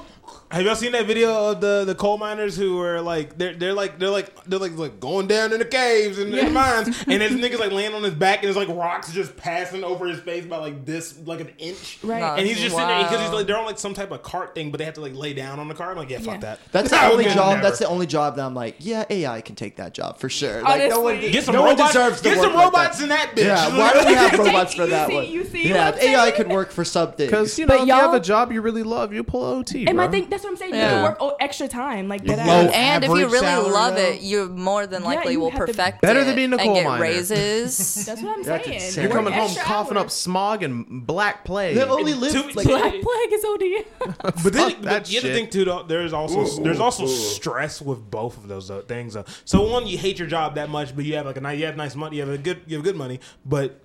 S3: Have y'all seen that video of the, the coal miners who were like they're they're like they're like they're like, like going down in the caves and in the mines and this nigga's like laying on his back and it's like rocks just passing over his face by like this like an inch.
S7: Right.
S6: Nah,
S3: And he's just sitting there because he's
S6: wow.
S3: like they're on like some type of cart thing, but they have to like lay down on the cart. I'm like, yeah, fuck
S7: Yeah.
S3: that.
S1: That's
S3: I
S1: the
S3: would
S1: only
S3: never.
S1: job. That's the only job that I'm like, yeah, AI can take that job for sure. Like no one,
S7: Honestly.
S3: Get some
S1: no one
S3: robots.
S1: deserves to
S3: get
S1: work
S3: some
S1: like
S3: robots
S1: that.
S3: in that bitch.
S1: Yeah, why do we have robots for
S7: you
S1: that
S7: see-
S1: one?
S7: you see
S1: yeah,
S7: what I'm
S1: if AI
S7: saying?
S1: could work for something.
S2: Because you know,
S7: But
S2: if you have
S7: y'all-
S2: a job you really love, you pull OT.
S7: And my
S2: bro.
S7: thing. That's what I'm saying. You
S6: Yeah.
S7: can work o- extra time, like that.
S3: Low
S6: And if you
S3: average
S6: really
S3: salary,
S6: love
S3: though.
S6: it, you more than
S7: Yeah,
S6: likely
S7: you
S6: will
S7: have to-
S6: perfect
S2: Better
S6: it
S2: than being a
S6: and
S2: coal
S6: get
S2: miner.
S6: raises.
S7: That's what I'm
S1: That's
S7: saying.
S1: insane.
S2: You're
S1: Work
S2: coming home coughing up smog and black plague.
S1: they only live like
S7: Black plague is OD.
S3: But then
S2: Fuck
S3: but
S2: that
S3: you have to
S2: shit.
S3: think too. Though, there's also there's also stress with both of those uh, things. Though. So one, you hate your job that much, but you have like a nice, you have nice money, you have a good, you have good money, but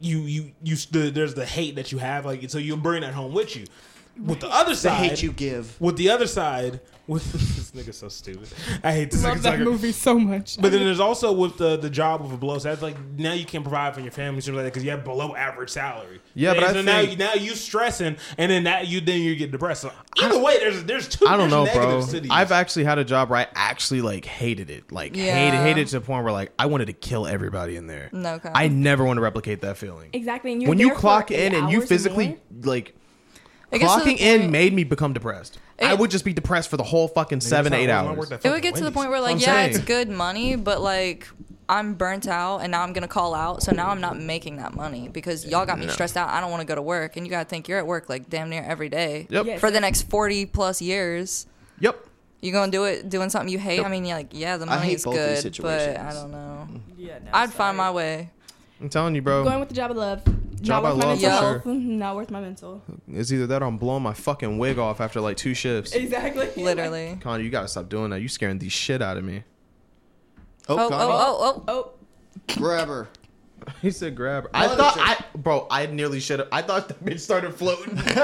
S3: you you you the, there's the hate that you have, like so you bring that home with you. With the other
S1: the
S3: side,
S1: hate you give.
S3: With the other side, with this nigga's so stupid. I hate this nigga. sucker.
S7: movie so much.
S3: But then there's also with the the job with a blow. So that's like now you can't provide for your family stuff like that because you have below average salary.
S2: Yeah, but I
S3: so now
S2: think-
S3: you, now you stressing, and then that you then you get depressed. So either way, there's there's two.
S2: I don't
S3: there's
S2: know, bro.
S3: negatives to these.
S2: I've actually had a job where I actually like hated it, like
S6: Yeah.
S2: hated hated it to the point where like I wanted to kill everybody in there.
S6: No, okay.
S2: I never want to replicate that feeling.
S7: Exactly, and you're
S2: when you
S7: there for
S2: clock
S7: eight
S2: in and you
S7: hours or
S2: physically like
S6: It gets to the
S2: clocking in
S6: point-
S2: made me become depressed. I
S6: It-
S2: would just be depressed for the whole fucking seven
S3: It's
S2: eight
S3: not- it's not
S2: hours.
S3: worth that
S6: It
S3: fucking
S6: would get to the
S3: Wendy's.
S6: point where like,
S2: I'm
S6: yeah,
S2: saying.
S6: it's good money, but like I'm burnt out and now I'm gonna call out, so now I'm not making that money because y'all got me stressed out. I don't want to go to work, and you gotta think you're at work like damn near every day
S2: Yep.
S7: Yes.
S6: for the next forty plus years.
S2: Yep.
S6: You gonna do it doing something you hate? I mean, yeah, like yeah, the
S1: I hate
S6: money's
S1: both these
S6: good, but I
S2: Mm-hmm.
S1: situations.
S6: don't know.
S7: Yeah, no,
S6: I'd find my way.
S2: I'm telling you, bro.
S7: Going with the job I love.
S2: Job I
S7: not worth my
S2: love,
S7: mental
S6: for
S7: health. Not worth my mental.
S2: It's either that or I'm blowing my fucking wig off after like two shifts.
S7: Exactly.
S6: Literally.
S2: Connor, you gotta stop doing that. You scaring the shit out of me.
S1: Oh,
S6: Oh, oh,
S1: Connie,
S6: oh, oh.
S7: Oh,
S1: grab her.
S2: He said grab her.
S1: I
S2: I,
S1: love
S2: thought
S1: that
S2: I bro, I nearly should have I thought that bitch started floating. I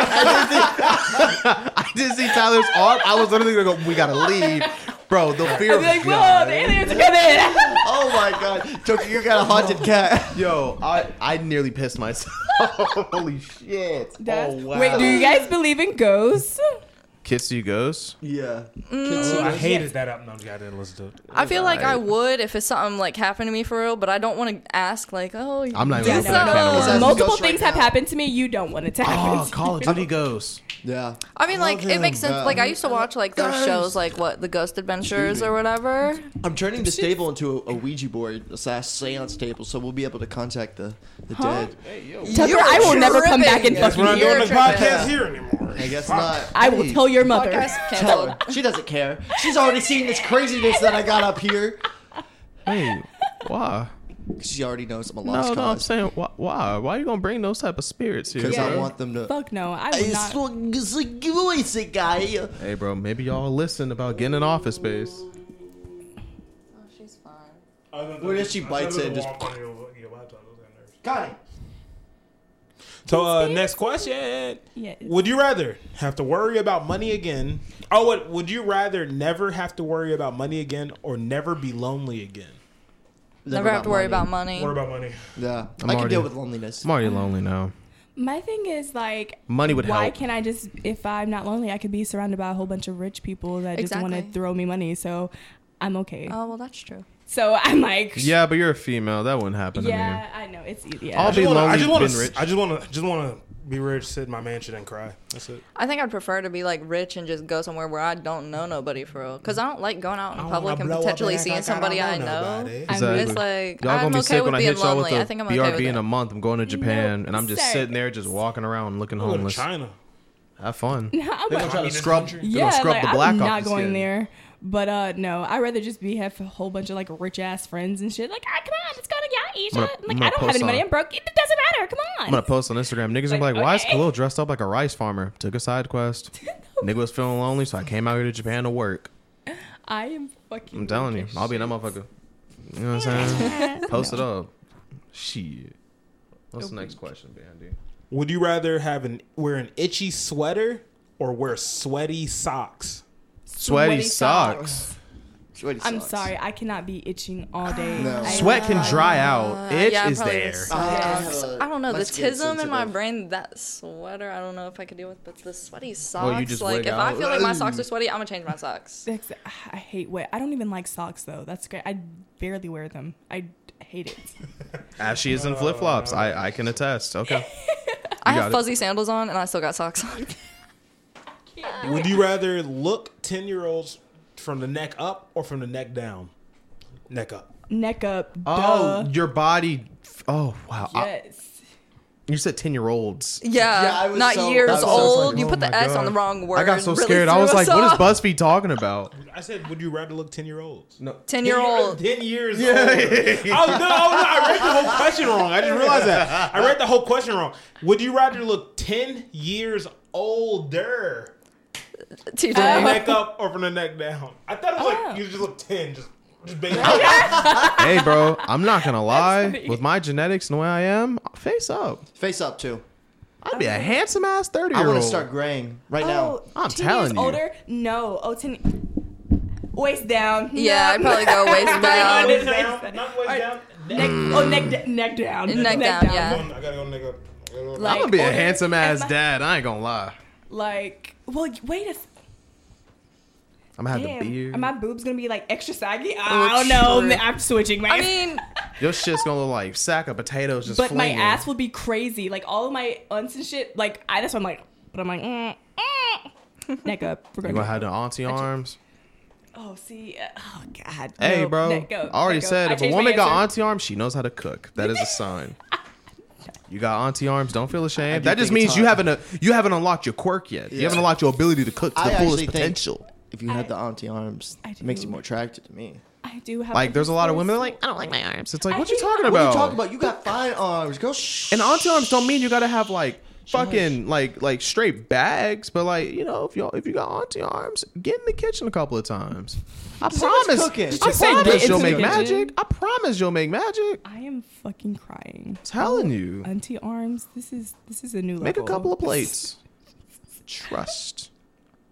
S2: didn't see, I didn't see Tyler's arm. I was literally gonna go, we gotta leave. Bro, the fear
S7: I'd
S2: of
S7: be like, whoa,
S2: God.
S7: the aliens are coming.
S1: Oh my god. Joker, you got a haunted cat.
S2: Yo, I, I nearly pissed myself. Holy shit.
S7: That's-
S2: oh wow.
S7: Wait, do you guys believe in ghosts?
S2: Kiss you ghosts?
S1: yeah.
S3: Oh, I hated that up. No, I didn't listen to it.
S6: I feel like I would if it's something like happened to me for real, but I don't want to ask like, oh, you-
S2: I'm not
S6: Yeah,
S2: even gonna open that
S6: no.
S2: can of
S1: That's
S2: worms.
S7: Multiple
S1: ghost right
S7: things have
S1: now.
S7: happened to me. You don't want it to happen.
S2: Oh, Call of Duty ghosts.
S1: Yeah.
S6: I mean, like it makes sense.
S1: Yeah.
S6: Like I used to watch like those shows, like what the Ghost Adventures or whatever.
S1: I'm turning this table into a, a Ouija board slash seance table, so we'll be able to contact the, the dead.
S7: Tucker,
S6: You're
S7: I will never come
S6: tripping.
S7: back and
S6: That's
S7: fucking
S3: We're not
S7: hear.
S3: doing this
S6: tripping.
S3: podcast here anymore.
S1: I guess not.
S7: I will
S1: Hey,
S7: tell your mother.
S6: Podcast
S1: Tell her.
S6: canceled.
S1: She doesn't care. She's already seen this craziness that I got up here.
S2: Hey, why?
S1: She already knows I'm a
S2: No,
S1: lost
S2: no, I'm
S1: cause.
S2: saying why, why? Why are you gonna bring those type of spirits here?
S1: Because I
S2: bro?
S1: want them to.
S7: Fuck no, I will
S1: It's
S7: not.
S1: like- it's like, give away sick guy.
S2: Hey, bro, maybe y'all listen about getting an office space.
S6: She's fine.
S1: What if she bites it and just- Got it.
S3: So uh, next question:
S7: Yeah.
S3: Would you rather have to worry about money again? Oh, what, would you rather never have to worry about money again, or never be lonely again?
S6: Never have to worry about money.
S3: Worry about money.
S1: Yeah, i
S2: I'm
S1: can
S2: already-
S1: deal with loneliness.
S2: I'm already lonely now.
S7: My thing is like,
S2: Money would
S7: why
S2: help.
S7: can't I just? If I'm not lonely, I could be surrounded by a whole bunch of rich people that just want
S6: Exactly.
S7: to throw me money. So I'm okay.
S6: Oh well, that's true.
S7: so I'm like,
S2: Yeah, but you're a female. That wouldn't happen
S7: yeah, I know it's easier.
S2: I'll
S3: I just
S2: be
S3: wanna- I
S2: lonely,
S3: just wanna
S2: been
S3: s-
S2: rich.
S3: I just want to, just want to be rich, sit in my mansion and cry. That's it.
S6: I think I'd prefer to be like rich and just go somewhere where I don't know nobody for real. Cause I don't like going out in public and potentially seeing somebody I know.
S3: Nobody.
S7: I'm
S2: to me.
S7: really-
S6: It's like
S2: y'all
S6: I'm
S2: gonna be
S6: okay
S2: sick
S6: with
S2: when I
S6: being
S2: hit y'all with
S6: lonely.
S2: the
S6: I think I'm okay
S2: BRB
S6: with
S2: in
S6: it.
S2: a month. I'm going to Japan,
S7: No,
S2: and I'm just
S7: sex.
S2: sitting there, just walking around looking
S3: Go to
S2: homeless.
S3: China.
S2: Have fun.
S7: I'm
S3: They gonna
S7: like-
S3: try to
S2: Scrub,
S3: scrub.
S2: they're
S7: yeah,
S2: gonna scrub
S7: like,
S2: the black
S7: I'm
S2: off
S7: not
S2: the
S7: going
S2: skin.
S7: there. But uh no, I'd rather just be have a whole bunch of like rich ass friends and shit. Like, ah, come on, let's go to Yacht Asia.
S2: I'm gonna-
S7: I'm
S2: I'm
S7: like,
S2: gonna
S7: I don't have
S2: post
S7: any money.
S2: on-
S7: I'm broke. It doesn't matter. Come
S2: I'm
S7: on.
S2: gonna post on Instagram. Niggas gonna be like,
S7: Like,
S2: "Why is
S7: okay.
S2: Khalil dressed up like a rice farmer?" Took a side quest. Nigga was feeling lonely, so I came out here to Japan to work.
S7: I am fucking.
S2: I'm telling you, I'll be in that motherfucker. You know what I'm saying? Post it up. Shit. What's the next question, Bandy?
S3: Would you rather have an wear an itchy sweater or wear sweaty socks?
S2: Sweaty
S7: Sweaty
S2: socks.
S1: Sweaty
S7: I'm
S1: socks.
S7: sorry, I cannot be itching all day.
S1: No.
S7: I-
S2: Sweat can dry out. Itch
S6: Uh, yeah, I'm
S2: is
S6: probably
S2: there.
S6: the
S1: Yes.
S6: I don't know the
S1: Let's get
S6: tism in my
S1: sensitive.
S6: brain. That sweater, I don't know if I could deal with, but the sweaty socks.
S2: Well, you just
S6: like
S2: wig
S6: if
S2: out.
S6: I feel like my socks are sweaty, I'm gonna change my socks.
S7: That's- I hate wet. I don't even like socks though. That's great. I barely wear them. I hate it.
S2: As she is in flip flops, I, I can attest. Okay. got
S6: I have
S2: it.
S6: fuzzy sandals on, and I still got socks on.
S3: Would you rather look ten year olds from the neck up or from the neck down? Neck up.
S7: Neck up.
S2: Oh,
S7: duh.
S2: your body. Oh wow! I-
S7: Yes.
S2: you said ten year olds.
S6: Yeah,
S1: Yeah, I was
S6: not
S1: so- I
S6: years
S1: was so
S6: old.
S1: excited.
S6: you put
S2: Oh
S6: the
S2: my
S6: S on
S2: God.
S6: the wrong word.
S2: I got so
S6: Really
S2: scared. I
S6: threw
S2: was like,
S6: us
S2: "What is
S6: off.
S2: BuzzFeed talking about?"
S3: I said, would you rather look ten year olds? No,
S6: Ten year old.
S3: Ten years yeah. old. Oh no, no, I read the whole question wrong. I just realized that. I read the whole question wrong. Would you rather look ten years older from
S6: TJ.
S3: the neck up or from the neck down? I thought it was
S6: Oh.
S3: like you just look ten, just just basically.
S2: hey, bro, I'm not gonna lie. With my genetics and the way I am, face up.
S1: Face up too.
S2: I'd
S7: Uh-huh.
S2: be a handsome ass thirty
S1: I
S2: year
S1: want to
S2: old.
S1: start graying right now.
S7: Oh,
S2: I'm
S7: 10
S2: telling
S7: years
S2: you.
S7: Older? No. Oh, 10 waist down.
S6: yeah, I'd
S7: No.
S6: probably go waist
S7: Not
S6: down.
S7: waist
S3: Waist down, not waist
S7: Alright.
S3: down.
S7: Neck,
S2: Mm.
S7: oh, neck, d- neck down.
S6: Neck down, yeah.
S3: I gotta go neck up. I gotta go neck
S7: Like,
S2: I'm gonna be a
S7: older-
S2: handsome ass
S7: am I-
S2: dad. I ain't gonna lie.
S7: Like, well, y- wait a s-
S2: I'm gonna have the
S7: damn. Are
S2: beard.
S7: my boobs gonna be like extra saggy? I don't know.
S6: true.
S7: I'm switching. My,
S6: Oh, I mean,
S2: Your shit's gonna look like sack of potatoes just.
S7: but
S2: flinging.
S7: my ass will be crazy. Like all of my unts and shit. Like I, that's why I'm like, but I'm like, mm, mm. neck up. We're
S2: You
S7: going.
S2: gonna have the auntie arms?
S7: oh, see, uh, oh god.
S2: Hey,
S7: No,
S2: bro.
S7: neck up,
S2: I already
S7: neck up.
S2: said
S7: I
S2: if a
S7: changed my
S2: woman got
S7: answer.
S2: auntie arms, she knows how to cook. That is a sign. You got auntie arms. Don't feel ashamed.
S1: do
S2: That just
S1: think it's
S2: means you
S1: hot.
S2: haven't uh, you haven't unlocked your quirk yet. You
S1: Yeah.
S2: haven't unlocked your ability to cook to
S1: I
S2: the fullest
S1: actually think-
S2: potential.
S1: If you had the auntie arms,
S7: I
S1: it makes you
S7: do.
S1: more attracted to me.
S7: I do have
S2: Like, there's a lot of women that are like, I don't like my arms. It's like, what you talking about?
S1: What are you talking about? You got fine arms, girl. Shh.
S2: And auntie arms don't mean you gotta have like fucking like like straight bags, but like you know if you if you got auntie arms, get in the kitchen a couple of times. I
S1: Someone's
S2: promise.
S1: cooking.
S2: I
S1: Just
S5: say get
S2: promise
S5: into
S2: you'll
S5: the
S2: make
S5: kitchen.
S2: magic. I promise you'll make magic. I'm
S10: I am fucking crying.
S2: telling you,
S10: Auntie arms, this is this is a new
S2: make a
S10: level.
S2: couple of plates. Trust,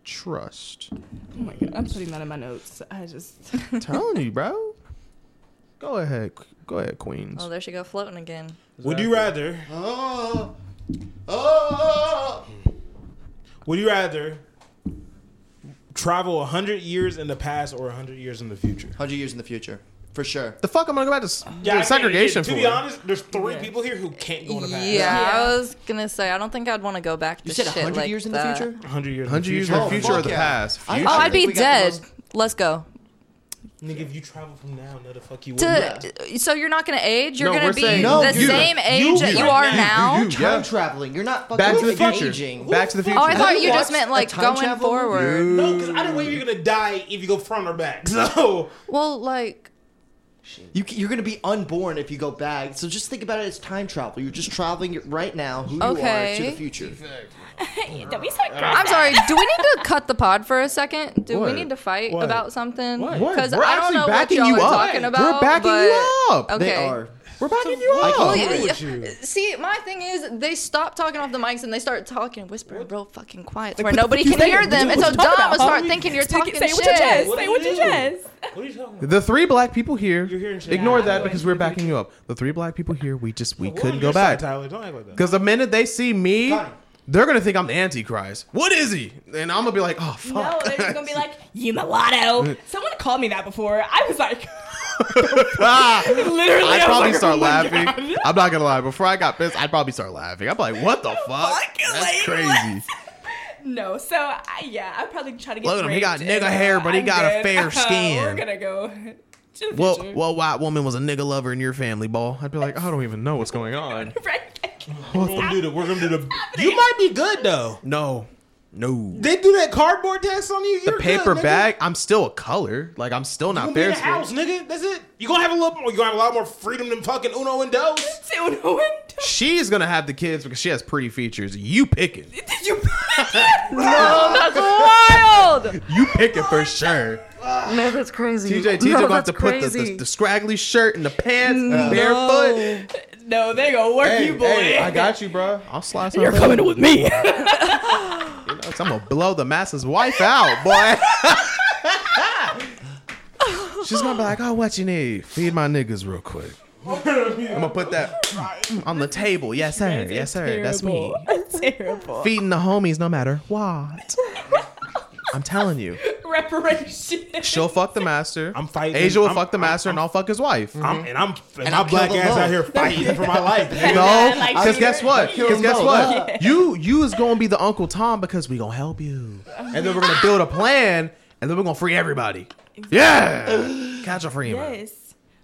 S2: trust.
S10: Oh my god, I'm putting that in my notes. I just
S2: I'm telling you, bro. Go ahead, go ahead, Queens.
S6: Oh, there she go floating again.
S3: Would you rather?
S1: Oh, oh.
S3: Would you rather travel 100 years in the past or 100 years in the future?
S1: Hundred years in the future, for sure.
S2: the fuck, I'm gonna go back to s-
S3: I can't-
S2: segregation
S3: To
S2: for
S3: be honest, there's three people here who can't go in the
S6: Yeah,
S3: past.
S6: I was gonna say I don't think I'd want to go back to
S1: You said
S6: shit
S1: hundred
S6: like
S1: years in the
S6: that.
S1: future.
S3: 100 years.
S2: Hundred years in
S1: Oh,
S2: the future or
S1: fuck
S2: the
S1: yeah.
S2: past?
S1: I-
S2: Future.
S6: Oh,
S1: think
S6: I'd be
S1: we got the
S6: dead.
S1: most-
S6: Let's go.
S3: Nigga, if you travel from now, no, the fuck you
S6: To,
S3: wouldn't.
S6: So you're not gonna age. You're
S2: No,
S6: gonna
S2: we're
S6: be
S2: saying
S1: No,
S6: the
S1: you.
S6: same
S2: You,
S6: age that
S2: you.
S6: you
S2: Right now.
S6: are now.
S2: You, you.
S1: Time
S2: Yeah.
S1: traveling. You're not fucking
S2: Back to the
S1: fucking
S2: future.
S1: aging.
S2: Back to the future.
S6: Oh, I thought
S1: Have
S6: you just
S1: watched
S6: meant
S1: a
S6: like
S1: time
S6: going
S1: travel movie?
S6: forward.
S3: No, because I don't way you're gonna die if you go front or back. So
S6: Well, like
S1: You, c- you're gonna be unborn if you go back. So just think about it as time travel. You're just traveling right now, who
S6: Okay.
S1: you are, to the future.
S7: Don't be
S2: Ah.
S7: so gross.
S6: I'm sorry. Do we need to cut the pod for a second? Do
S2: What?
S6: we need to fight
S3: What?
S6: about something?
S2: What?
S6: Because
S2: We're
S6: I don't
S2: actually
S6: know what
S2: backing
S6: y'all
S2: you
S6: are
S2: up.
S6: talking
S2: We're
S6: about.
S2: backing
S6: but-
S2: you up. They
S6: Okay.
S1: They are.
S2: We're backing you
S1: I
S2: up.
S1: can't
S6: Yeah,
S1: agree
S6: yeah.
S1: with
S6: See, my thing is, they stop talking off the mics and they start talking, whispering real fucking quiet, to
S1: what
S6: where
S1: the
S6: nobody
S1: fuck you
S6: can hear
S1: saying?
S6: them.
S1: What
S6: It's
S1: you
S6: so
S1: talking
S6: dumb. I start thinking you're
S10: Say-
S6: talking
S10: say it with your
S6: shit.
S10: chest.
S3: What
S10: Say
S3: do
S10: it with
S3: you
S10: your
S3: do?
S10: chest.
S3: what are you talking about?
S2: The three black people here.
S3: You're hearing shit.
S2: Ignore
S3: Yeah.
S2: that because we're backing you up. The three black people here, we just we
S3: We're on
S2: couldn't go
S3: your
S2: back.
S3: side, Tyler, don't act like that.
S2: Because the minute they see me,
S1: Connie.
S2: they're gonna think I'm the Antichrist. What is he? And I'm gonna be like, oh
S10: No,
S2: fuck.
S10: they're just gonna be like, you mulatto. Someone called me that before. I was like,
S2: Ah!
S10: literally,
S2: I'd
S10: I was
S2: probably
S10: like,
S2: start
S10: "Oh my
S2: laughing.
S10: God."
S2: I'm not gonna lie. Before I got pissed, I'd probably start laughing. I'm like, what the fuck?
S10: Fuck,
S2: That's
S10: like,
S2: crazy.
S10: No, so I, yeah, I'd probably try to get.
S2: Look at him, he got
S10: raped
S2: nigga
S10: and,
S2: hair,
S10: uh,
S2: but he
S10: I'm
S2: got a
S10: good.
S2: fair skin.
S10: We're gonna go. to the
S2: Well,
S10: future.
S2: well, white woman was a nigga lover in your family, ball. I'd be like, I don't even know what's going on.
S10: Right.
S3: We're gonna do the. We're gonna do the.
S10: You
S3: You might be good though.
S2: No, no.
S3: They do that cardboard test on you.
S2: the
S3: You're
S2: paper
S3: good, nigga.
S2: bag. I'm still a color. Like I'm still
S3: You
S2: not
S3: gonna be in
S2: fair.
S3: the house, nigga. That's it. You gonna have a little more. You gonna have a lot more freedom than fucking Uno and Dos.
S2: Mm-hmm.
S10: Still no one.
S2: She's gonna have the kids because she has pretty features. You picking.
S10: Did you?
S6: That's wild.
S2: You picking for sure.
S6: Man, that's crazy.
S2: TJ, TJ gonna have to put the, the, the scraggly shirt and the pants barefoot.
S10: no, they gonna work
S2: Hey,
S10: you, boy.
S2: hey, I got you, bro. I'll slice. You're
S10: coming with me.
S2: I'm gonna blow the masses wife out, boy. She's gonna be like, "Oh, what you need? Feed my niggas real quick." I'm gonna put that on the table. Yes, sir. Yes, sir. That's me.
S10: That's terrible.
S2: Feeding the homies, no matter what. I'm telling you,
S10: Reparations.
S2: she'll fuck the master.
S3: I'm fighting.
S2: Asia will
S3: I'm-
S2: fuck the
S3: I'm-
S2: master, and I'll fuck his wife.
S3: I'm, and I'm and,
S1: And
S3: my
S1: I'll kill
S3: black
S1: them
S3: ass
S1: both.
S3: out here fighting for my life. nigga.
S2: No,
S10: Yeah, like,
S2: because
S10: she-
S2: guess what?
S1: Yeah.
S2: Because guess
S1: Yeah.
S2: what? You you is gonna be the Uncle Tom because we gonna help you, and then we're gonna build a plan, and then we're gonna free everybody. Yeah, catch a free man.
S10: Yes.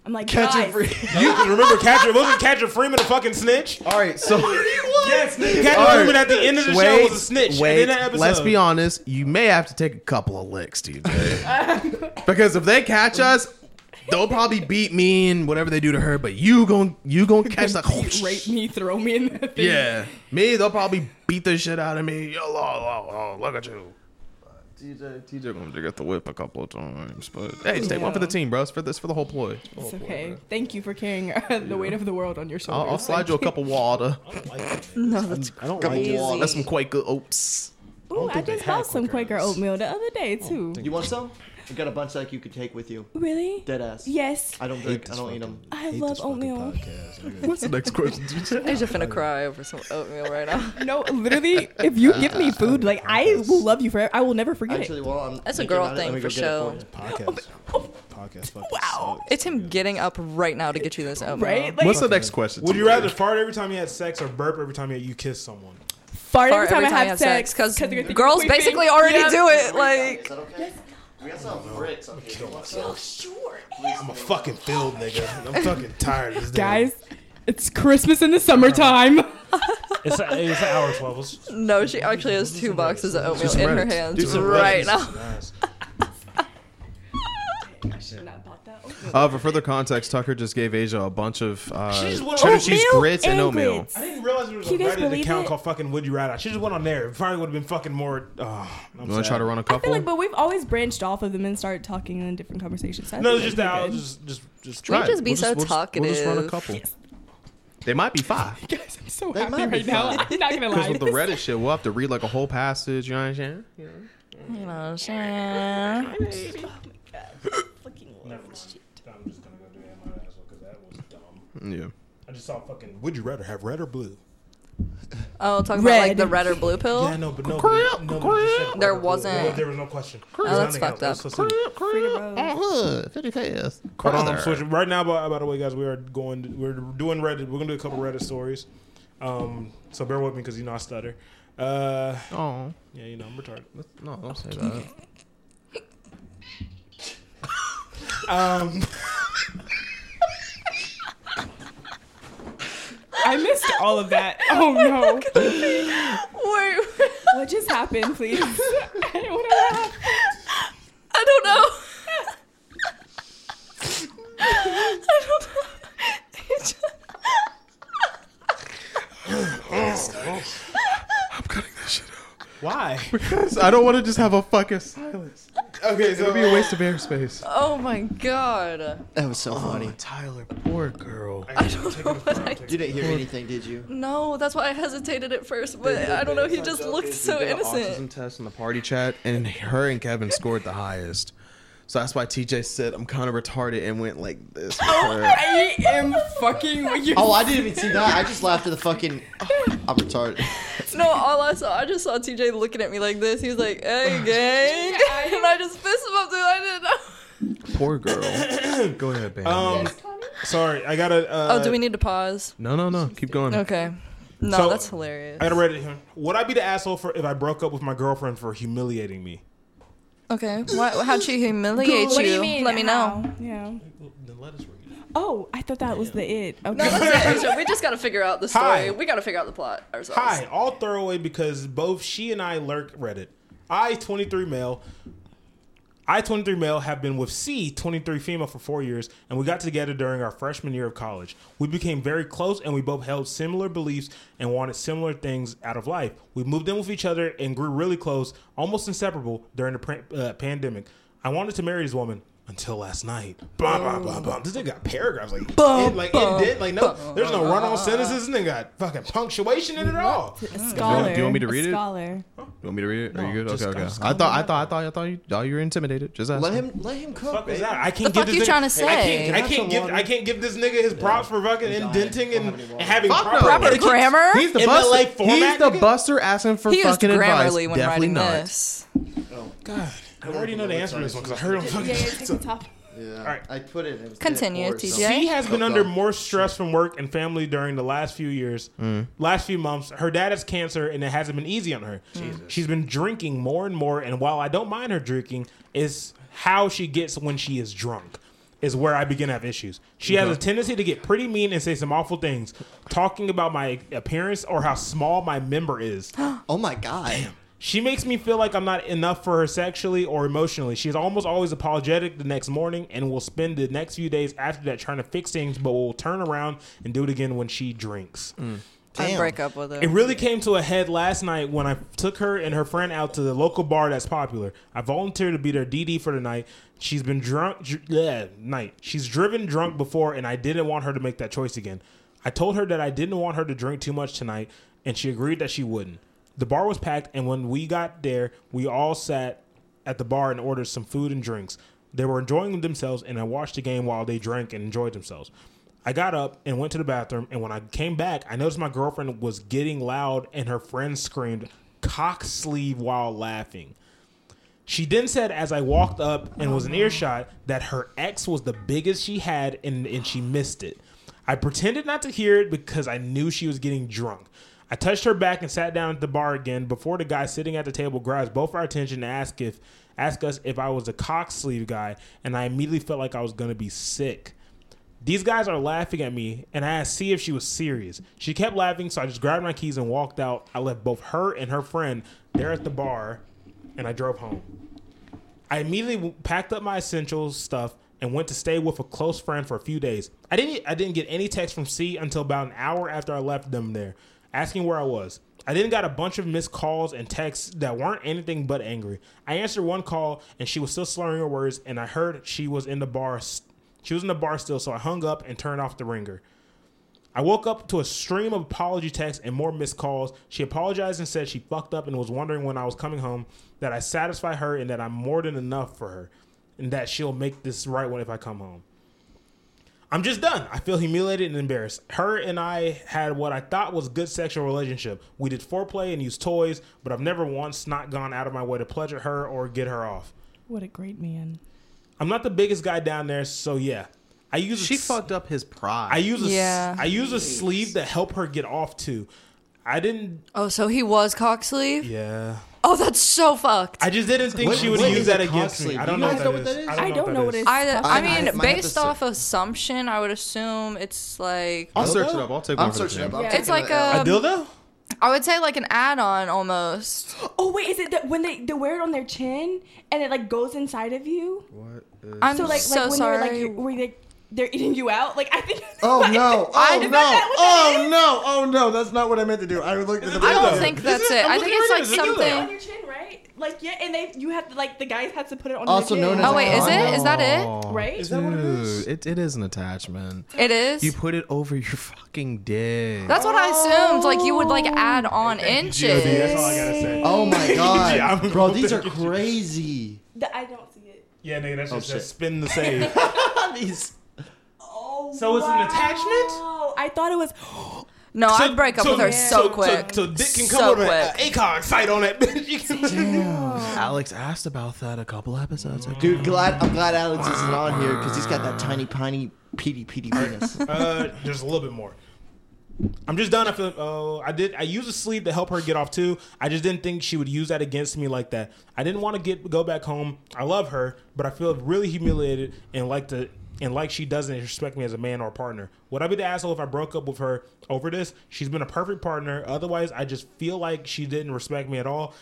S10: I'm like,
S1: Catch
S10: guys,
S1: it free.
S3: You can remember Catcher? Wasn't Catcher Freeman a fucking snitch?
S2: All right, so
S3: Yes, nigga. Catcher
S2: Oh. All right.
S3: Freeman at the end of the show was a snitch. at the end
S2: Wait,
S3: of that episode.
S2: let's be honest. You may have to take a couple of licks, TJ, because if they catch us. They'll probably beat me and whatever they do to her, but you gon' you gon' catch like
S10: you rape me, throw me in the thing.
S2: yeah me. They'll probably beat the shit out of me. Yo, lo, lo, lo, look at you. TJ, TJ gonna get the whip a couple of times, but hey, just take one for the team, bro. It's for this for the whole ploy.
S10: It's okay. Thank you for carrying uh, the weight of the world on your shoulders.
S2: I'll, I'll slide you a cup of water,
S6: No, that's
S3: I don't
S1: Come
S3: like
S1: on.
S2: that's some Quaker oats.
S10: Ooh, I just bought some Quaker oatmeal the other day too.
S1: You want some? I got a bunch like you could take with you.
S10: Really?
S1: Dead ass.
S10: Yes,
S1: I don't drink. I, don't eat them.
S10: I love oatmeal.
S2: What's the next question, TJ?
S6: Asia finna cry over some oatmeal right now.
S10: No, literally, if you give me food, like I will love you forever. I will never forget
S1: Actually,
S10: it.
S1: well, I'm
S6: That's a
S1: thinking
S6: girl
S1: about it. Let
S6: thing
S1: me go
S6: for
S1: get it
S6: show.
S1: you.
S3: podcast. Podcast. fucking
S10: Wow.
S3: sucks.
S6: It's him getting up right now to get you this oatmeal.
S10: Right? Like
S2: What's the next question?
S3: Would you
S2: TJ?
S3: rather fart every time you had sex or burp every time you, you kissed someone?
S10: fart
S6: Or
S10: every time I
S6: you
S10: have sex
S6: because
S10: they're gonna think
S6: girls
S10: I'm queefing.
S6: basically already
S10: Yeah.
S6: do it. Like,
S1: Is that okay? We got some bricks up here.
S3: I'm a fucking filled nigga. I'm fucking tired of this
S10: Guys, it's Christmas in the summertime.
S3: It's, it's an hour 12. Let's just
S6: no, she actually has two boxes of oatmeal in her
S2: Reddit.
S6: hands right now.
S3: Nice.
S10: Should not bought that
S2: Uh, for further context, Tucker just gave Asia a bunch of uh,
S3: She just went
S2: cheddar
S3: on
S2: cheese
S7: oatmeal
S2: grits and
S7: and
S2: oatmeal.
S7: grits.
S3: I didn't realize there was a
S7: Can you guys
S3: Reddit
S7: believe
S3: account
S7: it?
S3: called fucking Would You Rather. I should just went on there. It probably would have been fucking more. Oh, I'm
S2: You want
S3: sad.
S2: to try to run a
S10: I
S2: couple?
S10: feel like, but we've always branched off of them and started talking in different conversations.
S3: No, it's just that. I'll just, just, just
S6: We
S3: try.
S6: just be
S2: We'll
S6: so
S2: we'll
S6: talkative.
S2: We'll just run a couple. They might be five.
S10: guys, I'm so
S1: They
S10: happy
S1: might be
S10: right now.
S1: fine.
S10: I'm not gonna
S2: Because
S10: lie.
S2: with the Reddit shit, we'll have to read like a whole passage. You know what I'm saying?
S6: You know what I'm saying?
S3: I'm just gonna go do that my asshole because that was dumb.
S2: Yeah.
S3: I just saw fucking Would You Rather have red or blue?
S6: Oh, talking about like the red or blue pill.
S3: Yeah, no, but no. but- no, but just said red
S6: There
S3: or blue.
S6: wasn't.
S3: No, There was no question.
S6: Oh, that's fucked up.
S2: Oh,
S3: But um, switching- right now, by, by the way, guys, we are going. To, we're doing Reddit. We're gonna do a couple Reddit stories. Um, so bear with me because you know I stutter. Uh,
S2: Oh
S3: yeah, you know I'm retarded.
S2: no, don't say that.
S3: Um,
S10: I missed all of that. Oh no!
S6: Wait,
S10: what just happened? Please, I don't want to laugh.
S6: I don't know. I don't know. It just-
S2: I'm cutting this shit out
S3: why?
S2: because I don't want to just have a fucking silence.
S3: Okay,
S2: It'll be a waste of airspace.
S6: oh my god.
S1: That was so funny.
S2: Tyler, poor girl.
S3: I don't know what I
S1: You didn't hear anything, did you?
S6: No, that's why I hesitated at first, but I don't know. He just looked so innocent.
S2: Autism test in the party chat, and her and Kevin scored the highest. So that's why TJ said I'm kind of retarded and went like this. With her.
S10: I am fucking with you.
S1: Oh, I didn't even see that. I just laughed at the fucking. I'm retarded.
S6: No, all I saw, I just saw TJ looking at me like this. He was like, "Hey, gang," and I just fist him up. Dude, I didn't know.
S2: Poor girl. Go ahead, baby.
S3: Um, sorry, I gotta. Uh,
S6: oh, do we need to pause?
S2: no, no, no. Keep going.
S6: Okay. No,
S3: So-
S6: that's hilarious.
S3: I gotta Reddit here. Would I be the asshole for if I broke up with my girlfriend for humiliating me?
S6: Okay. Why, how'd she humiliate you?
S10: What do you mean?
S6: Let me know.
S10: how? Yeah.
S3: Then let us read.
S10: Oh, I thought that was the it. Okay.
S6: No, that's it. Asia. We just gotta figure out the story.
S3: Hi.
S6: We gotta figure out the plot ourselves.
S3: Hi, all throwaway because both she and I lurk Reddit. I, 23 male, I, 23 male, have been with C, 23 female, for four years, and we got together during our freshman year of college. We became very close, and we both held similar beliefs and wanted similar things out of life. We moved in with each other and grew really close, almost inseparable during the pr- uh, pandemic. I wanted to marry this woman. Until last night, blah blah blah blah. This nigga got paragraphs like, it, like it did, like no, there's no run-on sentences. This nigga got fucking punctuation in it all.
S10: A scholar.
S2: Do you want me to read
S10: a
S2: it?
S10: Scholar.
S2: You want me to read it? Are you good?
S3: just-
S2: okay, okay.
S3: I'm
S2: I
S3: just
S2: thought, I thought, I thought, I thought, you, oh, you were intimidated. Just ask.
S1: Let him. Let him cook.
S3: fuck was
S1: Babe.
S3: that? I
S6: The
S3: can't give
S6: fuck
S3: this
S6: you
S3: nigga,
S6: trying to
S3: I
S6: say?
S3: can't, I
S1: Have
S3: can't
S1: some
S3: give
S1: water.
S3: I can't give this nigga his props for fucking indenting and, and having
S2: Fuck no.
S3: proper,
S2: Proper
S6: grammar?
S2: He's the
S3: MLA
S2: buster.
S3: format,
S2: He's the
S3: nigga?
S2: buster asking for
S6: He used
S2: fucking advice.
S6: Grammarly when
S2: Definitely
S6: writing
S2: not.
S6: this.
S3: God, I already know the answer to this one because I heard him fucking.
S10: Yeah, yeah, take the top.
S1: Yeah.
S3: right.
S1: I put it. it was
S6: Continue,
S1: dead or
S6: TJ.
S1: something.
S3: She has been
S1: Oh,
S3: under
S1: God.
S3: more stress from work and family during the last few years, last few months. Her dad has cancer, and it hasn't been easy on her. She's been drinking more and more, and while I don't mind her drinking, is how she gets when she is drunk. Is where I begin to have issues. She has a tendency to get pretty mean and say some awful things, talking about my appearance or how small my member is.
S1: Oh my god.
S3: She makes me feel like I'm not enough for her sexually or emotionally. She's almost always apologetic the next morning and will spend the next few days after that trying to fix things, but will turn around and do it again when she drinks.
S6: I break up with her.
S3: It really came to a head last night when I took her and her friend out to the local bar that's popular. I volunteered to be their DD for the night. She's been drunk, dr- yeah, night. She's driven drunk before, and I didn't want her to make that choice again. I told her that I didn't want her to drink too much tonight, and she agreed that she wouldn't. The bar was packed, and when we got there, we all sat at the bar and ordered some food and drinks. They were enjoying themselves, and I watched the game while they drank and enjoyed themselves. I got up and went to the bathroom, and when I came back, I noticed my girlfriend was getting loud, and her friend screamed "cock sleeve" while laughing. She then said, as I walked up and was in earshot, that her ex was the biggest she had and, and she missed it. I pretended not to hear it because I knew she was getting drunk. I touched her back and sat down at the bar again before the guy sitting at the table grabs both our attention and asked if asked us if I was a cock sleeve guy, and I immediately felt like I was gonna be sick. These guys are laughing at me, and I asked see if she was serious. She kept laughing, so I just grabbed my keys and walked out. I left both her and her friend there at the bar, and I drove home. I immediately packed up my essentials stuff and went to stay with a close friend for a few days. I didn't I didn't get any text from C until about an hour after I left them there, asking where I was. I then got a bunch of missed calls and texts that weren't anything but angry. I answered one call and she was still slurring her words, and I heard she was in the bar. s- She was in the bar still, so I hung up and turned off the ringer. I woke up to a stream of apology texts and more missed calls. She apologized and said she fucked up and was wondering when I was coming home that I satisfy her and that I'm more than enough for her and that she'll make this right one if I come home. I'm just done. I feel humiliated and embarrassed. Her and I had what I thought was good sexual relationship. We did foreplay and used toys, but I've never once not gone out of my way to pleasure her or get her off.
S10: What a great man.
S3: I'm not the biggest guy down there, so yeah. I use a
S2: She
S3: s-
S2: fucked up his pride.
S3: I use a s-
S6: Yeah.
S3: I use a sleeve to help her get off too. I didn't.
S6: Oh, so he was cock sleeve?
S3: Yeah.
S6: Oh, that's so fucked.
S3: I just didn't think
S1: What-
S3: she would
S1: what
S3: use
S1: is
S3: that
S1: a
S3: against me.
S1: coxley? Do
S3: I don't
S1: you
S3: know
S1: guys
S3: what
S1: know
S3: that
S1: what
S3: is.
S1: that is?
S10: I don't know what it is.
S6: I,
S1: I-
S6: I mean,
S1: I might have
S6: based
S1: to
S6: off assumption, I would assume it's like
S2: I'll search it up. I'll take one
S1: I'm
S2: for
S1: searching
S2: the
S1: up.
S2: team.
S1: I'm
S10: It's
S1: taking
S6: like
S1: the L.
S6: a-
S3: A dildo?
S6: I would say like an add-on almost.
S10: Oh wait, is it that when they they wear it on their chin and it like goes inside of you?
S6: I'm
S10: So like
S6: so
S10: like when
S6: sorry.
S10: they're like you- where they they're eating you out. Like I think.
S1: Oh no!
S10: I-
S1: Oh no!
S10: is that what that
S1: Oh
S10: is?
S1: no! Oh no! That's not what I meant to do. I looked at the.
S6: I don't
S1: video.
S6: think that's it. I think it's like
S10: On
S6: something.
S10: your chin, right? Like yeah, and they you have to like the guy has to put it on.
S1: Also
S10: their chin.
S1: known as
S6: Oh wait, is it? Is that it?
S10: right?
S3: that what it
S2: Oh.
S3: is?
S2: Dude, it, it is an attachment.
S6: It is.
S2: You put it over your fucking dick.
S6: That's what I assumed. Like you would like add on
S3: That's
S6: inches.
S3: all I gotta say.
S1: Oh my god,
S3: Yeah, I'm-
S1: bro! These are crazy.
S10: The- I don't see it.
S3: Yeah, nigga, that's just
S1: shit.
S3: a spin the save.
S1: these.
S10: Oh.
S3: So it's an
S10: wow.
S3: attachment?
S10: Oh, I thought it was.
S6: No, I'd break up with her so quick.
S3: So, dick can
S6: So
S3: come with an
S6: quick.
S3: ACOG site on that bitch. You can-
S2: Alex asked about that a couple episodes ago.
S1: Dude, glad I'm glad Alex isn't on here because he's got that tiny, tiny, peaty, peaty penis.
S3: uh, there's a little bit more. I'm just done. I feel. Oh, I did. I used a sleeve to help her get off too. I just didn't think she would use that against me like that. I didn't want to get go back home. I love her, but I feel really humiliated and like to and like she doesn't respect me as a man or a partner. Would I be the asshole if I broke up with her over this? She's been a perfect partner. Otherwise, I just feel like she didn't respect me at all.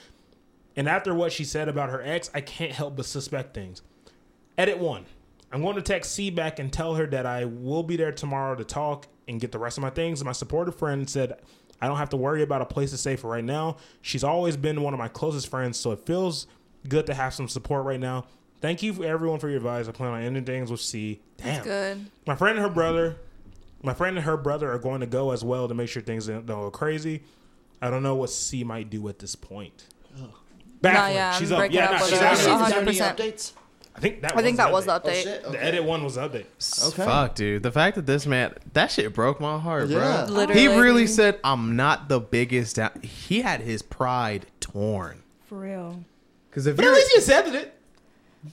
S3: And after what she said about her ex, I can't help but suspect things. Edit one. I'm going to text C back and tell her that I will be there tomorrow to talk and get the rest of my things. My supportive friend said I don't have to worry about a place to stay for right now. She's always been one of my closest friends, so it feels good to have some support right now. Thank you for everyone for your advice. I plan on ending things with C. Damn.
S6: Good.
S3: My friend and her brother, my friend and her brother are going to go as well to make sure things don't go crazy. I don't know what C might do at this point. Baffling.
S6: No, yeah, I'm
S3: she's up.
S6: breaking
S3: Yeah,
S6: up
S3: no,
S6: with
S3: she's
S6: her.
S3: out.
S1: Is
S6: She's-
S1: there
S3: here.
S1: any
S6: 100%.
S1: updates?
S3: I think that.
S6: I think that was the
S1: Oh
S6: update.
S1: shit!
S3: The
S1: Okay.
S3: edit one was the update.
S1: Okay.
S2: Fuck, dude. The fact that this man, that shit broke my heart,
S1: Yeah.
S2: bro.
S6: Literally.
S2: He really said, "I'm not the biggest." down-" He had his pride torn.
S10: For real.
S2: Because if
S3: But at
S2: you're,
S3: least you accepted it.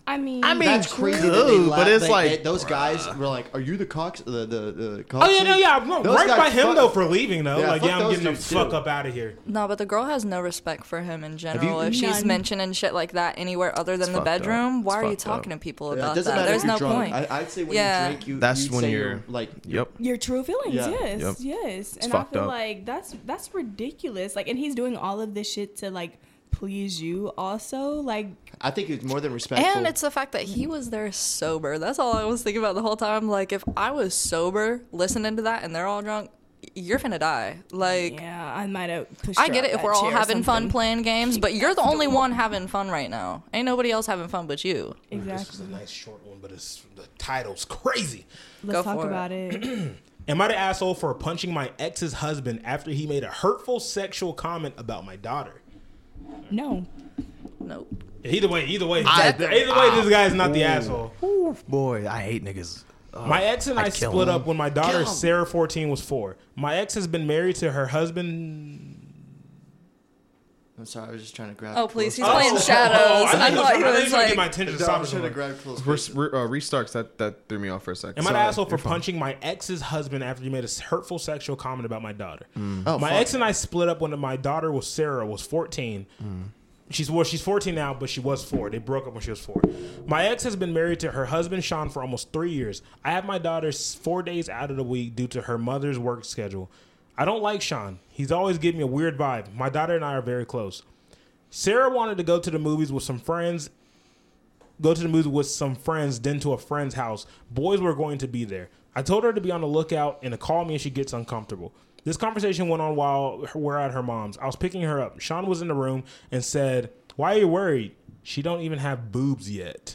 S10: I mean.
S2: I mean,
S1: That's crazy. that they
S2: good,
S1: laugh-
S2: but it's
S1: they-
S2: like
S1: they- those guys were like, "Are you the cox? The the the cox?"
S3: Oh yeah, no, yeah, no,
S1: Those
S3: right
S1: guys
S3: by him
S1: fuck-
S3: though for leaving though.
S1: Yeah,
S3: like
S1: fuck
S3: yeah, I'm
S1: those
S3: getting the
S1: dudes,
S3: fuck
S1: too.
S3: up out of here.
S6: No, but the girl has no respect for him in general. If she's
S10: None.
S6: mentioning shit like that anywhere other than the
S2: fucked up.
S6: bedroom,
S2: It's
S6: why are you
S2: fucked up.
S6: talking to people
S1: Yeah, it
S6: about
S1: doesn't
S6: that?
S1: matter.
S6: There's
S1: if you're
S6: no
S1: drunk.
S6: point.
S1: I, I'd say when
S6: Yeah.
S1: you drink, you
S2: That's
S1: you'd
S2: when
S1: say
S2: you're-
S1: like
S2: yep.
S10: Your true feelings,
S1: Yeah.
S10: yes,
S2: Yep.
S10: yes, and I
S2: fucked
S10: feel
S2: up.
S10: like that's that's ridiculous. Like, and he's doing all of this shit to like please you, also. Like,
S1: I think it's more than respectful.
S6: And it's the fact that he was there sober. That's all I was thinking about the whole time. Like, if I was sober listening to that and they're all drunk, you're finna die. Like,
S10: yeah, I might have. pushed
S6: I
S10: her
S6: get
S10: off
S6: it if
S10: that
S6: we're all
S10: chair or
S6: having fun
S10: something.
S6: playing games, but you're the only one having fun right now. Ain't nobody else having fun but you.
S10: Exactly.
S3: a nice short one, but it's the title's crazy.
S6: Go
S10: Let's talk
S6: for it.
S10: about it.
S3: Am I the asshole for punching my ex's husband after he made a hurtful sexual comment about my daughter?
S10: no,
S6: Nope.
S3: Either way, either way,
S2: I-
S3: either way, this guy's not the asshole.
S2: boy, I hate niggas.
S3: My ex and I,
S2: kill
S3: split
S2: him.
S3: up when my daughter
S1: Kill him.
S3: Sarah, fourteen, was four. My ex has been married to her husband.
S1: I'm sorry, I was just trying to grab.
S6: Oh, please. He's
S1: close.
S6: playing shadows. I, thought he
S3: oh, I
S6: was
S3: you were gonna get my
S6: like,
S3: attention.
S1: No,
S3: Stop
S1: I'm
S3: it.
S1: trying to grab close.
S2: Re- re- uh, restarts that that threw me off for a second.
S3: Am I the
S2: Sorry,
S3: asshole for
S2: you're fine.
S3: punching my ex's husband after he made a hurtful sexual comment about my daughter?
S2: Mm.
S1: Oh,
S3: my
S1: fuck.
S3: ex and I split up when my daughter was Sarah was 14.
S2: Mm.
S3: She's well, she's 14 now, but she was four. They broke up when she was four. My ex has been married to her husband Sean for almost three years. I have my daughter s- four days out of the week due to her mother's work schedule. I don't like Sean. He's always giving me a weird vibe. My daughter and I are very close. Sarah wanted to go to the movies with some friends go to the movie with some friends, then to a friend's house. Boys were going to be there. I told her to be on the lookout and to call me if she gets uncomfortable. This conversation went on while we're at her mom's. I was picking her up. Sean was in the room and said, "Why are you worried? She don't even have boobs yet."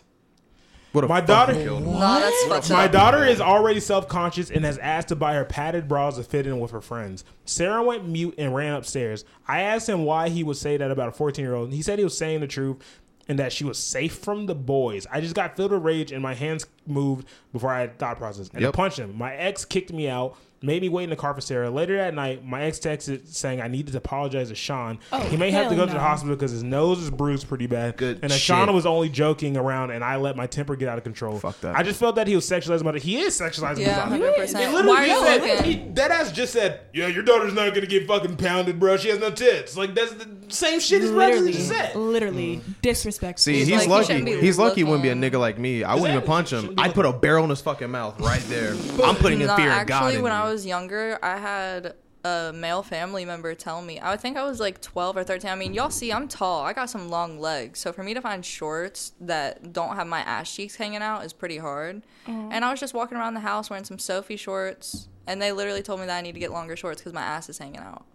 S2: What a
S3: My
S2: fucking
S3: daughter-
S2: kill.
S6: Nah, that's fucked
S3: My
S6: up.
S3: daughter is already self conscious and has asked to buy her padded bras to fit in with her friends. Sarah went mute and ran upstairs. I asked him why he would say that about a 14 year old, and he said he was saying the truth and that she was safe from the boys. I just got filled with rage and my hands moved before I had thought process. And
S2: Yep.
S3: I punched him. My ex kicked me out. Made me wait in the car for Sarah. Later that night, my ex texted saying I needed to apologize to Sean. he may have to go
S10: Oh, hell
S3: to the
S10: no.
S3: hospital because his nose is bruised pretty bad.
S2: Good
S3: and that
S2: shit.
S3: Shauna was only joking around, and I let my temper get out of control.
S2: Fuck that.
S3: I just felt that he was sexualizing my daughter. He is sexualizing
S6: Yeah,
S3: my daughter.
S6: 100%.
S3: Literally
S6: Why are
S3: just
S6: you
S3: said-
S6: looking?
S3: he- that ass just said, "Yeah, your daughter's not gonna get fucking pounded, bro. She has no tits." Like that's the same shit as Bradley
S7: literally,
S3: just said.
S7: literally disrespectful.
S2: Mm. See, he's,
S6: like, he
S2: lucky.
S6: shouldn't be
S2: he's lucky. He wouldn't be a
S6: looking.
S2: nigga like me. I wouldn't even punch him. I'd put a barrel in his fucking mouth right there. I'm putting a
S6: Nah,
S2: fear in God.
S6: actually,
S2: in
S6: when I
S2: you.
S6: was younger, I had a male family member tell me. I would think I was like 12 or 13. I mean, y'all see, I'm tall. I got some long legs. So for me to find shorts that don't have my ass cheeks hanging out is pretty hard. And I was just walking around the house wearing some Sophie shorts, and they literally told me that I need to get longer shorts because my ass is hanging out.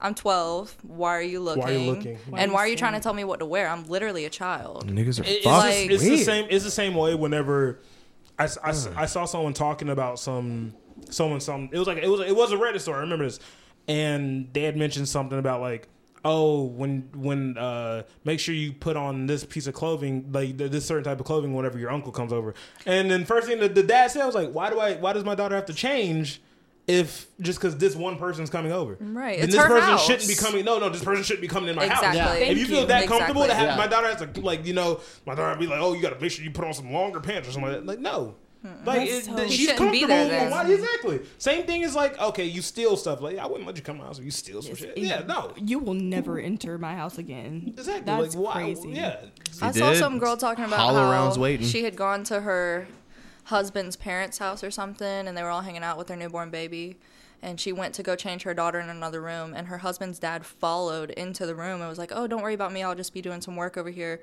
S6: I'm 12. Why are you looking?
S3: are you looking? Why
S6: and why are you trying to tell me what to wear? I'm literally a child.
S2: niggas are
S3: It- It's,
S2: fucked.
S3: just-
S6: like-
S3: it's the
S2: Weird.
S3: same. It's the same way. Whenever I, s- I s- I saw someone talking about some someone some it was like it was it was a Reddit story. I remember this, and they had mentioned something about like oh when when uh make sure you put on this piece of clothing like th- this certain type of clothing whenever your uncle comes over. And then first thing that the dad said I was like why do I why does my daughter have to change? If just because this one person's coming over,
S6: Right,
S3: Then
S6: it's
S3: this
S6: her
S3: person
S6: house.
S3: shouldn't be coming. No, no, this person shouldn't be coming in my house.
S6: Exactly. Yeah.
S3: If you
S6: Thank
S3: feel
S6: you.
S3: that comfortable to
S6: Exactly.
S3: have my daughter has to like you know my daughter would be like oh you got to make sure you put on some longer pants or something like that. Like, no like it,
S7: That's so-
S3: th-
S7: You
S3: she's
S6: shouldn't
S3: comfortable
S6: be there then.
S3: why- exactly same thing is like okay you steal stuff like I wouldn't let you come to my house if you steal some shit yeah no
S10: You will never enter my house again.
S3: exactly
S10: That's
S3: like why
S10: crazy.
S3: yeah
S6: I saw
S2: did.
S6: some girl talking about
S2: Hollow
S6: how
S2: rounds waiting.
S6: she had gone to her husband's parents' house or something, and they were all hanging out with their newborn baby. And she went to go change her daughter in another room, and her husband's dad followed into the room and was like, "Oh, don't worry about me. I'll just be doing some work over here."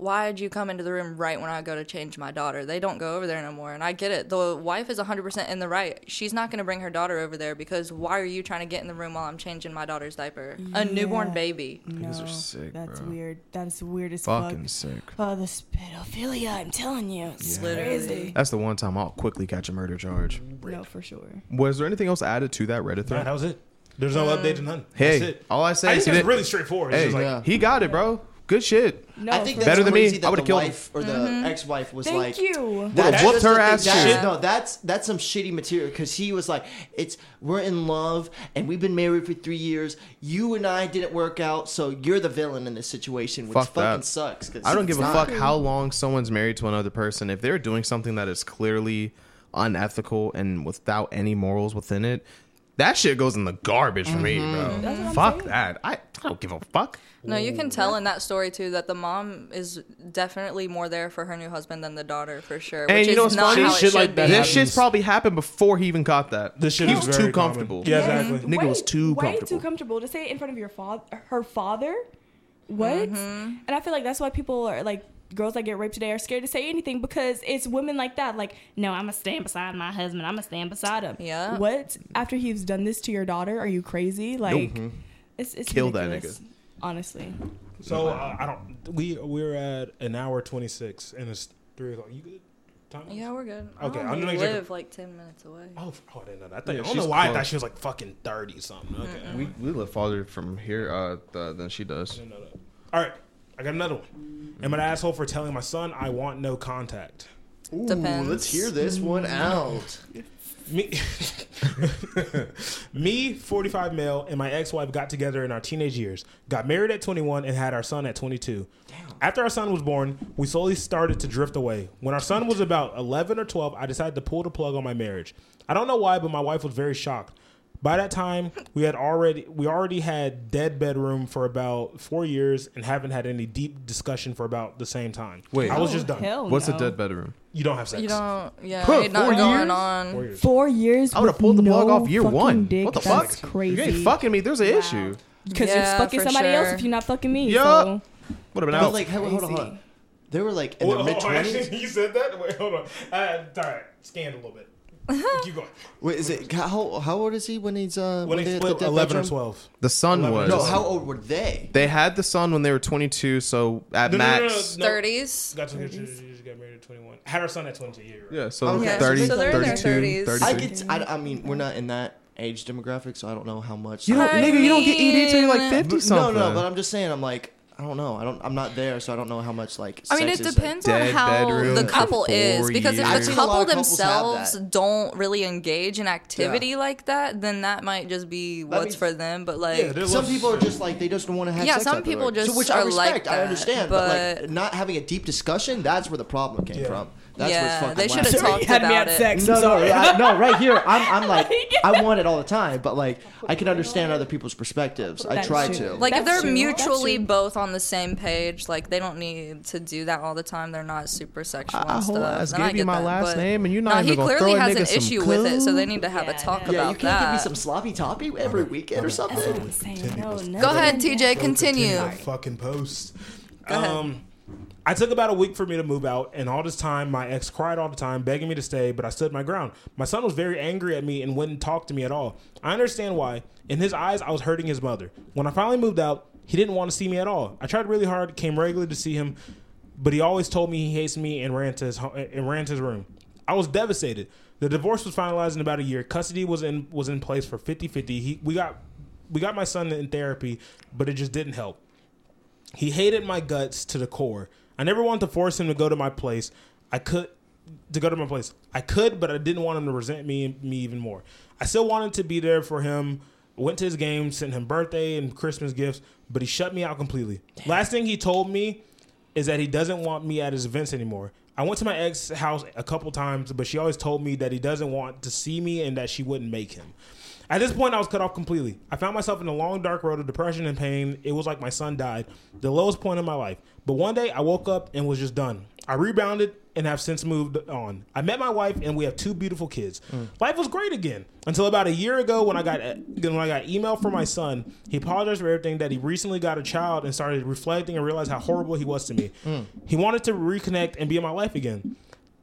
S6: Why'd you come into the room right when I go to change my daughter? They don't go over there no more. And I get it. The wife is 100% in the right. She's not going to bring her daughter over there because why are you trying to get in the room while I'm changing my daughter's diaper? A newborn
S10: Yeah.
S6: baby.
S10: No,
S2: Niggas are sick,
S10: that's
S2: bro.
S10: weird. That is weird as
S2: fucking
S10: fuck.
S2: sick.
S10: Oh, the pedophilia! I'm telling you, it's crazy.
S2: That's the one time I'll quickly catch a murder charge.
S10: No, for sure.
S2: Was there anything else added to that Reddit
S3: Nah, that
S2: thread?
S3: was it there's no update to none
S2: Hey,
S3: that's it
S2: all I say
S3: I
S2: is
S3: think
S2: he
S3: it's
S2: did-
S3: really straightforward
S2: Hey,
S3: it's just like
S1: Yeah.
S2: he got it, bro. Good shit.
S10: No,
S1: I think
S10: for
S1: that's
S2: Better than me,
S1: crazy
S2: I
S1: That
S2: would've
S1: the
S2: killed him.
S1: wife or the
S6: Mm-hmm.
S1: ex-wife was
S10: Thank
S1: like,
S10: you.
S1: That- that's
S2: Whooped her
S1: the-
S2: ass
S1: that's-
S2: too.
S1: No, that's that's some shitty material because he was like, "It's we're in love and we've been married for three years. You and I didn't work out, so you're the villain in this situation, which
S2: Fuck that.
S1: fucking sucks." 'cause
S2: I don't give a
S1: it's
S2: fuck
S1: not-
S2: how long someone's married to another person. If they're doing something that is clearly unethical and without any morals within it, that shit goes in the garbage for
S10: Mm-hmm.
S2: me, bro. fuck that. I, I don't give a fuck.
S6: No, you can tell in that story too that the mom is definitely more there for her new husband than the daughter for sure.
S2: And
S6: which
S2: you
S6: is
S2: know what's
S6: not
S2: funny?
S6: how it
S3: Shit
S6: should
S3: like
S6: be.
S3: that
S2: this
S3: happens.
S2: shit's probably happened before he even got that.
S3: this shit
S2: he
S3: is
S2: was
S3: very
S2: too
S3: common.
S2: comfortable.
S3: yeah exactly
S2: Nigga was too
S10: way
S2: comfortable.
S10: too comfortable to say it in front of your father, her father. What?
S6: Mm-hmm.
S10: And I feel like that's why people are like girls that get raped today are scared to say anything because it's women like that. Like, no, I'm gonna stand beside my husband. I'm gonna stand beside him.
S6: Yeah.
S10: What? After he's done this to your daughter, are you crazy? Like, it's, it's
S2: Mm-hmm. Kill that
S10: ridiculous,
S2: nigga.
S10: Honestly,
S3: so uh, I don't we we're at an hour 26 and it's three o'clock you good time
S6: Yeah, we're good.
S3: Okay,
S6: I
S3: I'm
S6: only
S3: gonna make sure-
S6: live like ten minutes away.
S3: Oh, f- oh, I didn't know that. I, thought,
S2: Yeah,
S3: I don't
S2: she's
S3: know why I
S2: close.
S3: thought she was like fucking 30 something. Okay. never
S2: We, we live farther from here uh, th- than she does.
S3: didn't know that. All right, I got another one. Am I an asshole for telling my son I want no contact?
S1: Ooh,
S6: Depends.
S1: let's hear this one out.
S3: Me, me, 45 male, and my ex-wife got together in our teenage years, got married at 21, and had our son at 22. After our son was born, we slowly started to drift away. When our son was about 11 or 12, I decided to pull the plug on my marriage. I don't know why, but my wife was very shocked. By that time, we had already we already had dead bedroom for about four years and haven't had any deep discussion for about the same time.
S2: Wait.
S3: I was
S10: Oh,
S3: just done.
S10: Hell
S2: What's
S10: no.
S2: a dead bedroom?
S3: You don't have sex.
S6: You don't, yeah,
S2: Huh,
S6: ain't not
S2: four
S6: going
S2: years?
S6: on.
S3: Four years.
S10: Four years.
S2: I would have
S10: with
S2: pulled the plug
S10: no
S2: off year
S10: fucking
S2: one.
S10: Dick,
S2: what the
S10: that's
S2: fuck?
S10: Crazy.
S2: You ain't fucking me. There's an issue.
S10: Because
S6: Yeah,
S10: you're fucking
S6: for
S10: somebody else
S6: sure.
S10: if you're not fucking me.
S2: Yup.
S10: So
S2: What about
S1: But
S2: out?
S1: like, hold on, hold on. They were like in
S3: Whoa,
S1: their mid twenties.
S3: you said that? Wait, hold on. Uh, all right, scanned a little bit.
S6: Uh-huh.
S3: Keep going.
S1: Wait, is it how how old is he when he's uh
S3: When
S1: they
S3: they
S1: had
S3: split
S1: the death
S3: eleven or
S1: bedroom?
S3: twelve.
S2: The son was.
S1: No, how old were they?
S2: They had the son when they were 22, so at
S3: No, no, no, no,
S2: max.
S3: no.
S6: 30s.
S3: Got to she just got married at twenty one. Had her son at twenty eight. Right?
S2: Yeah, so
S1: Okay, so
S2: 30,
S1: so they're in their
S2: 32,
S6: 30s.
S2: 36.
S1: I could. I, I mean, we're not in that age demographic, so I don't know how much.
S2: You don't,
S6: I
S2: nigga, you don't get ED till you're like
S6: mean-
S2: 50 something.
S1: No, no, but I'm just saying. I'm like, I don't know. I don't. I'm not there, so I don't know how much like.
S6: I mean, it
S1: sex is,
S6: depends
S2: like
S6: on
S2: dead
S6: how
S2: bedroom
S6: the
S2: for
S6: couple is
S2: four
S6: because
S2: years. I've
S6: if the
S1: seen a lot
S6: couple
S1: of couples have
S6: themselves
S1: that.
S6: don't really engage in activity
S1: Yeah.
S6: like that, then that might just be what's
S1: means-
S6: for them. But like,
S3: Yeah, they're
S1: Like, some people are just like they just don't want to have
S6: Yeah,
S1: sex.
S6: some
S1: after
S6: people
S1: work.
S6: just
S1: so, which I
S6: are
S1: respect,
S6: like
S1: I
S6: that,
S1: understand, but, like
S6: but-
S1: not having a deep discussion, that's where the problem came from. That's
S6: Yeah,
S1: what's fucking.
S6: they
S1: whack.
S6: should've talked
S10: had me
S6: about
S10: at
S6: it.
S10: sex.
S1: No,
S10: I'm
S1: no,
S10: sorry.
S1: yeah, no, right here. I'm, I'm like, I want it all the time, but like, I can understand other people's perspectives. I
S10: That's
S1: try
S10: true.
S1: to.
S6: like if
S10: That's
S6: they're
S10: true.
S6: mutually
S10: That's true.
S6: both on the same page, like they don't need to do that all the time. They're not super sexual
S2: I
S6: and
S2: Ah, whole
S6: stuff.
S2: ass
S6: and I
S2: gave you
S6: get
S2: my
S6: that,
S2: last
S6: but-
S2: name, and you're not
S6: No,
S2: even
S6: he
S2: gonna throw
S6: clearly
S2: a
S6: has
S2: nigga
S6: an
S2: some
S6: issue with it, so
S2: clothes.
S6: they need to have a talk
S1: yeah, you can't
S6: about
S1: give me
S6: that.
S1: some sloppy toppy every weekend or something.
S10: I'm saying no, no.
S6: Go ahead, TJ, continue.
S3: Continue the Fucking post.
S6: ahead.
S3: Um, I took about a week for me to move out, and all this time, my ex cried all the time, begging me to stay, but I stood my ground. My son was very angry at me and wouldn't talk to me at all. I understand why. In his eyes, I was hurting his mother. When I finally moved out, he didn't want to see me at all. I tried really hard, came regularly to see him, but he always told me he hates me and ran to his ho- and ran to his room. I was devastated. The divorce was finalized in about a year. Custody was in was in place for 50-50. He, we got we got my son in therapy, but it just didn't help. He hated my guts to the core. I never wanted to force him to go to my place. I could to go to my place. I could, but I didn't want him to resent me me even more. I still wanted to be there for him. Went to his game, sent him birthday and Christmas gifts, but he shut me out completely. Last thing he told me is that he doesn't want me at his events anymore. I went to my ex house a couple times, but she always told me that he doesn't want to see me and that she wouldn't make him. At this point, I was cut off completely. I found myself in a long, dark road of depression and pain. It was like my son died, the lowest point in my life. But one day, I woke up and was just done. I rebounded and have since moved on. I met my wife, and we have two beautiful kids. Life was great again until about a year ago when I got when I got email from my son. He apologized for everything that he recently got a child and started reflecting and realized how horrible he was to me. He wanted to reconnect and be in my life again.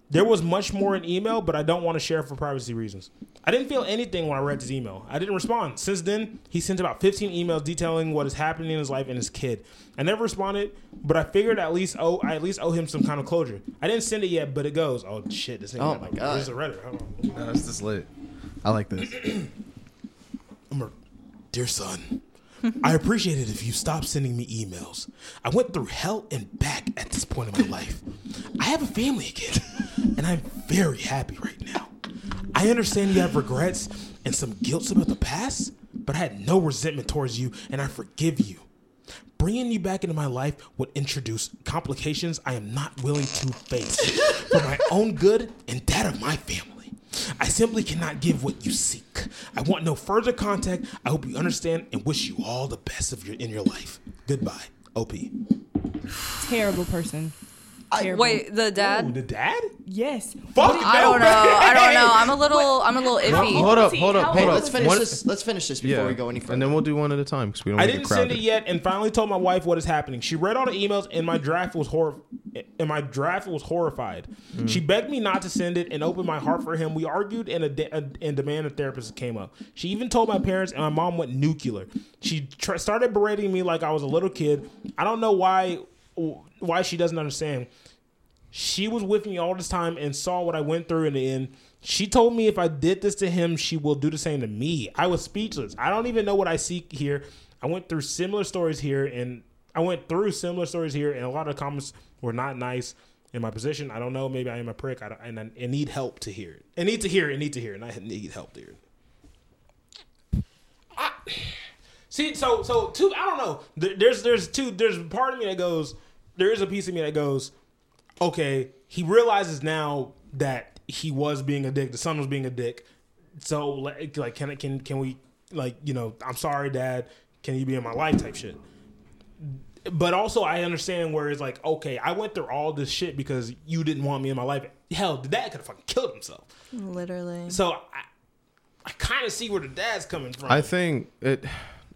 S3: There was much more in email, but I don't want to share for privacy reasons. I didn't feel anything when I read this email. I didn't respond. Since then, he sent about 15 emails detailing what is happening in his life and his kid. I never responded, but I figured at least oh I at least owe him some kind of closure. I didn't send it yet, but it goes. Oh shit! This
S1: Oh
S3: ain't
S1: my God.
S3: There's a Reddit. Hold on.
S2: No, this is lit. I like this.
S3: I'm a- Dear son, I appreciate it if you stop sending me emails. I went through hell and back at this point in my life. I have a family again, and I'm very happy right now. I understand you have regrets and some guilt about the past, but I had no resentment towards you, and I forgive you. Bringing you back into my life would introduce complications I am not willing to face for my own good and that of my family. I simply cannot give what you seek. I want no further contact. I hope you understand and wish you all the best of your in your life. Goodbye, OP.
S10: Terrible person. Terrible.
S6: Wait, the dad?
S3: the dad?
S10: Yes.
S3: Fuck
S6: I don't know. I don't know. I'm a little. I'm a little iffy.
S2: Hold up,
S10: he?
S2: hold up,
S10: How
S2: hold
S1: Hey,
S2: up.
S1: let's finish
S2: One-
S1: this. Let's finish this before
S2: Yeah,
S1: we go any further.
S2: and then we'll do one at a time because we don't.
S3: I
S2: wanna
S3: didn't
S2: get
S3: send
S2: crowded.
S3: it yet, and finally told my wife what is happening. She read all the emails, and my draft was hor- and my draft was horrified.
S2: Hmm.
S3: She begged me not to send it and opened my heart for him. We argued, and a, de- a- and demand a therapist came up. She even told my parents, and my mom went nuclear. She tr- started berating me like I was a little kid. I don't know why why she doesn't understand. She was with me all this time and saw what I went through in the end. She told me if I did this to him, she will do the same to me. I was speechless. I don't even know what I seek here. I went through similar stories here and I went through similar stories here and a lot of comments were not nice in my position. I don't know. Maybe I am a prick. I don't, and I, I need help to hear it. I need to hear it. I need to hear it. And I need help to hear it. See, so so two. I don't know. There- There's there's two. There's part of me that goes. There is a piece of me that goes. Okay, he realizes now that he was being a dick. The son was being a dick. So like, like can I- can can we like you know? I'm sorry, dad. Can you be in my life? Type shit. But also, I understand where it's like, okay, I went through all this shit because you didn't want me in my life. Hell, the dad could have fucking killed himself.
S6: Literally.
S3: So I, I kind of see where the dad's coming from.
S2: I think it,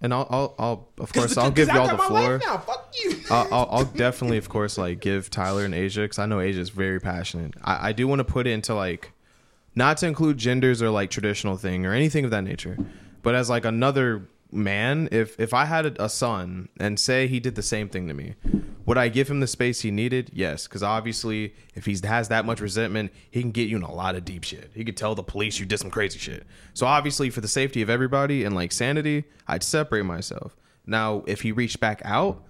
S2: and I'll, I'll, I'll of course,
S3: the-
S2: I'll give
S3: I
S2: y'all
S3: got
S2: the
S3: my life
S2: floor.
S3: now. Fuck you.
S2: I'll, I'll, I'll definitely, of course, like give Tyler and Asia because I know Asia's very passionate. I, I do want to put it into like, not to include genders or like traditional thing or anything of that nature, but as like another man, if if I had a, a son and say he did the same thing to me, would I give him the space he needed? Yes, because obviously, if he has that much resentment, he can get you in a lot of deep shit. He could tell the police you did some crazy shit. So obviously, for the safety of everybody and like sanity, I'd separate myself. Now, if he reached back out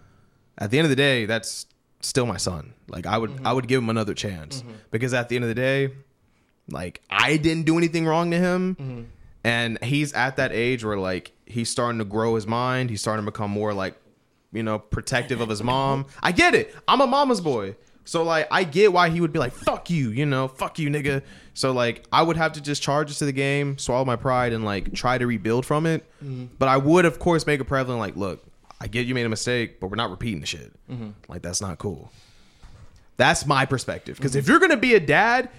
S2: at the end of the day, that's still my son. Like I would I would give him another chance because at the end of the day, like I didn't do anything wrong to him. And he's at that age where like he's starting to grow his mind, he's starting to become more like, you know, protective of his mom. I get it. I'm a mama's boy. So like I get why he would be like, fuck you, you know, fuck you, nigga. So like I would have to just charge into the game, swallow my pride and like try to rebuild from it. But I would of course make a prevalent like, look, I get you made a mistake, but we're not repeating the shit. Like that's not cool. That's my perspective. Because
S3: Mm-hmm.
S2: if you're gonna be a dad,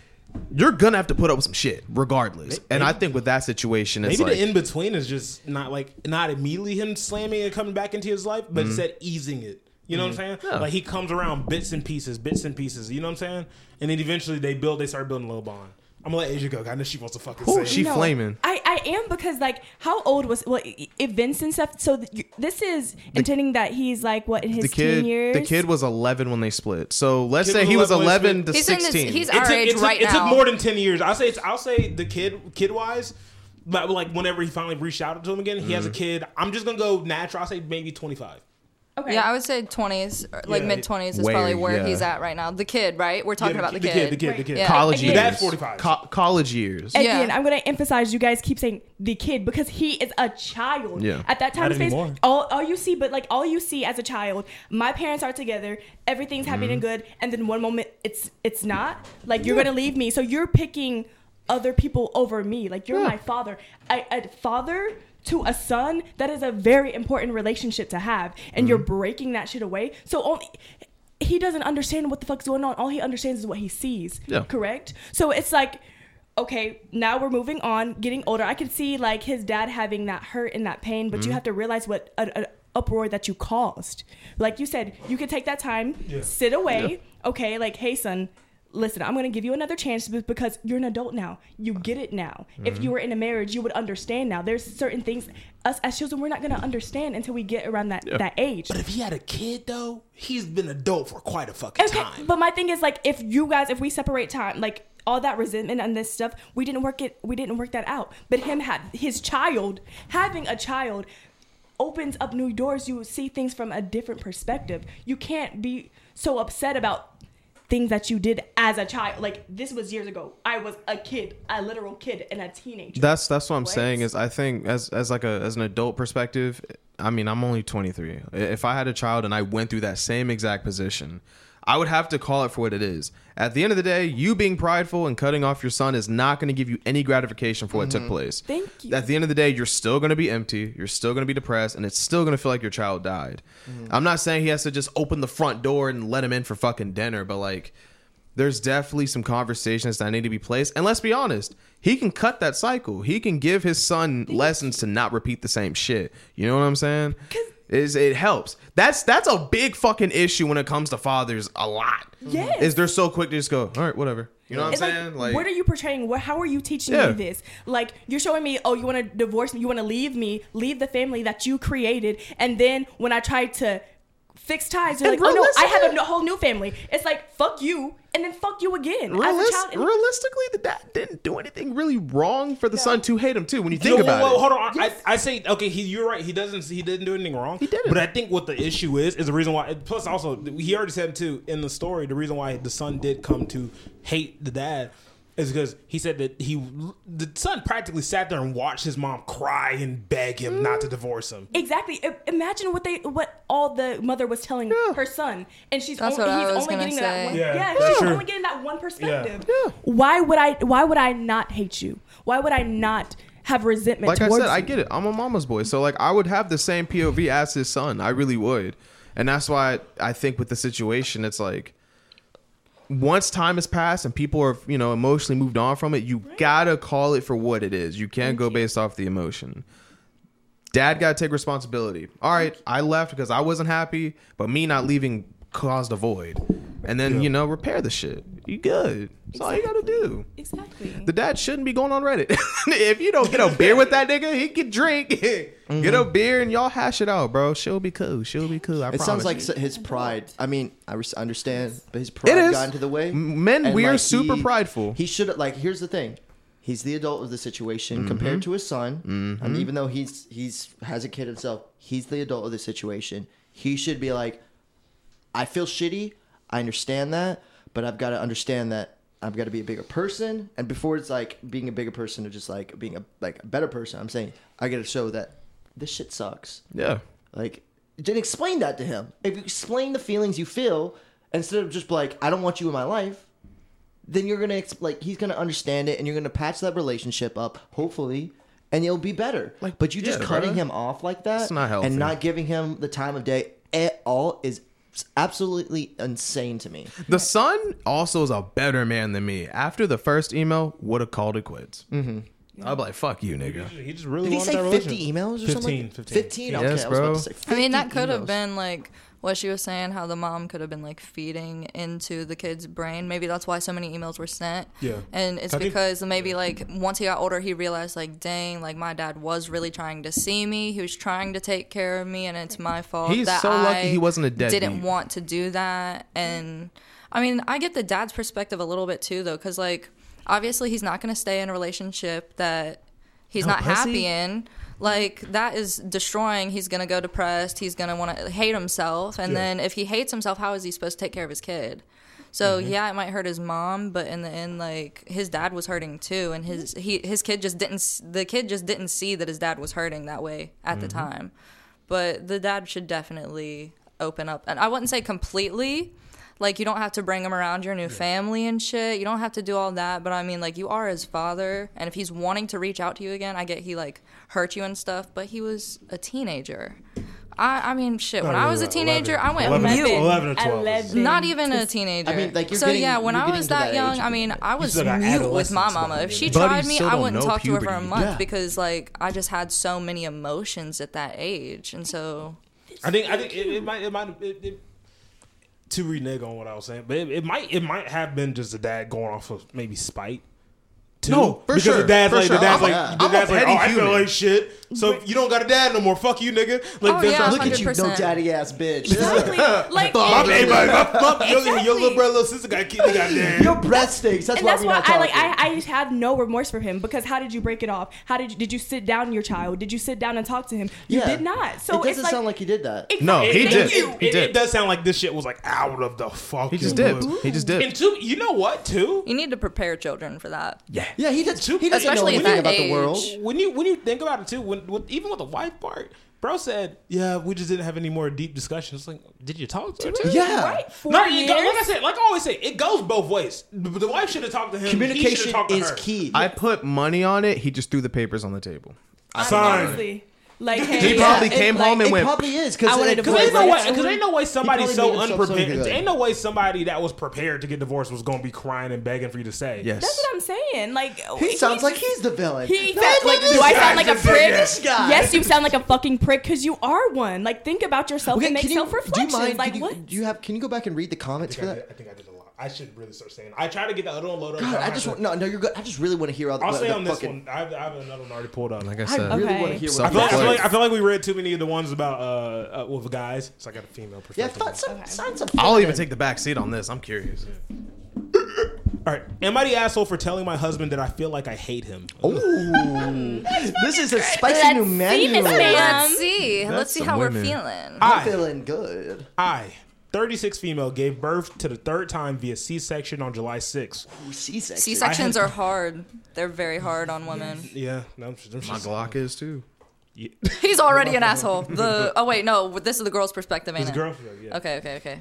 S2: you're gonna have to put up with some shit, regardless. and I think with that situation, it's
S3: Maybe
S2: like
S3: the in between is just not like not immediately him slamming and coming back into his life,
S6: Mm-hmm.
S3: but instead easing it. You know what I'm saying? Like he comes around bits and pieces, bits and pieces. You know what I'm saying? And then eventually they build, they start building a little bond. I'm gonna let Asia go. 'cause I know she wants to fucking say.
S2: Ooh,
S3: it.
S2: she flaming.
S7: I, I am because like how old was well i- if Vincent stuff so th- you- this is intending that he's like what in his
S2: The kid,
S7: teen years
S2: the kid was 11 when they split. So let's
S3: Kid
S2: say
S3: was
S2: he was
S3: 11 when they
S2: 11 to
S6: He's in this.
S2: 16.
S6: He's
S3: It
S6: our
S3: took-
S6: age
S3: it took,
S6: right
S3: it
S6: now.
S3: took more than ten years. I'll say it's, I'll say the kid kid wise, but like whenever he finally reached out to him again, he has
S6: Mm-hmm.
S3: a kid. I'm just gonna go natural. I'll say maybe 25.
S7: okay
S6: Yeah, I would say 20s, or, like
S3: Yeah.
S6: mid 20s is
S2: Where,
S6: probably where
S2: yeah.
S6: he's at right now. The kid, right? We're talking
S3: Yeah,
S6: about the,
S3: the
S6: kid.
S3: kid, the kid, the kid.
S6: Yeah.
S2: college
S7: Again-
S2: years.
S3: That's 45.
S2: Co- college years.
S6: Yeah.
S7: again I'm gonna emphasize you guys keep saying the kid because he is a child
S2: Yeah.
S7: at that time
S3: Not
S7: and space
S3: anymore.
S7: all all you see but like all you see as a child my parents are together everything's happening
S2: Mm-hmm.
S7: good and then one moment it's it's not like you're gonna leave me so you're picking other people over me like you're my father a, a father to a son that is a very important relationship to have and you're
S2: Mm-hmm.
S7: breaking that shit away so only he doesn't understand what the fuck's going on all he understands is what he sees
S2: Yeah.
S7: correct so it's like okay now we're moving on getting older i could see like his dad having that hurt and that pain but you have to realize what an an uproar that you caused like you said you could take that time sit away okay like hey son listen i'm going to give you another chance be- because you're an adult now you get it now if you were in a marriage you would understand now there's certain things us as children we're not going to understand until we get around that that age
S3: But if he had a kid though, he's been adult for quite a fucking
S7: Okay,
S3: time.
S7: but my thing is like if you guys if we separate time like all that resentment and this stuff we didn't work it we didn't work that out. But him had his child having a child opens up new doors. You see things from a different perspective. You can't be so upset about things that you did as a child. Like this was years ago. I was a kid, a literal kid and a teenager.
S2: That's that's what I'm
S7: What?
S2: saying is I think as as like a as an adult perspective, I mean I'm only 23. I- If I had a child and I went through that same exact position, I would have to call it for what it is. At the end of the day, you being prideful and cutting off your son is not going to give you any gratification for what took place.
S7: Mm-hmm. Thank you.
S2: At the end of the day, you're still going to be empty. You're still going to be depressed, and it's still going to feel like your child died.
S7: Mm-hmm.
S2: I'm not saying he has to just open the front door and let him in for fucking dinner, but like there's definitely some conversations that need to be placed. And let's be honest, he can cut that cycle. He can give his son lessons to not repeat the same shit. You know what I'm saying? Is it helps. That's that's a big fucking issue when it comes to fathers a lot.
S7: Yes.
S2: Is they're so quick to just go, all right, whatever. You know what I'm
S7: It's
S2: saying?
S7: like, what are you portraying? What, how are you teaching
S2: Yeah.
S7: me this? Like, you're showing me, oh, you want to divorce me, you want to leave me, leave the family that you created, and then when I try to fix ties, you're
S2: And
S7: like, oh no, I have a
S2: realistically-
S7: n- whole new family. It's like, fuck you, and then fuck you again as a
S2: Realis-
S7: child. And-
S2: realistically, the dad didn't do anything really wrong for the son to hate him too. When you think
S3: No,
S2: about
S3: whoa,
S2: it,
S3: whoa, Hold on, I, I say okay. He, you're right. He doesn't. He didn't do anything wrong. He
S2: didn't.
S3: But I think what the issue is is the reason why. Plus, also he already said too in the story. The reason why the son did come to hate the dad is because he said that he the son practically sat there and watched his mom cry and beg him not to divorce him.
S7: Exactly. I- imagine what they, what all the mother was telling her son, and she's
S6: That's
S7: only,
S6: what I
S7: he's
S6: was
S7: only
S6: gonna
S7: getting
S6: say.
S7: that one.
S3: Yeah,
S7: Yeah,
S3: that's
S7: she's
S3: true.
S7: only getting that one perspective. Why would I? Why would I not hate you? Why would I not have resentment
S2: like I
S7: towards
S2: said,
S7: you?
S2: I get it. I'm a mama's boy, so like I would have the same POV as his son. I really would, and that's why I think with the situation, it's like once time has passed and people are you know emotionally moved on from it, you gotta call it for what it is. You can't go based off the emotion. Dad got to take responsibility. All right, I left because I wasn't happy, but me not leaving caused a void. And then, you know, repair the shit. You good. That's all you got to do.
S10: Exactly.
S2: The dad shouldn't be going on Reddit. if you don't get a beer with that nigga, he can drink. Get a beer and y'all hash it out, bro. She'll be cool. She'll be cool. I
S1: It
S2: promise
S1: sounds like
S2: you.
S1: s- his pride. I mean, I res- understand, but his
S2: It
S1: pride
S2: is.
S1: got into the way.
S2: M- men, we are super
S1: he-
S2: prideful.
S1: He should like. Here's the thing. He's the adult of the situation
S2: Mm-hmm.
S1: compared to his son. And even though he's he's has a kid himself, he's the adult of the situation. He should be like, I feel shitty. I understand that, but I've got to understand that I've got to be a bigger person. And before it's like being a bigger person or just like being a like a better person, I'm saying I got to show that this shit sucks.
S2: yeah.
S1: Like, then explain that to him. If you explain the feelings you feel instead of just like, I don't want you in my life, then you're gonna ex- like he's gonna understand it, and you're gonna patch that relationship up, hopefully, and it'll be better. Like, but you just
S2: yeah,
S1: cutting
S2: bruh.
S1: him off like that
S2: It's not healthy.
S1: and not giving him the time of day at all is absolutely insane to me.
S2: The son also is a better man than me. After the first email, would have called it quits. Mm-hmm. I'd be like, fuck you, nigga.
S3: He just really
S1: Did he
S3: wanted
S1: say
S3: that
S1: 50
S3: relationship.
S1: emails or
S3: 15,
S1: something? like that?
S3: 15.
S1: 15. Okay,
S2: Yes,
S1: I was about
S2: bro.
S1: to say
S6: I mean, that
S1: 50
S6: could have
S1: emails.
S6: been like what she was saying, how the mom could have been like feeding into the kid's brain. Maybe that's why so many emails were sent.
S3: Yeah.
S6: And it's
S3: I think-
S6: because maybe like once he got older, he realized like, dang, like my dad was really trying to see me. He was trying to take care of me, and it's my fault.
S2: He's
S6: that
S2: so lucky
S6: I
S2: he wasn't a deadbeat.
S6: Didn't want to do that. And I mean, I get the dad's perspective a little bit too, though, because like obviously he's not going to stay in a relationship that he's not happy in like that is destroying he's gonna go depressed he's gonna want to hate himself and then if he hates himself how is he supposed to take care of his kid so yeah it might hurt his mom but in the end like his dad was hurting too and his he his kid just didn't s- the kid just didn't see that his dad was hurting that way at the time but the dad should definitely open up and i wouldn't say completely like you don't have to bring him around your new family and shit you don't have to do all that but i mean like you are his father and if he's wanting to reach out to you again i get he like hurt you and stuff but he was a teenager i i mean shit when
S3: Oh, yeah,
S6: i was a
S3: right,
S6: teenager
S3: 11,
S6: i went
S3: 11,
S6: mute
S3: 11 or 12.
S6: not even a teenager.
S1: I mean, like, you're
S6: so
S1: getting-
S6: yeah, when
S1: you're
S6: I
S1: getting
S6: was
S1: to that
S6: that young,
S1: age.
S6: I mean, I was
S3: still got
S6: mute with my
S3: adolescence
S6: mama. If she
S2: But you
S6: tried me,
S2: still
S6: I
S2: don't
S6: wouldn't
S2: know
S6: talk to her for
S2: puberty.
S6: a month
S1: Yeah.
S6: because like I just had so many emotions at that age, and so
S3: I think I think it, it might it might it, it, to renege on what I was saying, but it, it might it might have been just the dad going off of maybe spite. Too.
S2: No, for
S3: because
S2: sure,
S3: the dad's
S2: for
S3: like
S2: sure.
S3: the dad's
S2: I'm a-
S3: like the
S2: I'm a
S3: dad's like
S2: petty
S3: oh, I feel
S2: human."
S3: like shit. So if you don't got a dad no more. Fuck you, nigga. Like
S6: Oh,
S3: that's
S6: yeah,
S3: how-
S1: Look at you, no
S6: 100%.
S1: daddy ass bitch.
S10: like,
S1: Fuck.
S3: Hey, my, my, my, your, your little brother, little sister got kicked. They got dad.
S1: Your breath stinks. That's
S10: and
S1: why
S10: that's
S1: we're
S10: why
S1: not
S10: I like
S1: talking.
S10: I, I just had no remorse for him because how did you break it off? How did you did you sit down your child? Did you sit down and talk to him? You
S1: Yeah.
S10: did not. So
S1: it
S10: it's
S1: doesn't
S10: like,
S1: sound like he did that.
S2: No, he
S10: Thank
S2: did.
S10: you.
S2: He
S3: It, it
S2: did.
S3: does sound like this shit was like out of the fuck.
S2: He just dipped. He just
S3: And
S2: dipped.
S3: two, you know what? Too
S6: you need to prepare children for that.
S1: Yeah, he does. He doesn't
S6: Especially
S1: know
S6: at
S1: anything about
S6: that
S1: the world.
S6: age.
S3: when you when you think about it too, when, when even with the wife part, bro said, "Yeah, we just didn't have any more deep discussions." Like, did you talk to her? Too?
S1: Yeah,
S10: right? Four
S3: No, it
S10: years.
S3: go, like I said, like I always say, it goes both ways. The, the wife should have talked to him. he should've
S1: communication
S3: talked to
S1: is
S3: her.
S1: key.
S2: I put money on it. He just threw the papers on the table.
S3: Sign.
S10: honestly, like hey,
S2: He probably
S1: it-
S2: came
S1: like,
S2: home and
S1: it
S2: went.
S1: probably is
S10: I
S1: because
S10: wanted to
S3: Because ain't no
S10: Right.
S3: way, because ain't no way somebody
S1: probably
S3: so
S1: made himself so
S3: unprepared.
S1: good.
S3: ain't no way somebody that was prepared to get divorced was gonna be crying and begging for you to say.
S2: yes.
S10: That's what I'm saying. Like
S1: He sounds like
S10: just-
S1: he's the villain.
S10: He
S1: No, look
S10: sounds like
S1: at this
S10: do I
S1: guy.
S10: sound like a
S1: Look at
S10: prick?
S1: This guy.
S10: Yes, you sound like a fucking prick because you are one. Like think about yourself
S1: Okay,
S10: and make
S1: can you-
S10: self reflections.
S1: Do you mind?
S10: Like
S1: do you,
S10: what?
S1: Do you have? Can you go back and read the comments
S3: I,
S1: for
S3: think I, did,
S1: that?
S3: I think I did a lot. I should really start saying. I try to get the other one loaded. up.
S1: God,
S3: don't
S1: I
S3: have
S1: just
S3: to-
S1: want, no, no. You're good. I just really want to hear all the,
S3: I'll
S1: the
S3: stay on this
S1: fucking.
S3: one. I have, I have another one already pulled up.
S2: Like I
S1: I
S2: said,
S1: really
S10: Okay.
S1: want to hear.
S2: So
S1: What
S3: I feel, like, I, feel
S2: Netflix.
S3: like, I feel like we read too many of the ones about uh, uh well, the guys. So I got a female
S1: yeah,
S3: perspective.
S1: find some, find some.
S2: I'll even take the back seat on this. I'm curious.
S3: All right, am I the asshole for telling my husband that I feel like I hate him?
S1: Ooh, this is a spicy new menu.
S10: Miss Ma'am.
S1: Um,
S6: Let's see. Let's see
S2: some
S6: how
S2: women.
S6: we're feeling.
S1: I'm
S3: I,
S1: feeling good.
S3: I, 36 female, gave birth to the third time via C-section on July 6th.
S1: Ooh, C-section.
S6: C sections are hard. They're very hard on women.
S3: Yeah, no, I'm just, I'm
S2: My
S3: just-
S2: Glock is too.
S6: He's already an asshole. The oh wait, no, this is the girl's perspective, ain't
S3: his
S6: it?
S3: girlfriend. Yeah.
S6: Okay, okay, okay.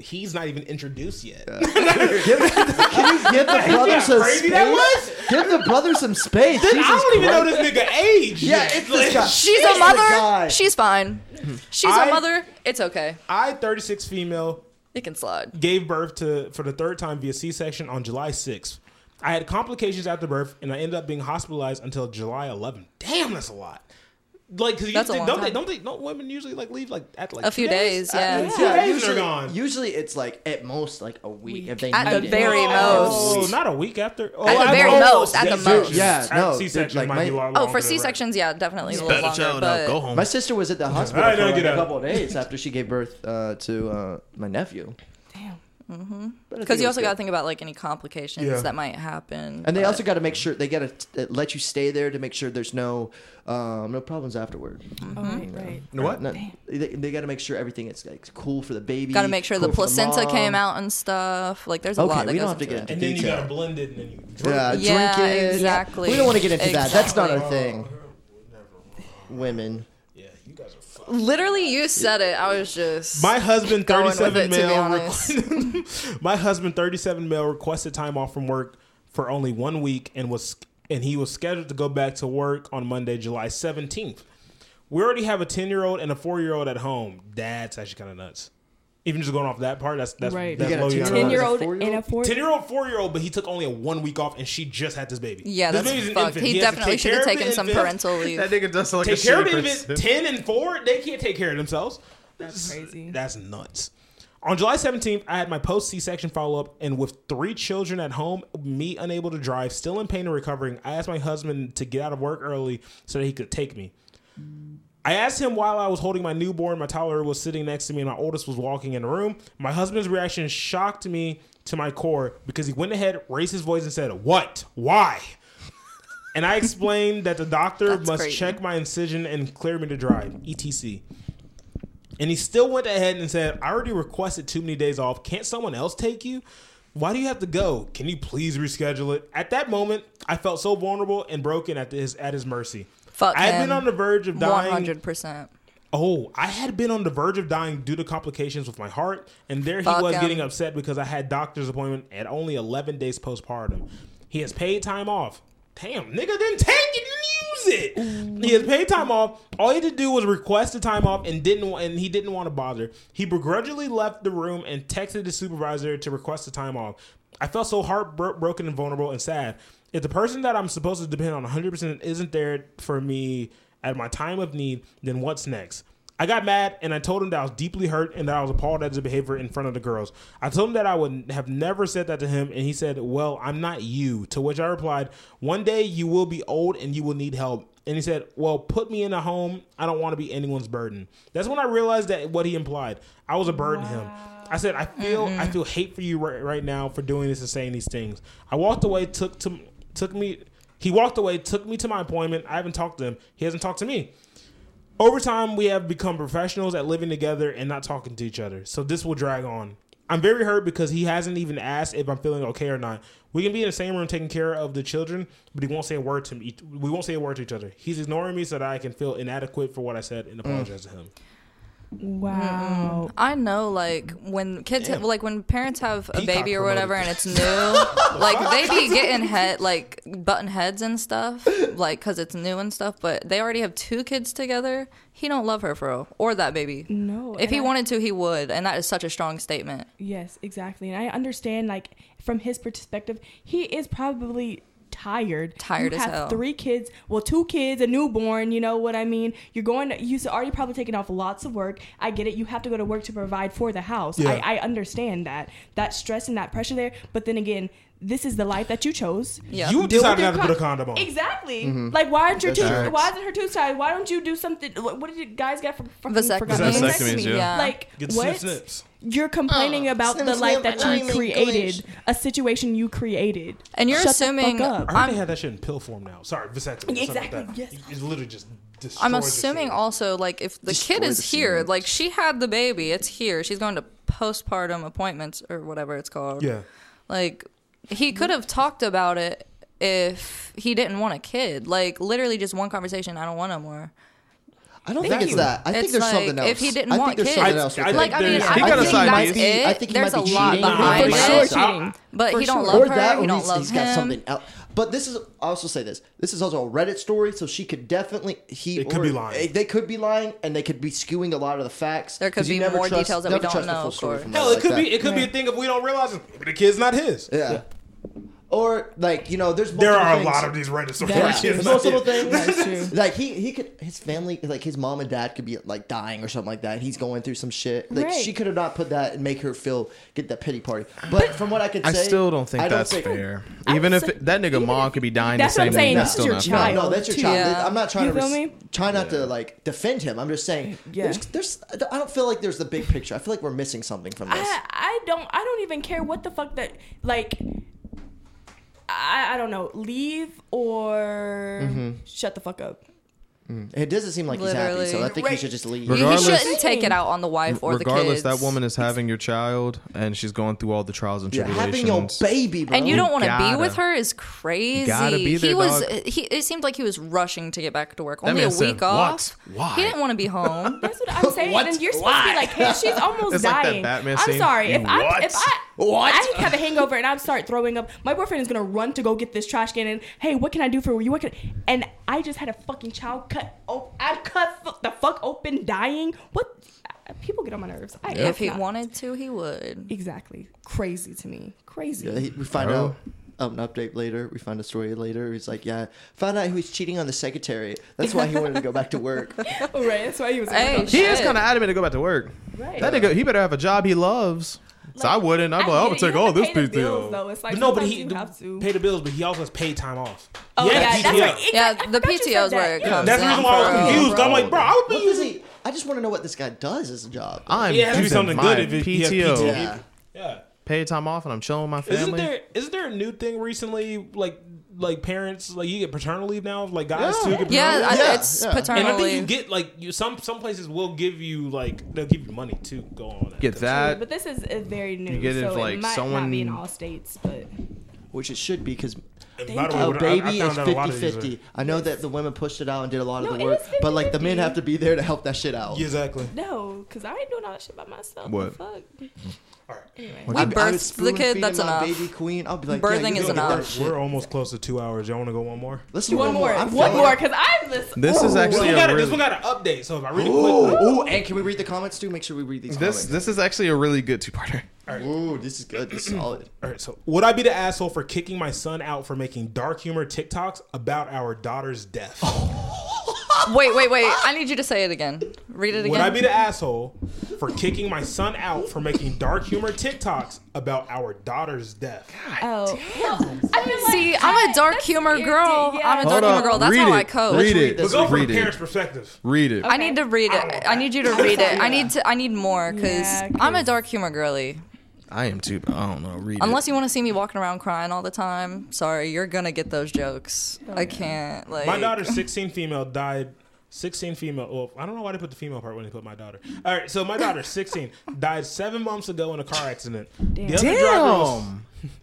S3: He's not even introduced yet.
S1: Can you give the brother some
S3: crazy that was?
S1: space? Give the brother some space. Jesus
S3: I don't even know
S1: Christ.
S3: this nigga age.
S1: Yeah,
S3: yet.
S1: it's this guy.
S6: She's
S1: It's
S6: a
S1: the
S6: mother.
S1: guy.
S6: She's fine. She's a
S3: I-
S6: mother. It's okay.
S3: I, 36 female,
S6: It can slide.
S3: gave birth to for the third time via C-section on July 6th. I had complications after birth, and I ended up being hospitalized until July 11th. Damn, that's a lot. Like, cause you,
S6: That's a
S3: they-
S6: long
S3: don't they?
S6: time.
S3: Don't they? Don't women usually like leave like at like
S6: A few
S3: two
S6: days, yeah.
S3: Two
S1: Yeah,
S3: days and
S1: usually,
S3: they're gone.
S1: usually it's like at most like a week if they
S6: At the
S1: need it.
S6: very
S3: Oh,
S6: most.
S3: not a week after. Oh,
S6: At the
S3: I-
S6: very
S3: oh,
S6: most, at the
S3: C-section.
S6: most.
S1: Yeah, no,
S3: C section
S1: like,
S3: might
S1: my-
S3: be a lot
S6: Oh,
S3: longer
S6: for
S3: than
S6: C sections, yeah, definitely a little
S2: Better
S6: longer.
S2: chill it out.
S6: But
S2: Go home.
S1: My sister was at the hospital
S3: Alright,
S1: for
S3: now
S1: like
S3: get
S1: a
S3: out.
S1: couple of days after she gave birth uh, to uh, my nephew. Damn.
S6: because Mm-hmm. you also got to think about like any complications
S9: Yeah.
S6: that might happen.
S1: And they
S6: but-
S1: also got to make sure they got to let you stay there to make sure there's no um, no problems afterward.
S10: Oh, right, right.
S1: What? they they got to make sure everything is like cool for the baby.
S6: Got to make sure the
S1: cool for
S6: placenta
S1: mom.
S6: came out and stuff. Like, there's a
S1: Okay,
S6: lot that
S1: we
S6: goes
S1: don't have to
S6: into
S1: get into
S6: it.
S3: And then you
S1: detail.
S3: gotta blend it, and then you drink.
S1: Yeah,
S6: Yeah,
S1: drink it.
S6: exactly.
S1: We don't want to get into that. That's not our
S6: Exactly.
S1: thing. Women.
S3: Yeah, you guys are fucked.
S6: Literally, you said it. I was just
S3: My husband,
S6: Going with
S3: thirty-seven
S6: it, to be
S3: male. requ- my husband, thirty-seven male, requested time off from work for only one week, and was and he was scheduled to go back to work on Monday, July seventeenth. We already have a ten-year-old and a four-year-old at home. That's actually kind of nuts. Even just going off that part, that's that's
S10: Right.
S3: that's
S1: You got a
S3: low.
S1: Ten-year-old
S10: Ten
S1: year
S10: year
S1: old is a
S10: old
S1: four-year-old?
S10: and a four.
S3: Ten-year-old, four-year-old, but he took only a one week off, and she just had this baby.
S6: yeah,
S3: this
S6: that's
S3: baby's an
S6: fucked.
S3: infant.
S6: He
S3: has to
S6: definitely
S3: take
S6: should have
S3: care of
S6: taken
S3: the
S6: some
S3: infant.
S6: parental leave.
S2: That nigga does like
S3: Take
S2: a
S3: care of
S2: shitty
S3: the infant.
S2: person.
S3: Ten and four, they can't take care of themselves. That's
S10: crazy.
S3: That's nuts. On July 17th, I had my post C-section follow-up, and with three children at home, me unable to drive, still in pain and recovering, I asked my husband to get out of work early so that he could take me. I asked him while I was holding my newborn, my toddler was sitting next to me, and my oldest was walking in the room. My husband's reaction shocked me to my core because he went ahead, raised his voice, and said, "What? Why?" And I explained that the doctor
S6: That's
S3: must
S6: crazy.
S3: check my incision and clear me to drive, etc. And he still went ahead and said, I already requested too many days off. Can't someone else take you? Why do you have to go? Can you please reschedule it? At that moment, I felt so vulnerable and broken at his at his mercy.
S6: Fuck
S3: I had
S6: him.
S3: been on the verge of
S6: One
S3: dying.
S6: hundred percent.
S3: Oh, I had been on the verge of dying due to complications with my heart, and there he
S6: Fuck
S3: was
S6: him.
S3: getting upset because I had doctor's appointment at only 11 days postpartum. He has paid time off. Damn, nigga didn't take it and use it. He has paid time off. All he had to do was request the time off and didn't wa- and he didn't want to bother. He begrudgingly left the room and texted his supervisor to request the time off. I felt so heartbroken and vulnerable and sad. If the person that I'm supposed to depend on 100% isn't there for me at my time of need, then what's next? I got mad and I told him that I was deeply hurt and that I was appalled at his behavior in front of the girls. I told him that I would have never said that to him, and he said, Well, I'm not you. To which I replied, One day you will be old and you will need help. And he said, Well, put me in a home. I don't want to be anyone's burden. That's when I realized that what he implied. I was a burden to him. I said, I feel I feel hate for you right, right now for doing this and saying these things. I walked away, took to took me he walked away, took me to my appointment. I haven't talked to him. He hasn't talked to me. Over time, we have become professionals at living together and not talking to each other. So this will drag on. I'm very hurt because he hasn't even asked if I'm feeling okay or not. We can be in the same room taking care of the children, but he won't say a word to me. We won't say a word to each other. He's ignoring me so that I can feel inadequate for what I said and apologize to him.
S10: Wow.
S6: I know, like when kids,
S3: Damn.
S6: like when parents have a
S3: Peacock
S6: baby or whatever, and
S3: promoted.
S6: it's new, like they be getting head, like button heads and stuff, like because it's new and stuff. But they already have two kids together. He don't love her, bro, or that baby.
S10: No.
S6: If
S10: and
S6: he
S10: I-
S6: wanted to, he would, and that is such a strong statement.
S10: Yes, exactly. And I understand, like, from his perspective, he is probably tired.
S6: Tired
S10: you
S6: as
S10: have
S6: hell.
S10: Three kids, well, two kids, a newborn. You know what I mean? You're going. To, you've already probably taken off lots of work. I get it. You have to go to work to provide for the house.
S3: Yeah.
S10: I, I understand that that stress and that pressure there. But then again. This is the life that you chose.
S6: Yeah,
S3: You
S10: Deal with
S3: decided
S10: your
S3: not to put a
S10: con-
S3: condom on.
S10: Exactly. Like, why aren't your
S1: Mm-hmm. That's
S10: tubes?
S1: facts.
S10: Why isn't her tubes tied? Why don't you do something? What, what did you guys get from fucking
S6: vasectomy.
S10: forgot?
S2: Vasectomies, yeah.
S10: Like
S3: Get snip
S10: what?
S3: snips.
S10: You're complaining
S1: Oh.
S10: about the life that you created, a situation you created,
S6: And you're
S10: Shut
S6: assuming-
S10: The fuck
S3: I
S10: up.
S3: heard
S6: I'm-
S3: they had that shit in pill form now. Sorry, vasectomy. or something like
S10: Exactly,
S3: that.
S10: yes.
S3: You- It's literally just. destroyed
S6: I'm
S3: your
S6: assuming
S3: shit.
S6: also like if the kid
S1: the
S6: is here,
S1: semen.
S6: like she had the baby, it's here. She's going to postpartum appointments or whatever it's called.
S3: Yeah.
S6: Like he could have talked about it if he didn't want a kid. Like literally just one conversation, I don't want no more.
S1: I don't think it's
S3: you.
S1: that. I think
S6: It's
S1: there's
S6: like,
S1: something else.
S6: if he didn't
S1: I
S6: want
S1: think there's
S6: kids-
S1: something
S3: I-
S1: else. with
S3: I
S1: it.
S6: Like I mean,
S3: there's-
S6: I
S3: He
S6: don't
S3: got a
S6: think
S3: side
S6: that's
S1: piece.
S6: it.
S1: I think he
S6: there's a
S1: might be
S6: lot
S1: cheating.
S6: behind
S1: For
S6: it.
S1: sure.
S10: cheating.
S6: But
S10: For
S6: he don't
S10: sure.
S6: love
S1: or
S6: her.
S1: that,
S6: he
S1: or
S6: don't
S1: he's,
S6: love
S1: he's
S6: him.
S1: got something else. But this is, I'll also say this. This is also a Reddit story, so she could definitely he
S3: It could
S1: or- eh,
S3: be lying.
S1: They could be lying, and they could be skewing a lot of the facts.
S6: There could
S1: 'cause you
S6: be
S1: never
S6: more
S1: trust-
S6: details that we
S1: never
S6: don't
S1: trust the
S6: know,
S1: full
S6: of
S1: story
S6: course.
S1: from
S3: Hell,
S1: that
S3: it could
S1: like
S3: be. It could be a thing if we don't realize it. Maybe the kid's not his.
S1: that. Yeah. Or like you know, there's
S9: There
S1: multiple
S9: are a
S1: things.
S9: lot of these Reddit
S1: Yeah.
S9: stories.
S1: There's multiple things.
S10: That's true.
S1: Like he, he could his family like his mom and dad could be like dying or something like that. He's going through some shit. Like
S10: Right.
S1: she could have not put that and make her feel get that pity party. But from what I could
S2: I
S1: say,
S2: still don't think
S1: I
S2: that's fair. Even if
S10: say-
S2: it- that nigga
S10: even
S2: mom
S10: if-
S2: could be dying
S10: that's
S2: the same
S10: what I'm saying,
S2: day, that's
S10: this is
S2: still
S10: your
S2: not
S10: child.
S2: fair.
S1: No, that's your
S6: too.
S1: child.
S6: Yeah.
S1: I'm not trying
S10: You
S1: to
S10: feel
S1: res-
S10: me?
S1: try not to like defend him. I'm just saying.
S10: Yeah.
S1: There's, there's. I don't feel like there's the big picture. I feel like we're missing something from this.
S10: I, I don't I don't even care what the fuck that like I, I don't know leave or
S1: Mm-hmm.
S10: shut the fuck up.
S1: it doesn't seem like he's happy, so I
S6: Literally.
S1: think he should just leave.
S6: He
S2: Regardless-
S6: shouldn't take it out on the wife or
S2: Regardless,
S6: the kids.
S2: that woman is having your child, and she's going through all the trials and
S1: Yeah,
S2: tribulations.
S1: having your baby, bro.
S6: and you don't want to be
S2: gotta-
S6: with her is crazy.
S2: gotta be there,
S6: he was.
S2: dog.
S6: He, it seemed like he was rushing to get back to work.
S2: That
S6: Only a
S2: man
S6: week
S2: said,
S6: off.
S2: "What? Why?"
S6: He didn't want to be home.
S10: That's what I'm saying. And you're supposed to be like, hey, she's almost
S2: It's like that
S10: dying.
S2: Batman
S10: I'm
S2: scene.
S10: sorry. If I
S2: What?
S10: if I I have a hangover and I start throwing up, my boyfriend is gonna run to go get this trash can and hey, what can I do for you? What can and I just had a fucking child cut oh I cut fu- the fuck open dying. What people get on my nerves. I,
S6: If he
S10: not-
S6: wanted to, he would.
S10: Exactly. Crazy to me. Crazy.
S1: Yeah, he- we find
S2: Bro.
S1: out um, an update later. We find a story later. He's like, yeah, found out he was cheating on the secretary. That's why he wanted to go back to work.
S10: Right, that's why he was "Oh,
S6: Hey,
S2: He is
S6: shit.
S2: kind of adamant to go back to work.
S10: Right.
S2: That nigga, he better have a job he loves. so I wouldn't. I'd be like, I would
S10: get it.
S2: take
S10: You
S2: all
S10: have to
S2: this
S10: pay the
S2: piece
S10: bills,
S2: deal.
S10: though. It's like
S3: But no, but
S10: sometimes
S3: he
S10: you have to.
S3: pay the bills, but he also has paid time off.
S10: Oh,
S3: He has
S10: yeah,
S3: PTO.
S10: that's what- exactly.
S6: Yeah,
S10: I
S6: the
S10: thought
S6: PTO
S10: you
S6: is where
S10: said that.
S6: it
S10: Yeah.
S6: comes.
S3: That's the
S6: down
S3: reason why I
S6: from.
S3: was confused. I'm like, bro, I would
S1: What
S3: be
S1: does
S3: using.
S1: he? I just want to know what this guy does as a job.
S2: I'm
S3: Yeah, it has to be
S2: using
S3: something
S2: my
S3: good if it- he has
S2: PTO.
S3: PTO.
S1: yeah.
S3: Yeah.
S2: Pay time off, and I'm chilling with my family.
S3: Isn't there isn't there a new thing recently like like parents like you get paternal leave now like guys
S1: Yeah.
S3: too get paternal
S6: Yeah,
S3: leave?
S6: I-
S1: Yeah,
S6: it's
S1: yeah.
S3: and I
S6: paternal
S3: think you
S6: leave.
S3: get like you some some places will give you like they'll give you money to go on that.
S2: Get that.
S10: But this is uh, very new.
S2: get it
S10: so
S2: if, like,
S10: it might not
S2: someone-
S10: be in all states, but
S1: Which it should be because
S3: And by the way,
S1: a
S3: what I- I
S1: baby
S3: found
S1: is
S3: out a lot of
S1: 50
S3: these are-
S1: 50. I know that the women pushed it out and did a lot of
S10: No,
S1: the
S10: it
S1: work,
S10: is
S1: but like the men
S10: 50-50.
S1: have to be there to help that shit out.
S3: Yeah, Exactly.
S10: no, because I ain't doing all that shit by myself.
S2: What?
S10: The fuck?
S1: I,
S6: We
S1: I would
S6: birthed the
S1: spoon
S6: kid,
S1: feed
S6: that's
S1: him my
S6: enough.
S1: Baby queen. I'll be like,
S6: Birthing
S1: yeah, you
S6: is
S1: look at
S6: enough.
S1: that shit.
S3: We're almost cose to two hours. Y'all want to go one more?
S1: Let's do
S10: One more.
S1: I'm
S10: One
S1: feeling
S10: more,
S1: it.
S10: because I'm this.
S2: This is
S3: This
S2: actually
S3: one,
S2: a
S3: got a,
S2: Oh, really,
S3: this one got an update, so if I read it quick,
S1: Ooh, ooh, and can we read the comments too? Make sure we read these comments.
S2: this this is actually a really good two parter.
S1: Ooh, this is good. This is solid.
S3: All right, so would I be the asshole for kicking my son out for making dark humor TikToks about our daughter's death?
S6: Wait, wait, wait. I need you to say it again. Read it again.
S3: Would I be the asshole for kicking my son out for making dark humor TikToks about our daughter's death?
S10: Oh, I feel like
S6: See, I'm a dark
S10: that's
S6: humor
S10: irritating.
S6: girl.
S10: Yeah.
S6: I'm a dark
S2: Hold
S6: humor
S2: up.
S6: girl. That's
S2: Read
S6: how I
S2: it.
S6: cope.
S2: Read
S1: read
S2: it.
S1: this.
S3: But go from
S2: Read
S3: the
S2: it.
S3: parent's perspective.
S2: Read it.
S6: I need to read it. I need you to read it. I need to. I need more because
S10: Yeah,
S6: I'm a dark humor girly.
S2: I am too. But I don't know. Read
S6: Unless you want to see me walking around crying all the time, sorry, you're gonna get those jokes. I can't. Like
S3: My daughter's 16 female died. 16 female. Well, I don't know why they put the female part when they put my daughter. All right, so my daughter, 16, died seven months ago in a car accident. Damn. The other driver was-
S6: seven.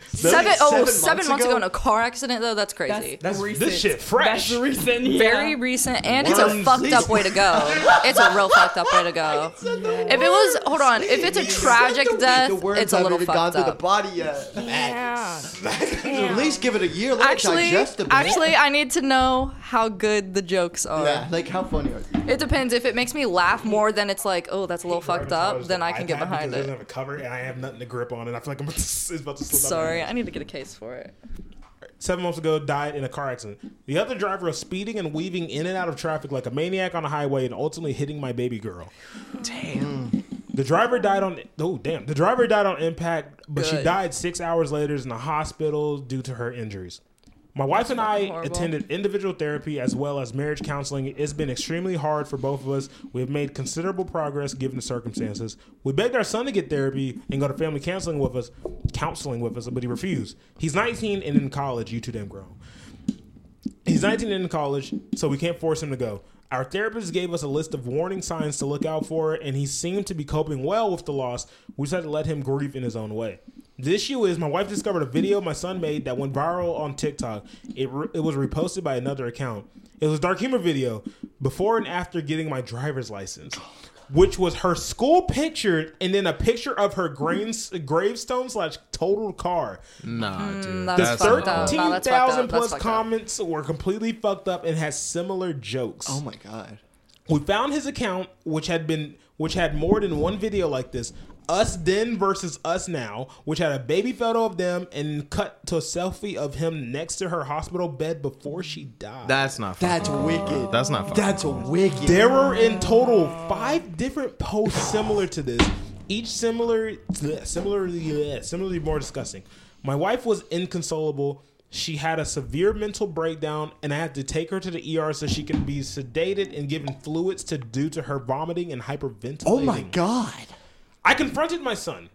S1: Seven
S6: Oh, seven
S1: months
S6: months, ago?
S1: ago?
S6: in a car accident though. That's crazy.
S3: that's
S10: Recent.
S3: this shit fresh.
S10: That's the reason. Yeah.
S6: very recent and it's a
S3: Worms.
S6: fucked up way to go. It's a real fucked up way to go. If it was, hold on, if it's a tragic death,
S1: the words
S6: it's a
S1: haven't
S6: little
S1: even gone
S6: fucked
S1: through the
S6: up.
S1: body yet.
S10: Yeah.
S1: At least give it a year. Let it
S6: Actually,
S1: digest a bit.
S6: actually, I need to know how good the jokes are.
S1: yeah, like how funny are you?
S6: It depends. If it makes me laugh more than it's like, oh, that's a little fucked up, then I can get
S3: iPad
S6: behind
S3: because It doesn't
S6: it.
S3: have a cover, and I have nothing to grip on, and I feel like I'm about to, it's about to slip. out of my
S6: Sorry,
S3: hand.
S6: I need to get a case for it.
S3: Seven months ago, died in a car accident. The other driver was speeding and weaving in and out of traffic like a maniac on a highway, and ultimately hitting my baby girl. Damn. The driver died on oh damn. The driver died on impact, but she
S6: Good.
S3: died six hours later in the hospital due to her injuries. My wife and I
S6: fucking horrible.
S3: attended individual therapy as well as marriage counseling. It's been extremely hard for both of us. We have made considerable progress given the circumstances. We begged our son to get therapy and go to family counseling with us, counseling with us, but he refused. He's 19 and in college. You too damn grown. He's 19 and in college, so we can't force him to go. Our therapist gave us a list of warning signs to look out for, and he seemed to be coping well with the loss. We decided to let him grieve in his own way. The issue is, my wife discovered a video my son made that went viral on TikTok. It, re- it was reposted by another account. It was a dark humor video before and after getting my driver's license, which was her school picture and then a picture of her grains, gravestone slash total car.
S2: Nah, dude.
S6: Mm, that's
S3: The
S6: That's fucked up.
S3: thirteen
S6: No, that's fucked
S3: thousand
S6: up. That's
S3: plus
S6: fucked up.
S3: comments were completely fucked up and has similar jokes.
S1: Oh my god.
S3: We found his account, which had been which had more than one video like this. Us then versus Us Now, which had a baby photo of them and cut to a selfie of him next to her hospital bed before she died.
S2: That's not fun.
S1: That's wicked.
S2: That's not fun.
S1: That's wicked.
S3: There were in total five different posts similar to this, each similar, similarly, similarly more disgusting. My wife was inconsolable. She had a severe mental breakdown, and I had to take her to the ER so she can be sedated and given fluids to due to her vomiting and hyperventilating.
S1: oh my god.
S3: I confronted my son,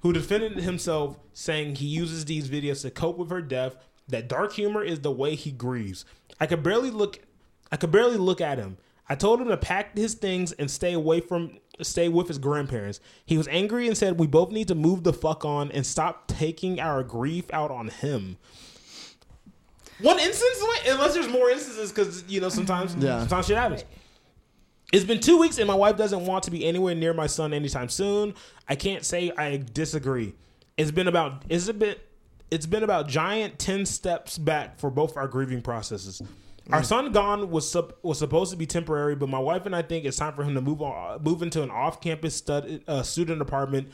S3: who defended himself, saying he uses these videos to cope with her death. That dark humor is the way he grieves. I could barely look. I could barely look at him. I told him to pack his things and stay away from, stay with his grandparents. He was angry and said, "We both need to move the fuck on and stop taking our grief out on him." One instance, like, unless there's more instances, because you know sometimes,
S1: Yeah.
S3: sometimes shit happens. It's been two weeks and my wife doesn't want to be anywhere near my son anytime soon. I can't say I disagree. It's been about it's a bit it's been about giant ten steps back for both our grieving processes. Our son gone was sup- was supposed to be temporary, but my wife and I think it's time for him to move on, move into an off campus stud, uh, student apartment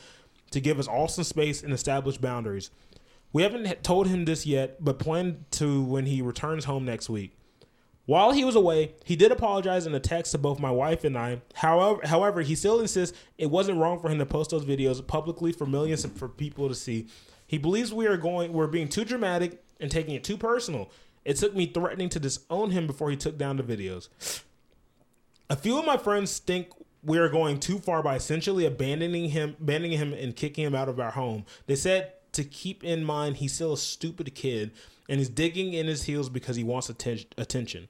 S3: to give us all some space and establish boundaries. We haven't h- told him this yet, but plan to when he returns home next week. While he was away, he did apologize in a text to both my wife and I. However, however, he still insists it wasn't wrong for him to post those videos publicly for millions of, for people to see. He believes we are going we're being too dramatic and taking it too personal. It took me threatening to disown him before he took down the videos. A few of my friends think we are going too far by essentially abandoning him, abandoning him, and kicking him out of our home. They said to keep in mind he's still a stupid kid and he's digging in his heels because he wants atten- attention.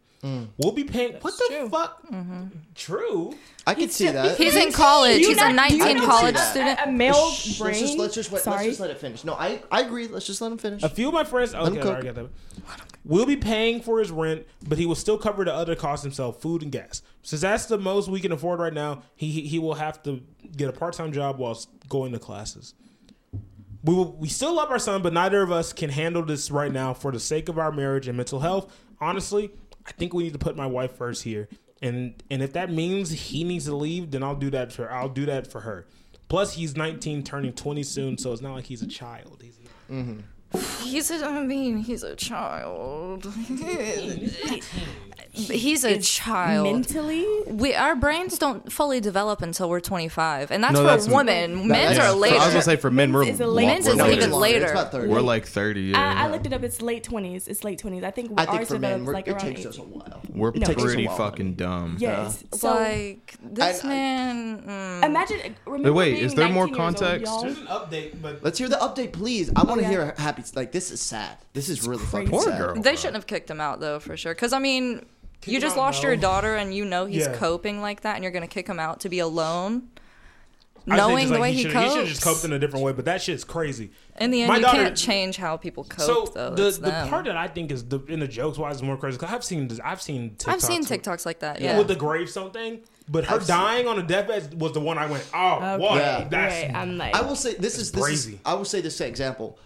S3: We'll be paying. Hmm. What the fuck?
S1: Mm.
S3: True.
S1: I could see that.
S6: He's in college.
S7: Do you
S6: He's a
S7: not- do you
S6: 19
S7: not
S6: college
S7: see
S6: student.
S7: that? A, a male
S1: Shh,
S7: brain.
S1: Let's just, let's just wait.
S7: Sorry.
S1: Let's just let it finish. No, I, I agree. Let's just let him finish.
S3: A few of my friends. Okay,
S1: him
S3: I already got that. We'll be paying for his rent, but he will still cover the other costs himself, food and gas. Since that's the most we can afford right now, he he- he will have to get a part time job while s- going to classes. We will, we still love our son, but neither of us can handle this right now for the sake of our marriage and mental health. Honestly, I think we need to put my wife first here, and and if that means he needs to leave, then I'll do that for I'll do that for her. Plus, he's 19, turning 20 soon, so it's not like he's a child. He's not.
S6: He's a, I mean, he's a child. he's a child.
S7: Mentally,
S6: We our brains don't fully develop until we're 25, and that's
S2: No,
S6: for
S2: that's-
S6: women. Men's
S2: Yeah.
S6: are later.
S2: I was gonna say for men, we're
S7: Men's is a late-
S2: wa-
S6: Men's
S2: we're
S6: is
S2: later.
S6: even
S1: It's
S6: later.
S1: It's about 30.
S2: We're like thirty. Yeah.
S7: I, I looked it up. It's late twenties. It's late twenties. I think
S1: I think
S7: ours
S1: for men,
S7: develops
S1: we're,
S7: like
S1: it
S7: around
S1: takes
S7: 18.
S1: us a while.
S2: we're
S1: It takes us a
S2: pretty
S1: while.
S2: fucking dumb.
S7: Yes. So
S6: like this
S1: I-
S6: man.
S7: Uh,
S6: mm.
S7: imagine. Remember
S2: wait,
S7: being
S2: is there more
S7: 19 years old,
S2: context?
S7: y'all?
S3: There's an update, but
S1: Let's hear the update, please. I want to
S7: yeah.
S1: hear happy. Like this is sad. This is really fucking
S2: Poor
S1: sad.
S2: girl.
S6: They shouldn't have kicked him out though, for sure. Because I mean, you just
S3: him out
S6: lost
S3: now.
S6: your daughter, and you know he's
S3: Yeah.
S6: coping like that, and you're gonna kick him out to be alone,
S3: I think
S6: knowing
S3: just,
S6: the
S3: like,
S6: way he,
S3: should,
S6: copes.
S3: He should just coped in a different way, but that shit's crazy.
S6: in the end,
S3: My
S6: you
S3: daughter-
S6: can't change how people cope.
S3: So
S6: though
S3: the
S6: It's
S3: the
S6: them.
S3: part that I think is the in the jokes wise is more crazy because I've seen this, I've seen TikToks
S6: I've seen
S3: with-
S6: TikToks like that. Yeah.
S3: with the gravestone thing, but her dying on a deathbed was the one I went, oh, what?
S1: Yeah.
S3: That's
S7: Right, I'm like,
S1: I will say this is this is,
S3: crazy.
S1: I will say this example.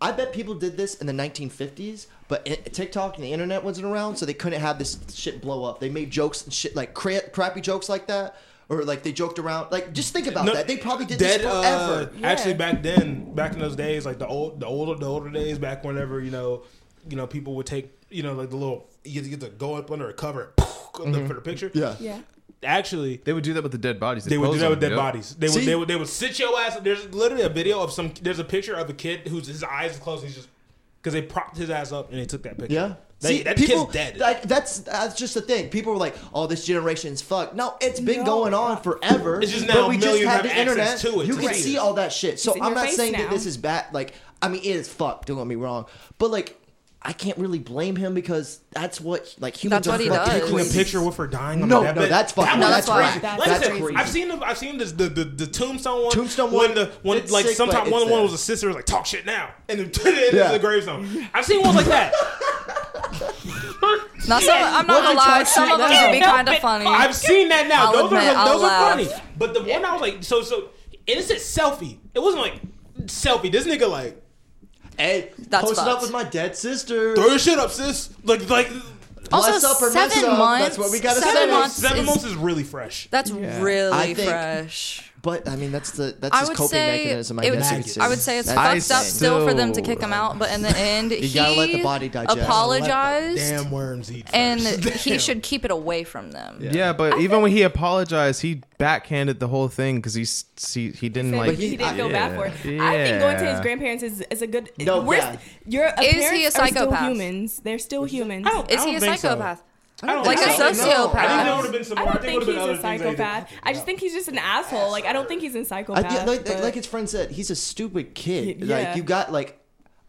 S1: I bet people did this in the 1950s, but it, TikTok and the internet wasn't around, so they couldn't have this shit blow up. They made jokes and shit like cra- crappy jokes like that, or like they joked around. Like just think about
S3: No,
S1: that. They probably did
S3: dead,
S1: this
S3: uh,
S1: forever.
S3: Actually, back then, back in those days, like the old, the older, the older days, back whenever you know, you know, people would take, you know, like the little, you get to go up under a cover for the picture.
S1: Mm-hmm. yeah.
S7: yeah.
S3: actually,
S2: They would do that with the dead bodies.
S3: They would
S2: pose
S3: do that
S2: on
S3: with
S2: them,
S3: dead
S2: yep.
S3: bodies. They
S1: See?
S3: would, they would they would sit your ass. There's literally a video of some. There's a picture of a kid whose his eyes are closed. And he's just because they propped his ass up and they took that picture.
S1: Yeah.
S3: They-
S1: See,
S3: that
S1: people,
S3: kid's dead.
S1: Like, that's that's just the thing. People were like, "Oh, this generation's fucked." No, it's been going on forever.
S3: It's just
S1: but
S3: now
S1: we just
S3: millions
S1: had
S3: have
S1: the
S3: access
S1: internet.
S3: to it
S1: You
S3: to
S1: can
S3: see
S1: see
S3: it.
S1: all that shit. So
S7: in
S1: I'm
S7: your
S1: not
S7: face
S1: saying that
S7: now.
S1: this is bad. Like, I mean, it is fucked. Don't get me wrong, but like, I can't really blame him because that's what like humans
S6: That's
S1: are
S6: what he
S1: fucking
S6: does.
S1: crazy.
S3: Taking a picture with her dying on
S1: No,
S3: the deathbed.
S1: no, that's fucking-
S3: That
S6: no,
S3: was
S6: that's
S3: crazy.
S6: wild.
S3: Like I
S1: That's
S3: said,
S1: crazy.
S3: I've seen the, I've seen this, the, the the tombstone one.
S1: Tombstone
S3: when
S1: one,
S3: the when
S1: it's
S3: like
S1: sick, but
S3: sometimes
S1: it's
S3: one one
S1: there.
S3: was a sister was like talk shit now and then it
S1: Yeah.
S3: yeah. the gravestone. I've seen ones like that.
S6: Now, some, I'm not gonna lie. Some of them would be kind of funny.
S3: I've seen that now.
S6: I'll
S3: those
S6: admit,
S3: are
S6: I'll
S3: those are
S6: laugh.
S3: funny. But the one I was like, so so innocent selfie. It wasn't like selfie. This nigga like
S1: Hey,
S6: That's
S1: posted up
S6: fucked.
S1: with my dead sister.
S3: throw your shit up, sis. Like like
S6: also
S1: Bless up or mess
S6: seven
S1: up,
S6: months.
S1: that's what we gotta
S6: seven
S1: say.
S6: months.
S3: seven
S6: is-
S3: months is really fresh.
S6: That's really
S1: I think-
S6: fresh.
S1: But I mean, that's the that's
S6: I
S1: his
S6: would
S1: coping
S6: say
S1: mechanism. I
S6: it would-
S1: guess you could say.
S6: I would say it's
S1: That's-
S2: I
S6: fucked up still for them to kick him out, but in the end,
S1: You
S6: he
S1: gotta let the body digest.
S6: apologized,
S3: Damn worms eat. First.
S6: and he should keep it away from them.
S2: Yeah, but even when he apologized, he backhanded the whole thing because he, s- he he didn't
S7: But
S2: like.
S7: he didn't go
S2: yeah,
S7: back for it. I think going to his grandparents is, is a good.
S1: No,
S7: we're-
S1: yeah.
S7: your
S6: he a
S7: parents are still
S6: psychopath?
S7: humans. They're still humans.
S9: I don't-
S6: Is
S9: I
S6: he
S9: don't
S6: a
S9: think so.
S6: psychopath?
S9: I don't
S6: Like
S9: think
S6: a
S9: so.
S6: sociopath.
S9: I think there would have been some.
S7: I
S9: more-
S7: don't think
S9: there
S7: he's
S9: would've been
S7: a
S9: other things that he did.
S7: psychopath. I just think he's just an asshole. Like I don't think he's a
S1: I,
S7: psychopath.
S1: yeah, like,
S7: but-
S1: like his friend said, he's a stupid kid.
S7: Y- yeah.
S1: Like you got like,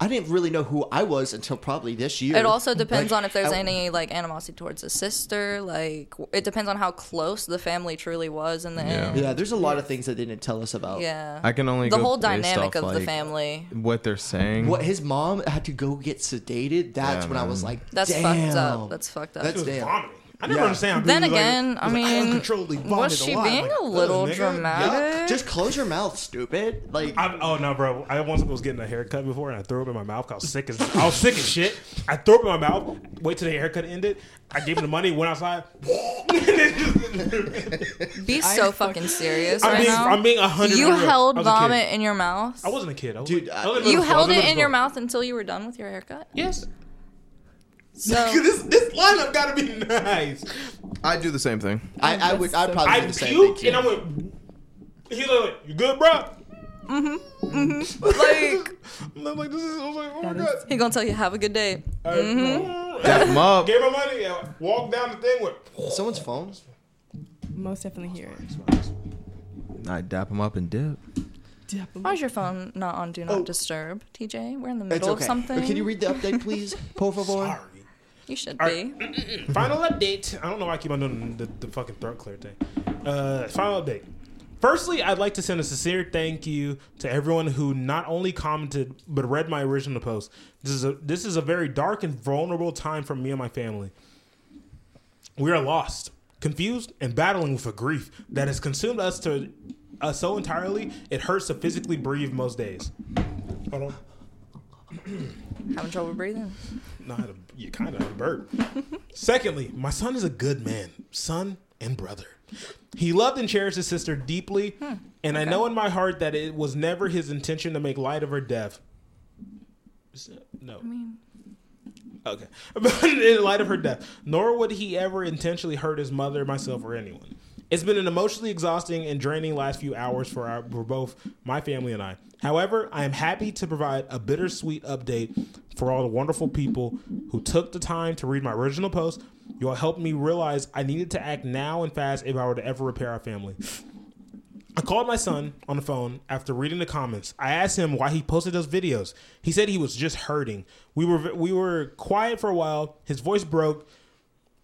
S1: I didn't really know who I was until probably this year.
S6: It also depends
S1: Like,
S6: on if there's
S1: I-
S6: any like animosity towards his sister. Like w- it depends on how close the family truly was in the end.
S1: Yeah, there's a lot of things that they didn't tell us about.
S6: Yeah.
S2: I can only
S6: the
S2: go
S6: whole
S2: based
S6: dynamic
S2: off,
S6: of the
S2: like,
S6: family.
S2: What they're saying.
S1: What his mom had to go get sedated. That's
S2: Yeah,
S1: when I was
S2: man.
S1: like,
S6: That's
S1: damn.
S6: fucked up. That's fucked up.
S1: That's damn.
S3: Vomiting. I never
S1: Yeah.
S3: understand. how
S6: then
S3: people like-
S6: again, I mean,
S3: uncontrollably vomited
S6: was she
S3: a lot,
S6: being
S3: like,
S6: a little
S3: nigga,
S1: Yeah,
S6: dramatic?
S1: just close your mouth, stupid. Like
S3: I, oh no, bro! I once was getting a haircut before, and I threw up in my mouth. 'cause I was sick as I was sick as shit. I threw up in my mouth. Wait till the haircut ended. I gave him the money. Went outside.
S6: Be so fucking serious
S3: I'm
S6: right
S3: being,
S6: now.
S3: I'm being hundred.
S6: you held
S3: I was a kid.
S6: vomit in your mouth.
S3: I wasn't a kid. I was,
S1: Dude,
S3: I was in
S6: You
S3: middle school. I was
S6: held it
S3: middle
S6: in your
S3: school.
S6: mouth until you were done with your haircut.
S3: Yes.
S6: So
S3: This this lineup gotta be nice.
S2: I do the same thing.
S1: I, I would, I'd probably
S3: I
S1: do the same thing
S3: puked
S1: too.
S3: and I went. He was like, "You good, bro?"
S6: Mm-hmm, like
S3: And I'm like, "This is." I was like, "Oh my god."
S6: he gonna tell you have a good day.
S3: I-
S6: Mm-hmm.
S2: Dap him up.
S3: Gave my money. and Walked down the thing with.
S1: Someone's phone.
S7: most definitely hear it.
S2: I dap him up and dip.
S6: Why is your phone not on Do Not
S1: Oh.
S6: Disturb, TJ? We're in the
S1: It's
S6: middle
S1: okay.
S6: of something.
S1: Can you read the update, please? Por favor.
S6: You should
S3: Alright.
S6: be.
S3: Final update. I don't know why I keep on doing the, the fucking throat clear thing. Uh, final update. Firstly, I'd like to send a sincere thank you to everyone who not only commented but read my original post. This is a this is a very dark and vulnerable time for me and my family. We are lost, confused, and battling with a grief that has consumed us to us so entirely it hurts to physically breathe most days. Hold on.
S6: Having trouble breathing.
S3: Not a, you kind of a bird. Secondly, my son is a good man, son and brother. He loved and cherished his sister deeply, and I know in my heart that it was never his intention to make light of her death. Is that- No. Okay. But in light of her death, nor would he ever intentionally hurt his mother, myself, or anyone. It's been an emotionally exhausting and draining last few hours for our, for both my family and I. However, I am happy to provide a bittersweet update for all the wonderful people who took the time to read my original post. You all helped me realize I needed to act now and fast if I were to ever repair our family. I called my son on the phone after reading the comments. I asked him why he posted those videos. He said he was just hurting. We were we were quiet for a while. His voice broke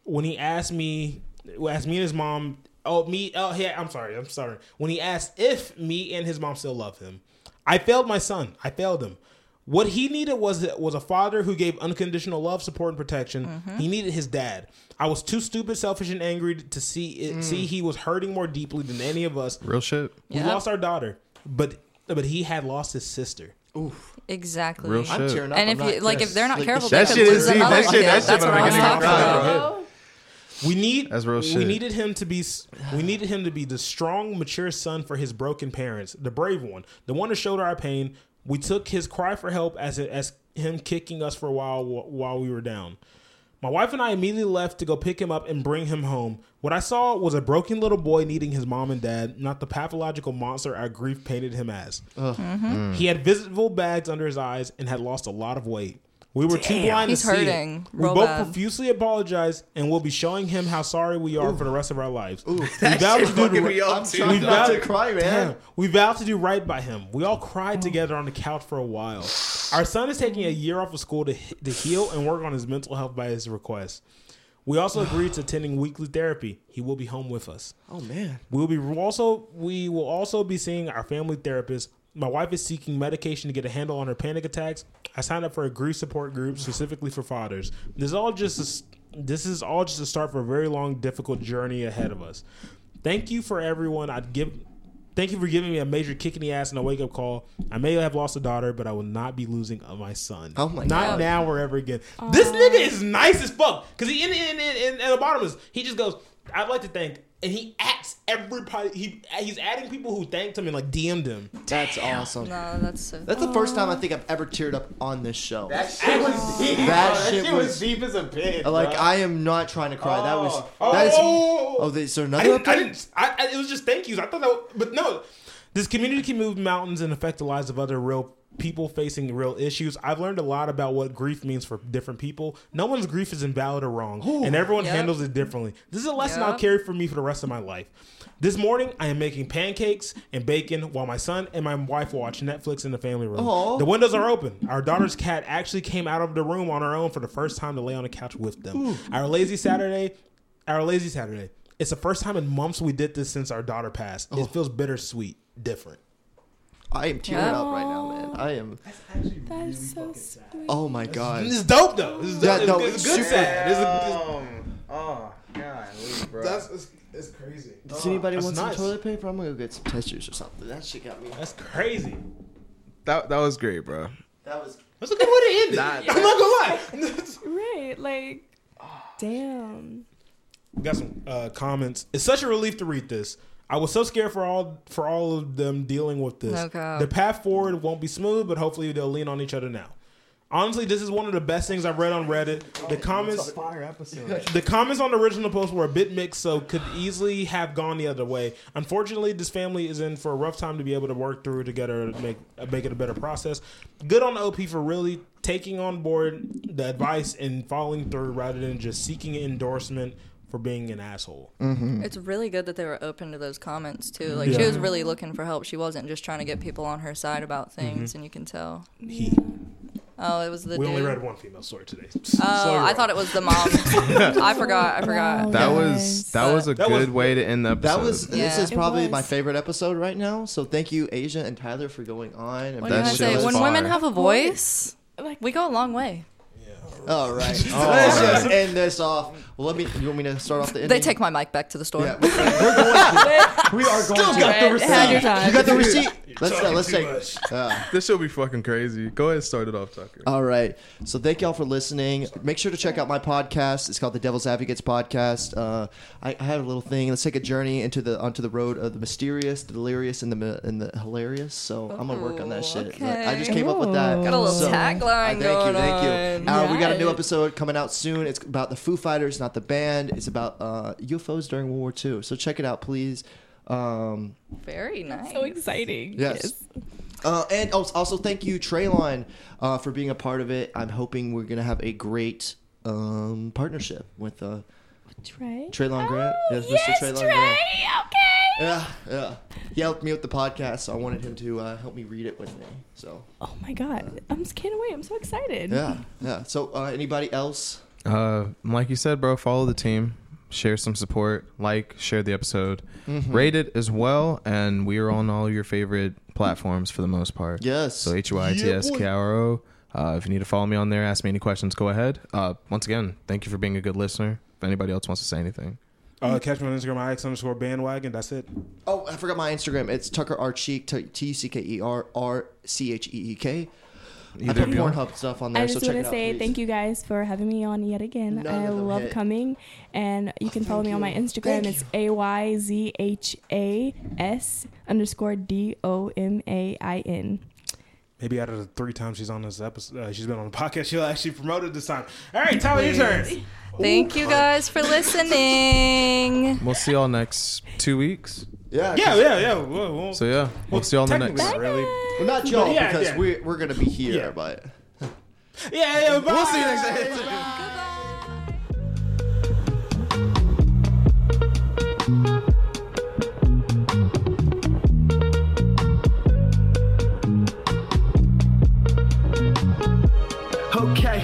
S3: when he asked me asked me and his mom oh me oh yeah I'm sorry I'm sorry when he asked if me and his mom still love him I failed my son I failed him what he needed was was a father who gave unconditional love support and protection he needed his dad I was too stupid selfish and angry to see it, see he was hurting more deeply than any of us
S2: Real shit.
S3: we
S6: Yeah.
S3: lost our daughter but but he had lost his sister
S6: Exactly.
S2: Real shit.
S1: I'm tearing up.
S6: And
S1: I'm
S6: if you
S1: not-
S6: like, if they're not
S1: Like,
S6: careful,
S2: That
S6: they
S2: shit
S6: could
S2: is
S6: lose
S2: deep.
S6: another
S2: That shit-
S6: kid.
S2: that shit
S6: That's what
S2: about
S6: I was
S2: making me
S6: talking
S2: cry,
S6: about.
S3: We need
S2: That's real
S3: We
S2: shit.
S3: needed him to be s- we needed him to be the strong, mature son for his broken parents, the brave one, the one that showed our pain. We took his cry for help as it, as him kicking us for a while wh- while we were down. My wife and I immediately left to go pick him up and bring him home. What I saw was a broken little boy needing his mom and dad, not the pathological monster our grief painted him as. He had visible bags under his eyes and had lost a lot of weight. We were too blind
S6: He's
S3: to see
S6: hurting
S3: it. We
S6: real
S3: both
S6: bad.
S3: profusely apologize, and we'll be showing him how sorry we are for the rest of our lives. we vowed to do the
S2: fucking me up,
S1: I'm
S2: too.
S1: trying
S3: We've
S1: not to
S3: got-
S1: cry, man.
S3: Damn. We vowed to do right by him. We all cried together on the couch for a while. Our son is taking a year off of school to, to heal and work on his mental health by his request. We also agreed to attending weekly therapy. He will be home with us.
S1: Oh man.
S3: We'll be also we will also be seeing our family therapist. My wife is seeking medication to get a handle on her panic attacks. I signed up for a grief support group specifically for fathers. This is all just a s this is all just a start for a very long, difficult journey ahead of us. Thank you for everyone. I'd give. Thank you for giving me a major kick in the ass and a wake up call. I may have lost a daughter, but I will not be losing of my son.
S1: Oh my
S3: not
S1: God.
S3: now or ever again. This nigga is nice as fuck. Cause he in in in, in, at the bottom is he just goes. I'd like to thank and he acts everybody. He he's adding people who thanked him and like DM'd him.
S1: That's awesome.
S6: No, that's so.
S1: That's the first
S3: Oh.
S1: time I think I've ever teared up on this show.
S4: That shit was deep.
S1: That
S4: bro.
S1: shit was-
S4: deep as a pit.
S1: like
S4: bro.
S1: I am not trying to cry. That was
S3: Oh.
S1: that is.
S3: Oh.
S1: Oh, is there
S3: I
S1: another
S3: didn't, I
S1: update?
S3: didn't. I, I, it was just thank yous. I thought that, was- but no. This community can move mountains and affect the lives of other real people facing real issues. I've learned a lot about what grief means for different people. No one's grief is invalid or wrong, and everyone
S6: Yep.
S3: handles it differently. This is a lesson I'll
S6: Yep.
S3: carry for me for the rest of my life. This morning, I am making pancakes and bacon while my son and my wife watch Netflix in the family room.
S1: Aw.
S3: The windows are open. Our daughter's cat actually came out of the room on her own for the first time to lay on the couch with them. Our lazy Saturday our lazy Saturday. It's the first time in months we did this since our daughter passed. It feels bittersweet, different.
S1: I am tearing
S6: Yeah.
S1: up right now, man. I am.
S10: That's so sweet.
S1: Oh my god.
S3: This is dope though. This is
S1: Yeah,
S3: dope. It's-
S1: no,
S3: it's,
S1: it's
S3: good
S1: super-
S3: sad. It's a-
S4: Um, oh, God, bro.
S3: that's it's, it's crazy.
S1: Does anybody
S3: That's
S1: want
S3: nice.
S1: some toilet paper? I'm gonna go get some tissues or something. That shit got me.
S3: That's crazy.
S2: That that was great, bro.
S1: That was.
S3: That's a good way to end it. I'm not gonna lie.
S10: Right, like, damn.
S3: We got some uh, comments. It's such a relief to read this. I was so scared for all for all of them dealing with this.
S6: No cap.
S3: Their path forward won't be smooth, but hopefully they'll lean on each other now. Honestly, this is one of the best things I've read on Reddit. The comments
S4: fire episode.
S3: The comments on the original post were a bit mixed, so could easily have gone the other way. Unfortunately, this family is in for a rough time to be able to work through together to make uh, make it a better process. Good on OP for really taking on board the advice and following through rather than just seeking endorsement for being an asshole.
S6: It's really good that they were open to those comments too.
S3: Mm-hmm.
S6: Like she was really looking for help. She wasn't just trying to get people on her side about things, and you can tell.
S3: Mm-hmm. He.
S6: Oh, it was the.
S3: We
S6: dude.
S3: only read one female story today.
S6: Oh, I thought it was the mom. I forgot. I forgot.
S2: That was that was a
S3: That was-
S2: good way to end the episode.
S1: That was. This
S6: Yeah.
S1: is probably
S10: was.
S1: my favorite episode right now. So thank you, Asia and Tyler, for going on. And
S6: What
S2: That
S6: did I
S2: shit
S6: say?
S2: was
S6: When women
S2: fire.
S6: have a voice,
S10: Like,
S6: we go a long way.
S1: All right. Let's just end this off. Well, let me. You want me to start off the ending?
S6: They take my mic back to the store.
S1: Yeah, we're, we're going to. We are going to.
S10: had your
S1: You
S10: time.
S1: got the receipt. Let's
S3: talking
S1: let's
S3: too
S1: take.
S3: much.
S1: Uh,
S2: This should be fucking crazy. Go ahead and start it off, Tucker.
S1: All right. So thank y'all for listening. Make sure to check out my podcast. It's called the Devil's Advocates Podcast. Uh, I, I had a little thing. Let's take a journey into the onto the road of the mysterious, the delirious, and the mi- and the hilarious. So I'm gonna work on that shit.
S6: Ooh,
S1: Like, I just came up with that.
S6: Got a little
S1: so,
S6: tagline
S1: Thank
S6: going
S1: you, thank you.
S6: on.
S1: Uh, We got a new
S6: Right.
S1: episode coming out soon. It's about the Foo Fighters, not the band. It's about uh, UFOs during World War II. So check it out, please. Um,
S6: Very nice.
S10: so exciting.
S1: Yes. Uh, and als- also, thank you, Traylon, uh, for being a part of it. I'm hoping we're going to have a great um, partnership with uh,
S10: Trey.
S1: Traylon Grant.
S10: Oh,
S1: Yes,
S10: yes,
S1: Mr.
S10: Trey.
S1: Traylon Grant.
S10: Okay.
S1: Yeah, yeah. He helped me with the podcast, so I wanted him to uh, help me read it with me. So,
S10: Oh my god, I'm just can't wait. I'm so excited.
S1: yeah, yeah. So, uh, anybody else?
S2: Uh, like you said, bro, follow the team, share some support, like, share the episode,
S3: Mm-hmm.
S2: rate it as well, and we are on all your favorite platforms for the most part.
S1: Yes.
S2: So H U I T S K R O. Uh, if you need to follow me on there, ask me any questions, go ahead. Uh, once again, thank you for being a good listener. If anybody else wants to say anything,
S3: Uh, catch me on Instagram, I X underscore bandwagon. That's it.
S1: Oh, I forgot my Instagram. It's Tucker R Cheek, T U C K E R R C H E E K. I
S2: Either
S1: put
S2: of y'all.
S1: Pornhub stuff on there,
S10: I
S1: so
S10: just
S1: check
S10: want
S1: it
S10: to
S1: out.
S10: say
S1: please.
S10: thank you guys for having me on yet again.
S1: None
S10: I
S1: of them
S10: love
S1: hit. Oh,
S10: coming, and you can follow me on my Instagram.
S1: Thank
S10: it's a y z h a s underscore d o m a i n.
S3: Maybe out of the three times she's on this episode, uh, she's been on the podcast, she'll actually promote it this time. All right, Tyler, your turn.
S6: Thank you guys for listening.
S2: we'll see y'all next two weeks.
S1: Yeah,
S3: Yeah, yeah, yeah. Whoa, whoa.
S2: So yeah, we'll see y'all in the next.
S3: Technically, Really?
S1: Well, not y'all
S3: Yeah,
S1: because
S3: yeah.
S1: we're we're gonna be here,
S3: Yeah.
S1: but.
S3: Yeah, yeah. Bye.
S1: We'll see you next time.
S4: Okay,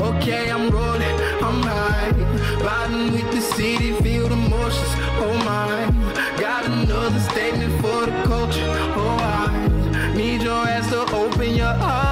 S4: okay, I'm rolling, I'm high. Riding with the city, feel the motions, oh my. Got another statement for the culture, oh I. Need your ass to open your eyes.